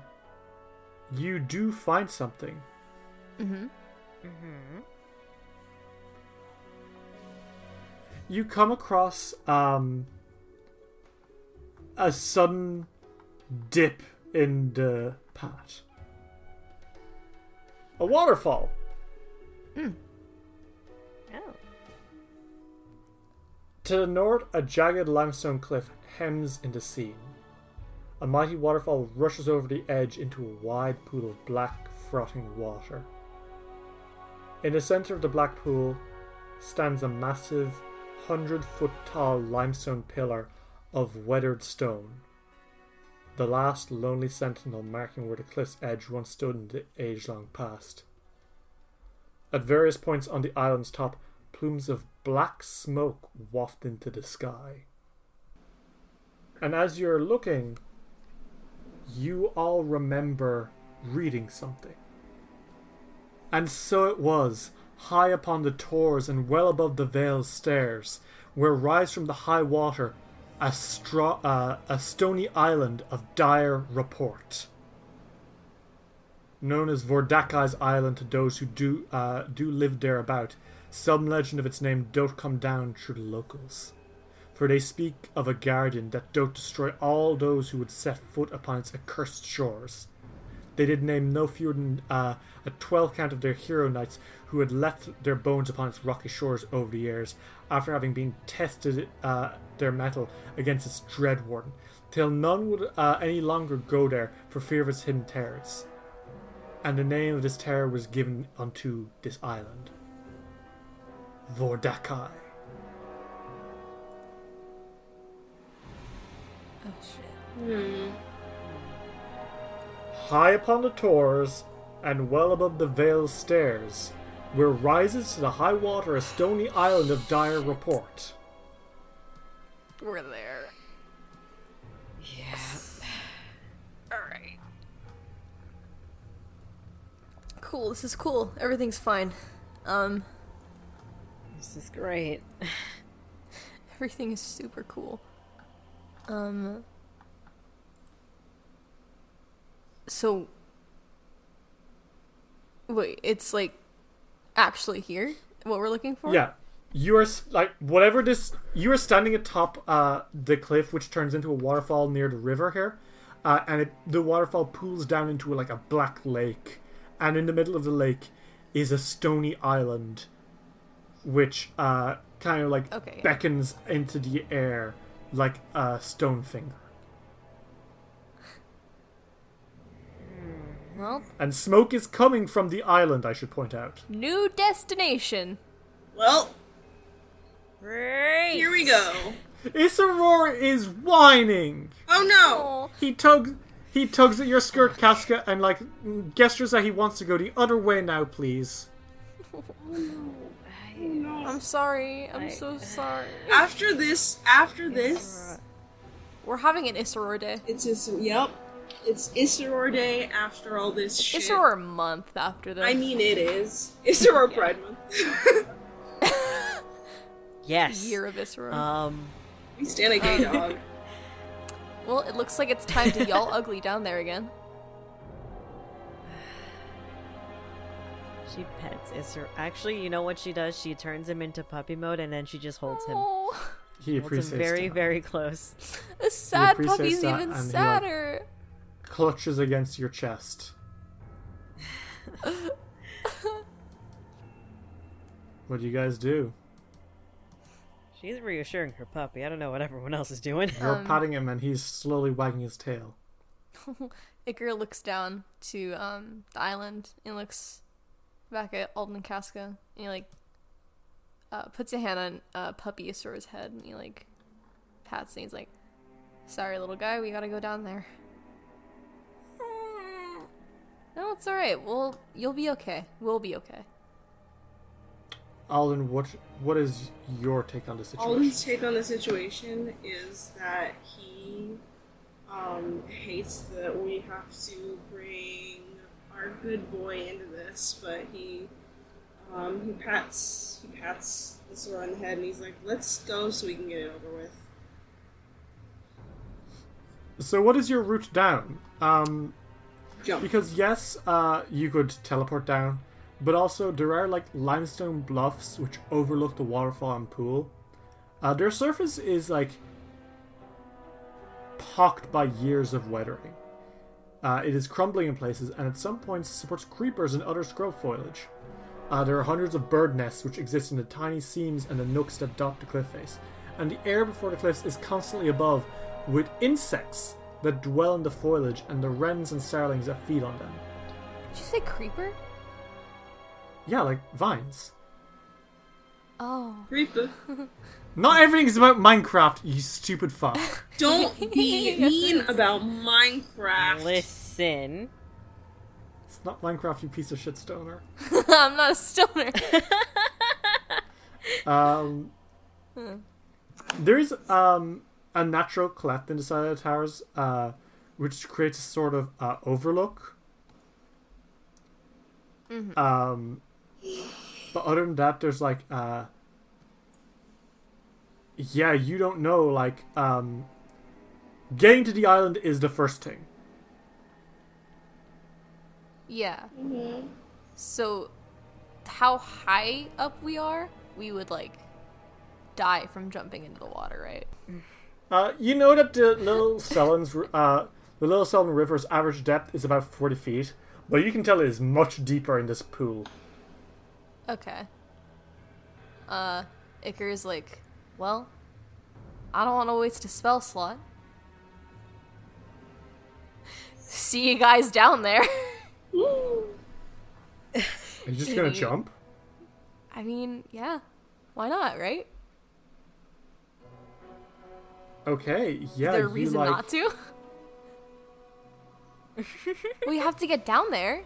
Speaker 1: you do find something. Mm-hmm.
Speaker 2: Mm-hmm.
Speaker 1: You come across um a sudden dip in the pot. A waterfall.
Speaker 4: Oh.
Speaker 1: To the north, a jagged limestone cliff hems into scene. A mighty waterfall rushes over the edge into a wide pool of black, frothing water. In the center of the black pool stands a massive, hundred foot tall limestone pillar of weathered stone. The last lonely sentinel marking where the cliff's edge once stood in the age long past. At various points on the island's top, plumes of black smoke waft into the sky. And as you're looking, you all remember reading something. And so it was, high upon the tors and well above the vale's stairs, where rise from the high water a, stra- uh, a stony island of dire report. Known as Vordakai's Island to those who do, uh, do live thereabout, some legend of its name doth come down through the locals. For they speak of a guardian that doth destroy all those who would set foot upon its accursed shores. They did name no fewer than uh, a twelve count of their hero knights who had left their bones upon its rocky shores over the years, after having been tested uh, their mettle against its dread warden, till none would uh, any longer go there for fear of its hidden terrors. And the name of this terror was given unto this island, Vordakai.
Speaker 2: Oh shit.
Speaker 1: high upon the tors and well above the vale's stairs, where rises to the high water a stony island of dire report.
Speaker 2: We're there. *sighs* Yeah. Alright. Cool, this is cool. Everything's fine. *laughs* Um,
Speaker 4: This is great.
Speaker 2: everything is super cool. Um. So. Wait, it's like actually here? What we're looking for?
Speaker 1: Yeah. You are s- like whatever this. You are standing atop uh, the cliff, which turns into a waterfall near the river here, uh, and it, the waterfall pools down into like a black lake, and in the middle of the lake is a stony island, which uh, kind of like
Speaker 2: Okay.
Speaker 1: beckons into the air like a stone finger,
Speaker 2: Hmm, Well,
Speaker 1: and smoke is coming from the island. I should point out.
Speaker 2: new destination.
Speaker 3: Well,
Speaker 2: Great.
Speaker 3: here we go.
Speaker 1: Isaror is whining.
Speaker 3: Oh no!
Speaker 2: Oh,
Speaker 1: he tugs he tugs at your skirt casca and like gestures that he wants to go the other way now please
Speaker 2: I'm sorry. I'm *sighs* so sorry.
Speaker 3: After this, after this,
Speaker 2: We're having an Isseror day.
Speaker 3: it's is yep, it's Isseror Day. After all this shit,
Speaker 2: Isseror month after this.
Speaker 3: I mean, it is Isseror Pride Month.
Speaker 4: Yes.
Speaker 2: year of Isseror.
Speaker 4: Um,
Speaker 3: we stand a gay dog.
Speaker 2: well, it looks like it's time to
Speaker 4: *laughs*
Speaker 2: y'all ugly down there again.
Speaker 4: she pets Isser. Actually, you know what she does? She turns him into puppy mode and then she just holds him.
Speaker 2: Oh,
Speaker 1: he
Speaker 4: Holds
Speaker 1: appreciates
Speaker 4: him very,
Speaker 1: that.
Speaker 4: very close.
Speaker 2: a sad
Speaker 1: appreciates
Speaker 4: uh,
Speaker 2: puppy's
Speaker 1: that,
Speaker 2: even
Speaker 1: and he, like-
Speaker 2: sadder. *laughs*
Speaker 1: clutches against your
Speaker 4: *laughs*
Speaker 1: chest what do you guys do
Speaker 4: She's reassuring her puppy. I don't know what everyone else is doing.
Speaker 1: *laughs* you're patting him and he's slowly wagging his tail
Speaker 2: Icar looks down to um, the island and looks back at Alden and Casca, and he like uh, puts a hand on uh, Puppy Isseror's head, and he like pats, and he's like, "Sorry, little guy, we gotta go down there." No, it's all right. We'll you'll be okay. We'll be okay.
Speaker 1: alden what what is your take on the situation
Speaker 3: Alden's take on the situation is that he um, hates that we have to bring our good boy into this, but he um, he pats he pats the sore on the head and he's like, "Let's go so we can get it over with."
Speaker 1: so what is your route down um
Speaker 3: Jump.
Speaker 1: Because yes, uh, you could teleport down, but also there are like limestone bluffs which overlook the waterfall and pool. Uh, their surface is like pocked by years of weathering. Uh, it is crumbling in places, and at some points supports creepers and other scrub foliage. Uh, there are hundreds of bird nests which exist in the tiny seams and the nooks that dot the cliff face, and the air before the cliffs is constantly above with insects that dwell in the foliage and the wrens and starlings that feed on them.
Speaker 2: Did you say creeper? *laughs*
Speaker 1: Yeah, like vines.
Speaker 2: Oh.
Speaker 3: Reaper.
Speaker 1: Not everything is about Minecraft, you stupid fuck.
Speaker 3: Don't be mean about Minecraft.
Speaker 4: Listen.
Speaker 1: it's not Minecraft, you piece of shit stoner.
Speaker 2: I'm not a stoner.
Speaker 1: Um, there is um, a natural cleft in the side of the towers, uh, which creates a sort of uh, overlook. Um, but other than that, there's like, uh, yeah, you don't know. Like, um, getting to the island is the first thing.
Speaker 2: yeah. So, how high up we are, we would like die from jumping into the water, right?
Speaker 1: Uh, you know that the little Selen's, uh, the little Selen River's average depth is about forty feet, but you can tell it is much deeper in this pool.
Speaker 2: Okay. Uh, Iker is like, well, I don't want to waste a spell slot. *laughs* See you guys down there. *laughs*
Speaker 1: Are you just gonna jump?
Speaker 2: I mean, yeah, why not, right?
Speaker 1: Okay, yeah.
Speaker 2: Is there
Speaker 1: you,
Speaker 2: a reason
Speaker 1: like- *laughs*
Speaker 2: not to? *laughs* we have to get down there.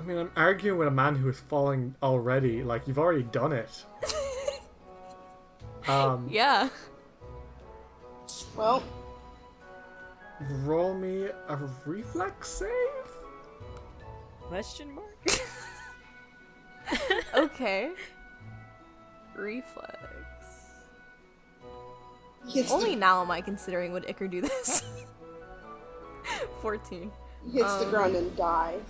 Speaker 1: I mean, I'm arguing with a man who is falling already. Like you've already done
Speaker 2: *laughs*
Speaker 1: it. um,
Speaker 2: Yeah.
Speaker 3: Well,
Speaker 1: roll me a reflex save.
Speaker 4: Question mark?
Speaker 2: Okay. Reflex.
Speaker 3: he hits,
Speaker 2: Only now am I considering would Iker do this. *laughs* 14.
Speaker 3: the, hits the ground and dies.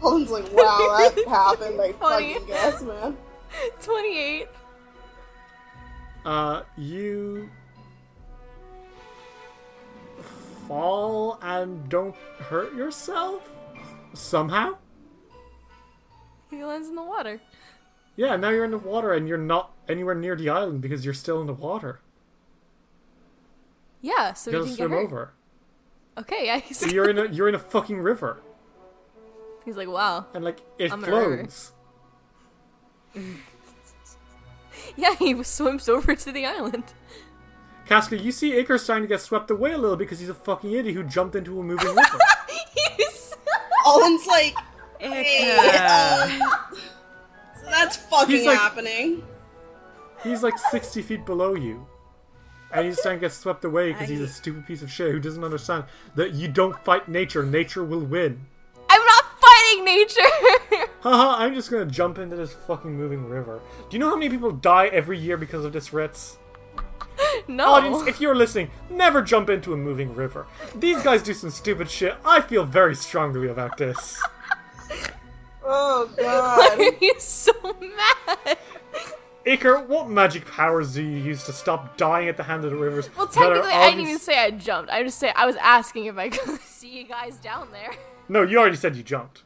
Speaker 3: Colin's like, wow, that happened. Like,
Speaker 2: Funny.
Speaker 3: fucking guess, man.
Speaker 2: 28.
Speaker 1: Uh, you fall and don't hurt yourself somehow.
Speaker 2: He lands in the water.
Speaker 1: Yeah, now you're in the water and you're not anywhere near the island because you're still in the water.
Speaker 2: Yeah, so
Speaker 1: You
Speaker 2: he
Speaker 1: gotta
Speaker 2: can get
Speaker 1: swim
Speaker 2: hurt.
Speaker 1: over.
Speaker 2: Okay, yeah. He's,
Speaker 1: You're in a you're in a fucking river
Speaker 2: *laughs* he's like, wow.
Speaker 1: and like it
Speaker 2: I'm in a river.
Speaker 1: flows.
Speaker 2: Yeah, he swims over to the island. *laughs*
Speaker 1: Casca, you see Icarus starting to get swept away a little because he's a fucking idiot who jumped into a moving *laughs* river.
Speaker 2: He's- *laughs*
Speaker 3: Colin's like,
Speaker 4: Ica.
Speaker 3: so that's fucking
Speaker 1: He's like-
Speaker 3: happening.
Speaker 1: he's like 60 feet below you. And he's starting to get swept away because he's a stupid piece of shit who doesn't understand that you don't fight nature. Nature will win.
Speaker 2: I'm not fighting nature. *laughs*
Speaker 1: Haha, I'm just gonna jump into this fucking moving river. Do you know how many people die every year because of this, Ritz?
Speaker 2: no. *laughs*
Speaker 1: Audience, if you're listening, never jump into a moving river. These guys do some stupid shit. I feel very strongly about this.
Speaker 3: Oh, God.
Speaker 2: He's so mad.
Speaker 1: Iker, what magic powers do you use to stop dying at the hand of the rivers?
Speaker 2: Well,
Speaker 1: that are
Speaker 2: technically, I didn't
Speaker 1: obvious-
Speaker 2: even say I jumped. I just say I was asking if I could *laughs* see you guys down there. *laughs*
Speaker 1: No, you already said you jumped.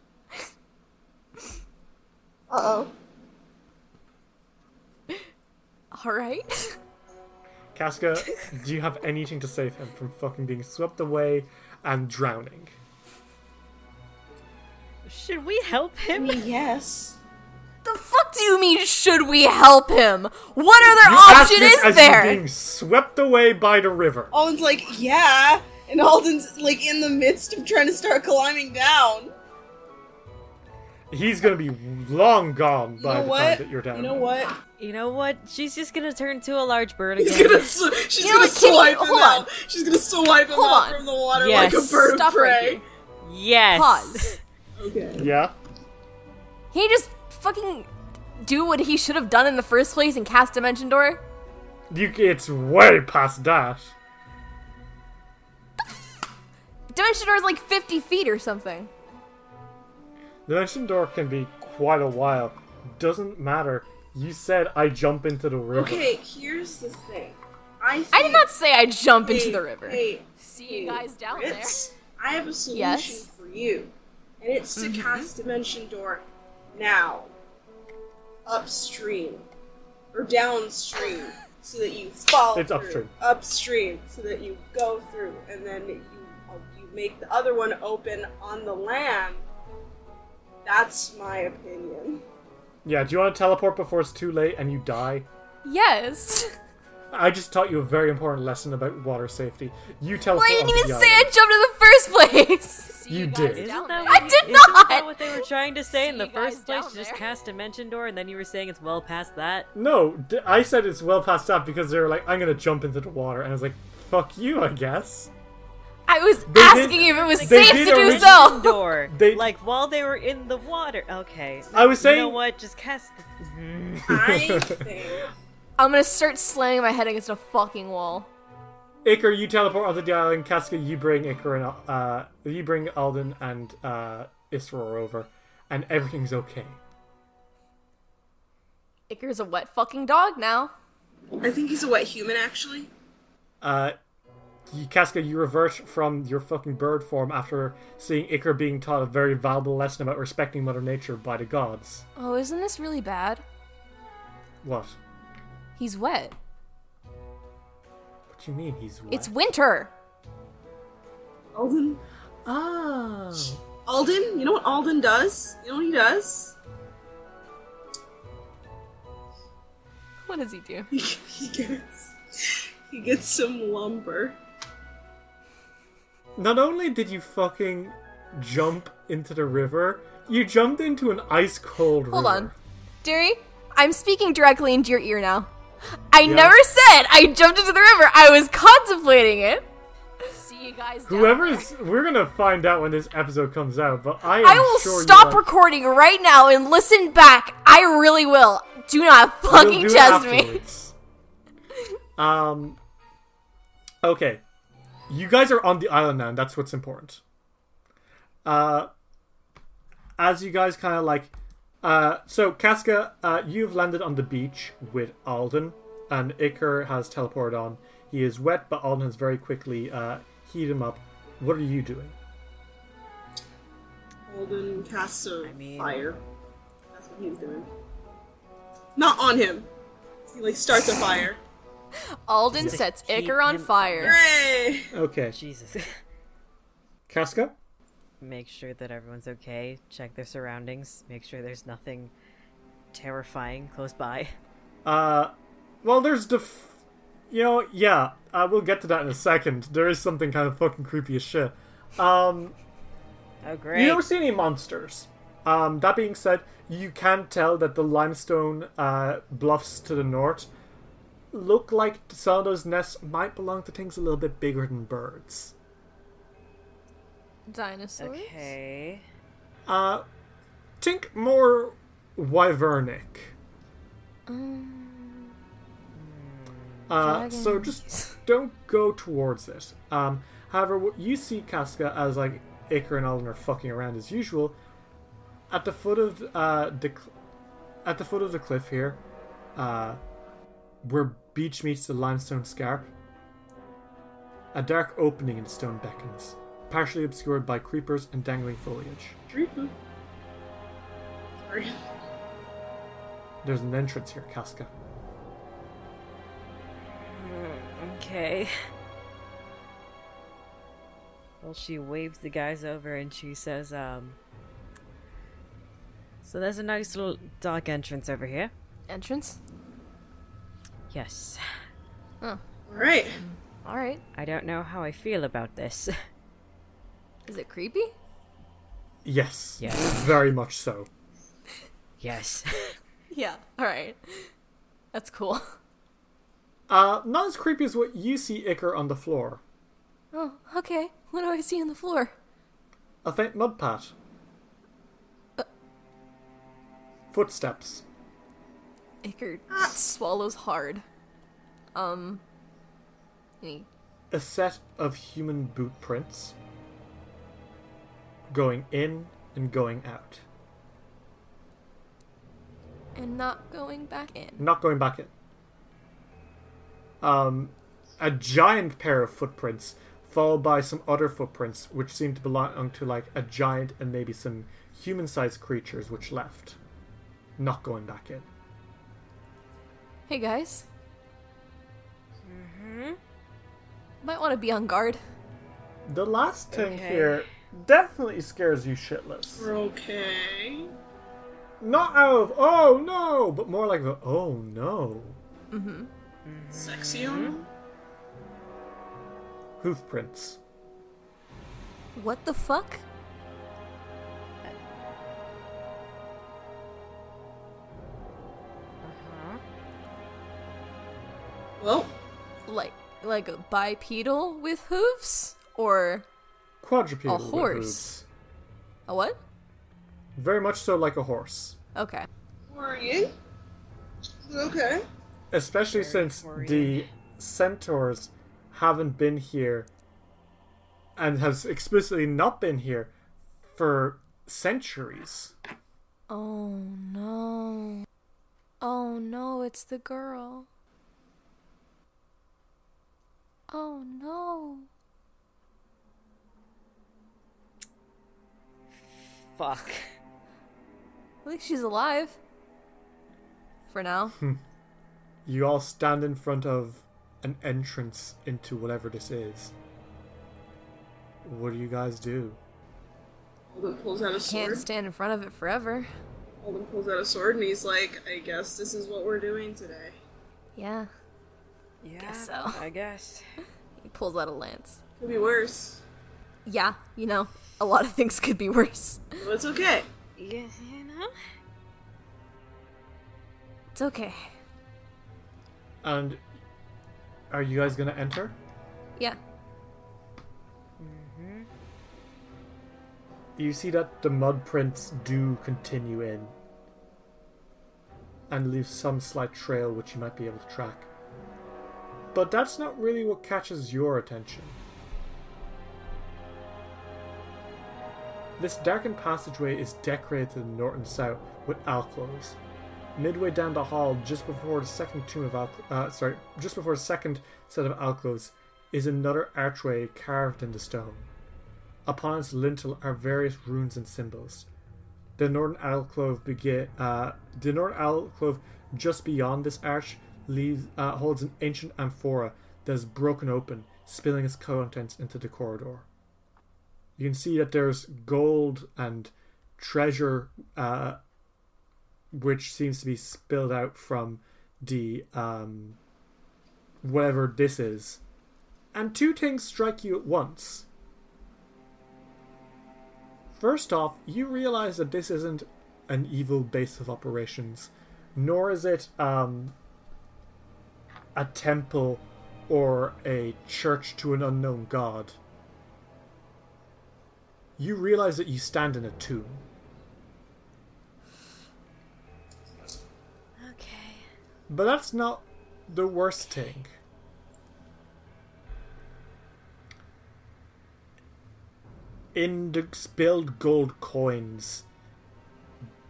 Speaker 3: Uh oh.
Speaker 2: All right. *laughs*
Speaker 1: Casca, do you have anything to save him from fucking being swept away and drowning?
Speaker 4: *laughs* Should we help him?
Speaker 3: Yes.
Speaker 2: The fuck do you mean? Should we help him? What other
Speaker 1: You ask
Speaker 2: option
Speaker 1: this
Speaker 2: is
Speaker 1: as
Speaker 2: there?
Speaker 1: you being swept away by the river.
Speaker 3: Alden's like, yeah. And Alden's like in the midst of trying to start climbing down.
Speaker 1: He's gonna be long gone
Speaker 3: You
Speaker 1: by
Speaker 3: know
Speaker 1: the
Speaker 3: what?
Speaker 1: time that you're down.
Speaker 3: You know
Speaker 1: there.
Speaker 3: what?
Speaker 4: You know what? She's just gonna turn to a large bird
Speaker 3: She's
Speaker 4: again.
Speaker 3: gonna, sw-
Speaker 2: You
Speaker 3: she's
Speaker 2: know
Speaker 3: gonna
Speaker 2: what, Kitty?
Speaker 3: swipe him
Speaker 2: Hold
Speaker 3: out.
Speaker 2: on.
Speaker 3: She's gonna swipe him
Speaker 2: Hold
Speaker 3: out
Speaker 2: on.
Speaker 3: from the water
Speaker 4: Yes.
Speaker 3: like a bird
Speaker 2: Stop
Speaker 3: of prey.
Speaker 2: right
Speaker 4: Yes.
Speaker 2: Pause.
Speaker 3: okay.
Speaker 1: Yeah.
Speaker 2: He just fucking do what he should have done in the first place and cast Dimension Door.
Speaker 1: You, it's way past that.
Speaker 2: Dimension Door is like 50 feet or something.
Speaker 1: The Dimension door can be quite a while. Doesn't matter. You said I jump into the river.
Speaker 3: Okay, here's the thing. I, think,
Speaker 2: I did not say I jump into
Speaker 3: Hey,
Speaker 2: the river.
Speaker 3: Hey,
Speaker 2: See you guys down there.
Speaker 3: Fritz, I have a solution
Speaker 2: Yes?
Speaker 3: Mm-hmm. for you, and it's to cast Dimension Door now. upstream or downstream
Speaker 2: *laughs*
Speaker 3: so that you fall
Speaker 1: It's
Speaker 3: through.
Speaker 1: upstream.
Speaker 3: upstream so that you go through and then you, you make the other one open on the land that's my *laughs* opinion
Speaker 1: Yeah, do you want to teleport before it's too late and you die?
Speaker 2: Yes.
Speaker 1: I just taught you a very important lesson about water safety. You
Speaker 2: Well,
Speaker 1: teleport.
Speaker 2: I didn't
Speaker 1: onto
Speaker 2: even
Speaker 1: the
Speaker 2: say I
Speaker 1: island.
Speaker 2: jumped in the first place.
Speaker 1: *laughs* You did.
Speaker 2: guys
Speaker 4: *laughs* Isn't
Speaker 2: down there.
Speaker 4: that what
Speaker 2: I
Speaker 4: you-
Speaker 2: did
Speaker 4: isn't that
Speaker 2: not.
Speaker 4: what they were trying to say in
Speaker 2: See
Speaker 4: the
Speaker 2: you
Speaker 4: first
Speaker 2: guys
Speaker 4: place?
Speaker 2: down
Speaker 4: You Just
Speaker 2: there.
Speaker 4: cast Dimension Door, and then you were saying it's well past that.
Speaker 1: No, d- I said it's well past that because they were like, I'm gonna jump into the water, and I was like, fuck you, I guess.
Speaker 2: I was
Speaker 1: They did-
Speaker 2: asking if it was
Speaker 1: they
Speaker 2: safe to
Speaker 1: did
Speaker 2: do
Speaker 1: origi-
Speaker 2: *laughs*
Speaker 4: Dimension
Speaker 2: so.
Speaker 4: Door,
Speaker 1: They-
Speaker 4: like while they were in the water. Okay,
Speaker 1: I was
Speaker 4: you know
Speaker 1: saying,
Speaker 4: what? Just cast.
Speaker 3: i think
Speaker 2: I'm gonna start slamming my head against a fucking wall.
Speaker 1: Icar, you teleport onto the island. Casca, you bring Icar and uh, you bring Alden and uh, Isror over, and everything's okay.
Speaker 2: Icar's a wet fucking dog now.
Speaker 3: i think he's a wet human actually
Speaker 1: Uh, you, Casca, you revert from your fucking bird form after seeing Icar being taught a very valuable lesson about respecting Mother Nature by the gods.
Speaker 2: Oh, isn't this really bad?
Speaker 1: What?
Speaker 2: He's wet.
Speaker 1: What do you mean he's wet?
Speaker 2: It's winter.
Speaker 3: alden
Speaker 1: oh.
Speaker 3: alden you know what alden does you know what he does *laughs*
Speaker 2: What does he do?
Speaker 3: he gets he gets some lumber
Speaker 1: Not only did you fucking jump into the river, you jumped into an ice cold river.
Speaker 2: Hold on. Deary, I'm speaking directly into your ear now. I
Speaker 1: Yeah.
Speaker 2: never said I jumped into the river. I was contemplating it. See you guys.
Speaker 1: Whoever is, we're gonna find out when this episode comes out. But I, am
Speaker 2: I will
Speaker 1: sure you
Speaker 2: stop
Speaker 1: are-
Speaker 2: recording right now and listen back. I really will. Do not
Speaker 1: We'll
Speaker 2: fucking
Speaker 1: do it
Speaker 2: test me.
Speaker 1: afterwards. *laughs* um. Okay, you guys are on the island now. And that's what's important. Uh, as you guys kind of like, uh, so Casca, uh, you've landed on the beach with Alden, and Iker has teleported on. He is wet, but Alden has very quickly uh, heated him up. What are you doing?
Speaker 3: Alden casts a
Speaker 4: mean-
Speaker 3: fire. That's what he's doing. Not on him. He like starts a fire.
Speaker 2: Alden sets
Speaker 4: Keep
Speaker 2: Icar on
Speaker 4: him-
Speaker 2: fire.
Speaker 3: Hooray!
Speaker 1: Okay,
Speaker 4: Jesus. *laughs*
Speaker 1: Casca.
Speaker 4: make sure that everyone's okay. Check their surroundings. Make sure there's nothing terrifying close by. *laughs*
Speaker 1: Uh, well, there's the, f- you know, yeah, uh, we'll get to that in a second. There is something kind of fucking creepy as shit. Um,
Speaker 4: Oh great!
Speaker 1: you don't see any monsters. Um, that being said, you can tell that the limestone uh, bluffs to the north look like some of those nests might belong to things a little bit bigger than birds.
Speaker 2: Dinosaurs.
Speaker 4: okay.
Speaker 1: Uh, think more wyvernic. Uh, so just don't go towards it. Um, however, what you see Casca as like Icar and Alden are fucking around as usual. At the foot of uh, the cl- at the foot of the cliff here, uh, where beach meets the limestone scarp, a dark opening in stone beckons, partially obscured by creepers and dangling foliage.
Speaker 3: Dreepu. Sorry.
Speaker 1: There's an entrance here, Casca.
Speaker 4: Okay. Well, she waves the guys over and she says, um. So there's a nice little dark entrance over here.
Speaker 2: Entrance.
Speaker 4: Yes.
Speaker 3: Alright.
Speaker 2: All right.
Speaker 4: I don't know how I feel about this. *laughs*
Speaker 2: Is it creepy?
Speaker 1: Yes.
Speaker 4: Yes.
Speaker 1: Very much so.
Speaker 4: yes. *laughs*
Speaker 2: Yeah. All right. That's cool. *laughs*
Speaker 1: Uh, not as creepy as what you see Icar on the floor.
Speaker 2: Oh, okay. What do I see on the floor?
Speaker 1: A faint mud pat.
Speaker 2: Uh.
Speaker 1: Footsteps.
Speaker 2: Icar swallows hard. Um. and he-
Speaker 1: A set of human boot prints. Going in and going out.
Speaker 2: And not going back in.
Speaker 1: Not going back in. Um, a giant pair of footprints, followed by some other footprints, which seem to belong to like a giant and maybe some human sized creatures which left. Not going back in.
Speaker 2: Hey guys. Mm-hmm. Might want to be on guard.
Speaker 1: The last thing
Speaker 4: Okay.
Speaker 1: here definitely scares you shitless.
Speaker 3: Okay.
Speaker 1: Not out of oh no, but more like the oh no.
Speaker 3: Sexy on them?
Speaker 1: Hoof prints.
Speaker 2: What the fuck?
Speaker 3: Well,
Speaker 2: Like like a bipedal with hooves or
Speaker 1: Quadrupedal.
Speaker 2: A
Speaker 1: with
Speaker 2: horse.
Speaker 1: hooves.
Speaker 2: a what?
Speaker 1: Very much so like a horse.
Speaker 2: Okay.
Speaker 3: worrying. Okay.
Speaker 1: Especially since the
Speaker 4: worrying.
Speaker 1: centaurs haven't been here and has explicitly not been here for centuries.
Speaker 2: Oh no. Oh no, it's the girl. Oh no.
Speaker 4: Fuck.
Speaker 2: At least she's alive. For now.
Speaker 1: You all stand in front of an entrance into whatever this is. What do you guys do?
Speaker 3: Alden pulls out a
Speaker 2: Can't
Speaker 3: sword.
Speaker 2: stand in front of it forever.
Speaker 3: Alden pulls out a sword and he's like, I guess this is what we're doing today.
Speaker 2: Yeah.
Speaker 4: Yeah.
Speaker 2: Guess so.
Speaker 4: I guess.
Speaker 2: He pulls out a lance.
Speaker 3: Could be worse.
Speaker 2: Yeah, you know, a lot of things could be worse.
Speaker 3: But it's okay.
Speaker 4: Yeah, you know?
Speaker 2: It's okay.
Speaker 1: And are you guys gonna enter?
Speaker 2: Yeah.
Speaker 1: You see that the mud prints do continue in and leave some slight trail which you might be able to track. But that's not really what catches your attention. This darkened passageway is decorated to the north and south with alcoves. Midway down the hall, just before the second tomb of alco- uh, sorry, just before the second set of alcoves, is another archway carved in the stone. Upon its lintel are various runes and symbols. The northern alcove begin, uh, the northern alcove just beyond this arch leaves, uh, holds an ancient amphora that is broken open, spilling its contents into the corridor. You can see that there's gold and treasure, uh, which seems to be spilled out from the um, whatever this is. And two things strike you at once. First off, you realize that this isn't an evil base of operations, nor is it um, a temple or a church to an unknown god. You realize that you stand in a tomb.
Speaker 2: Okay.
Speaker 1: But that's not the worst thing. In the spilled gold coins,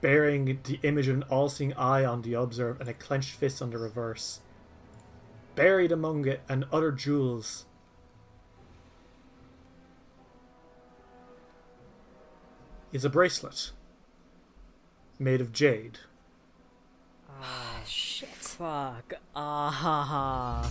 Speaker 1: bearing the image of an all seeing eye on the observe and a clenched fist on the reverse, buried among it and other jewels, is a bracelet made of jade.
Speaker 2: Shit.
Speaker 4: Ah, Fuck. Ah.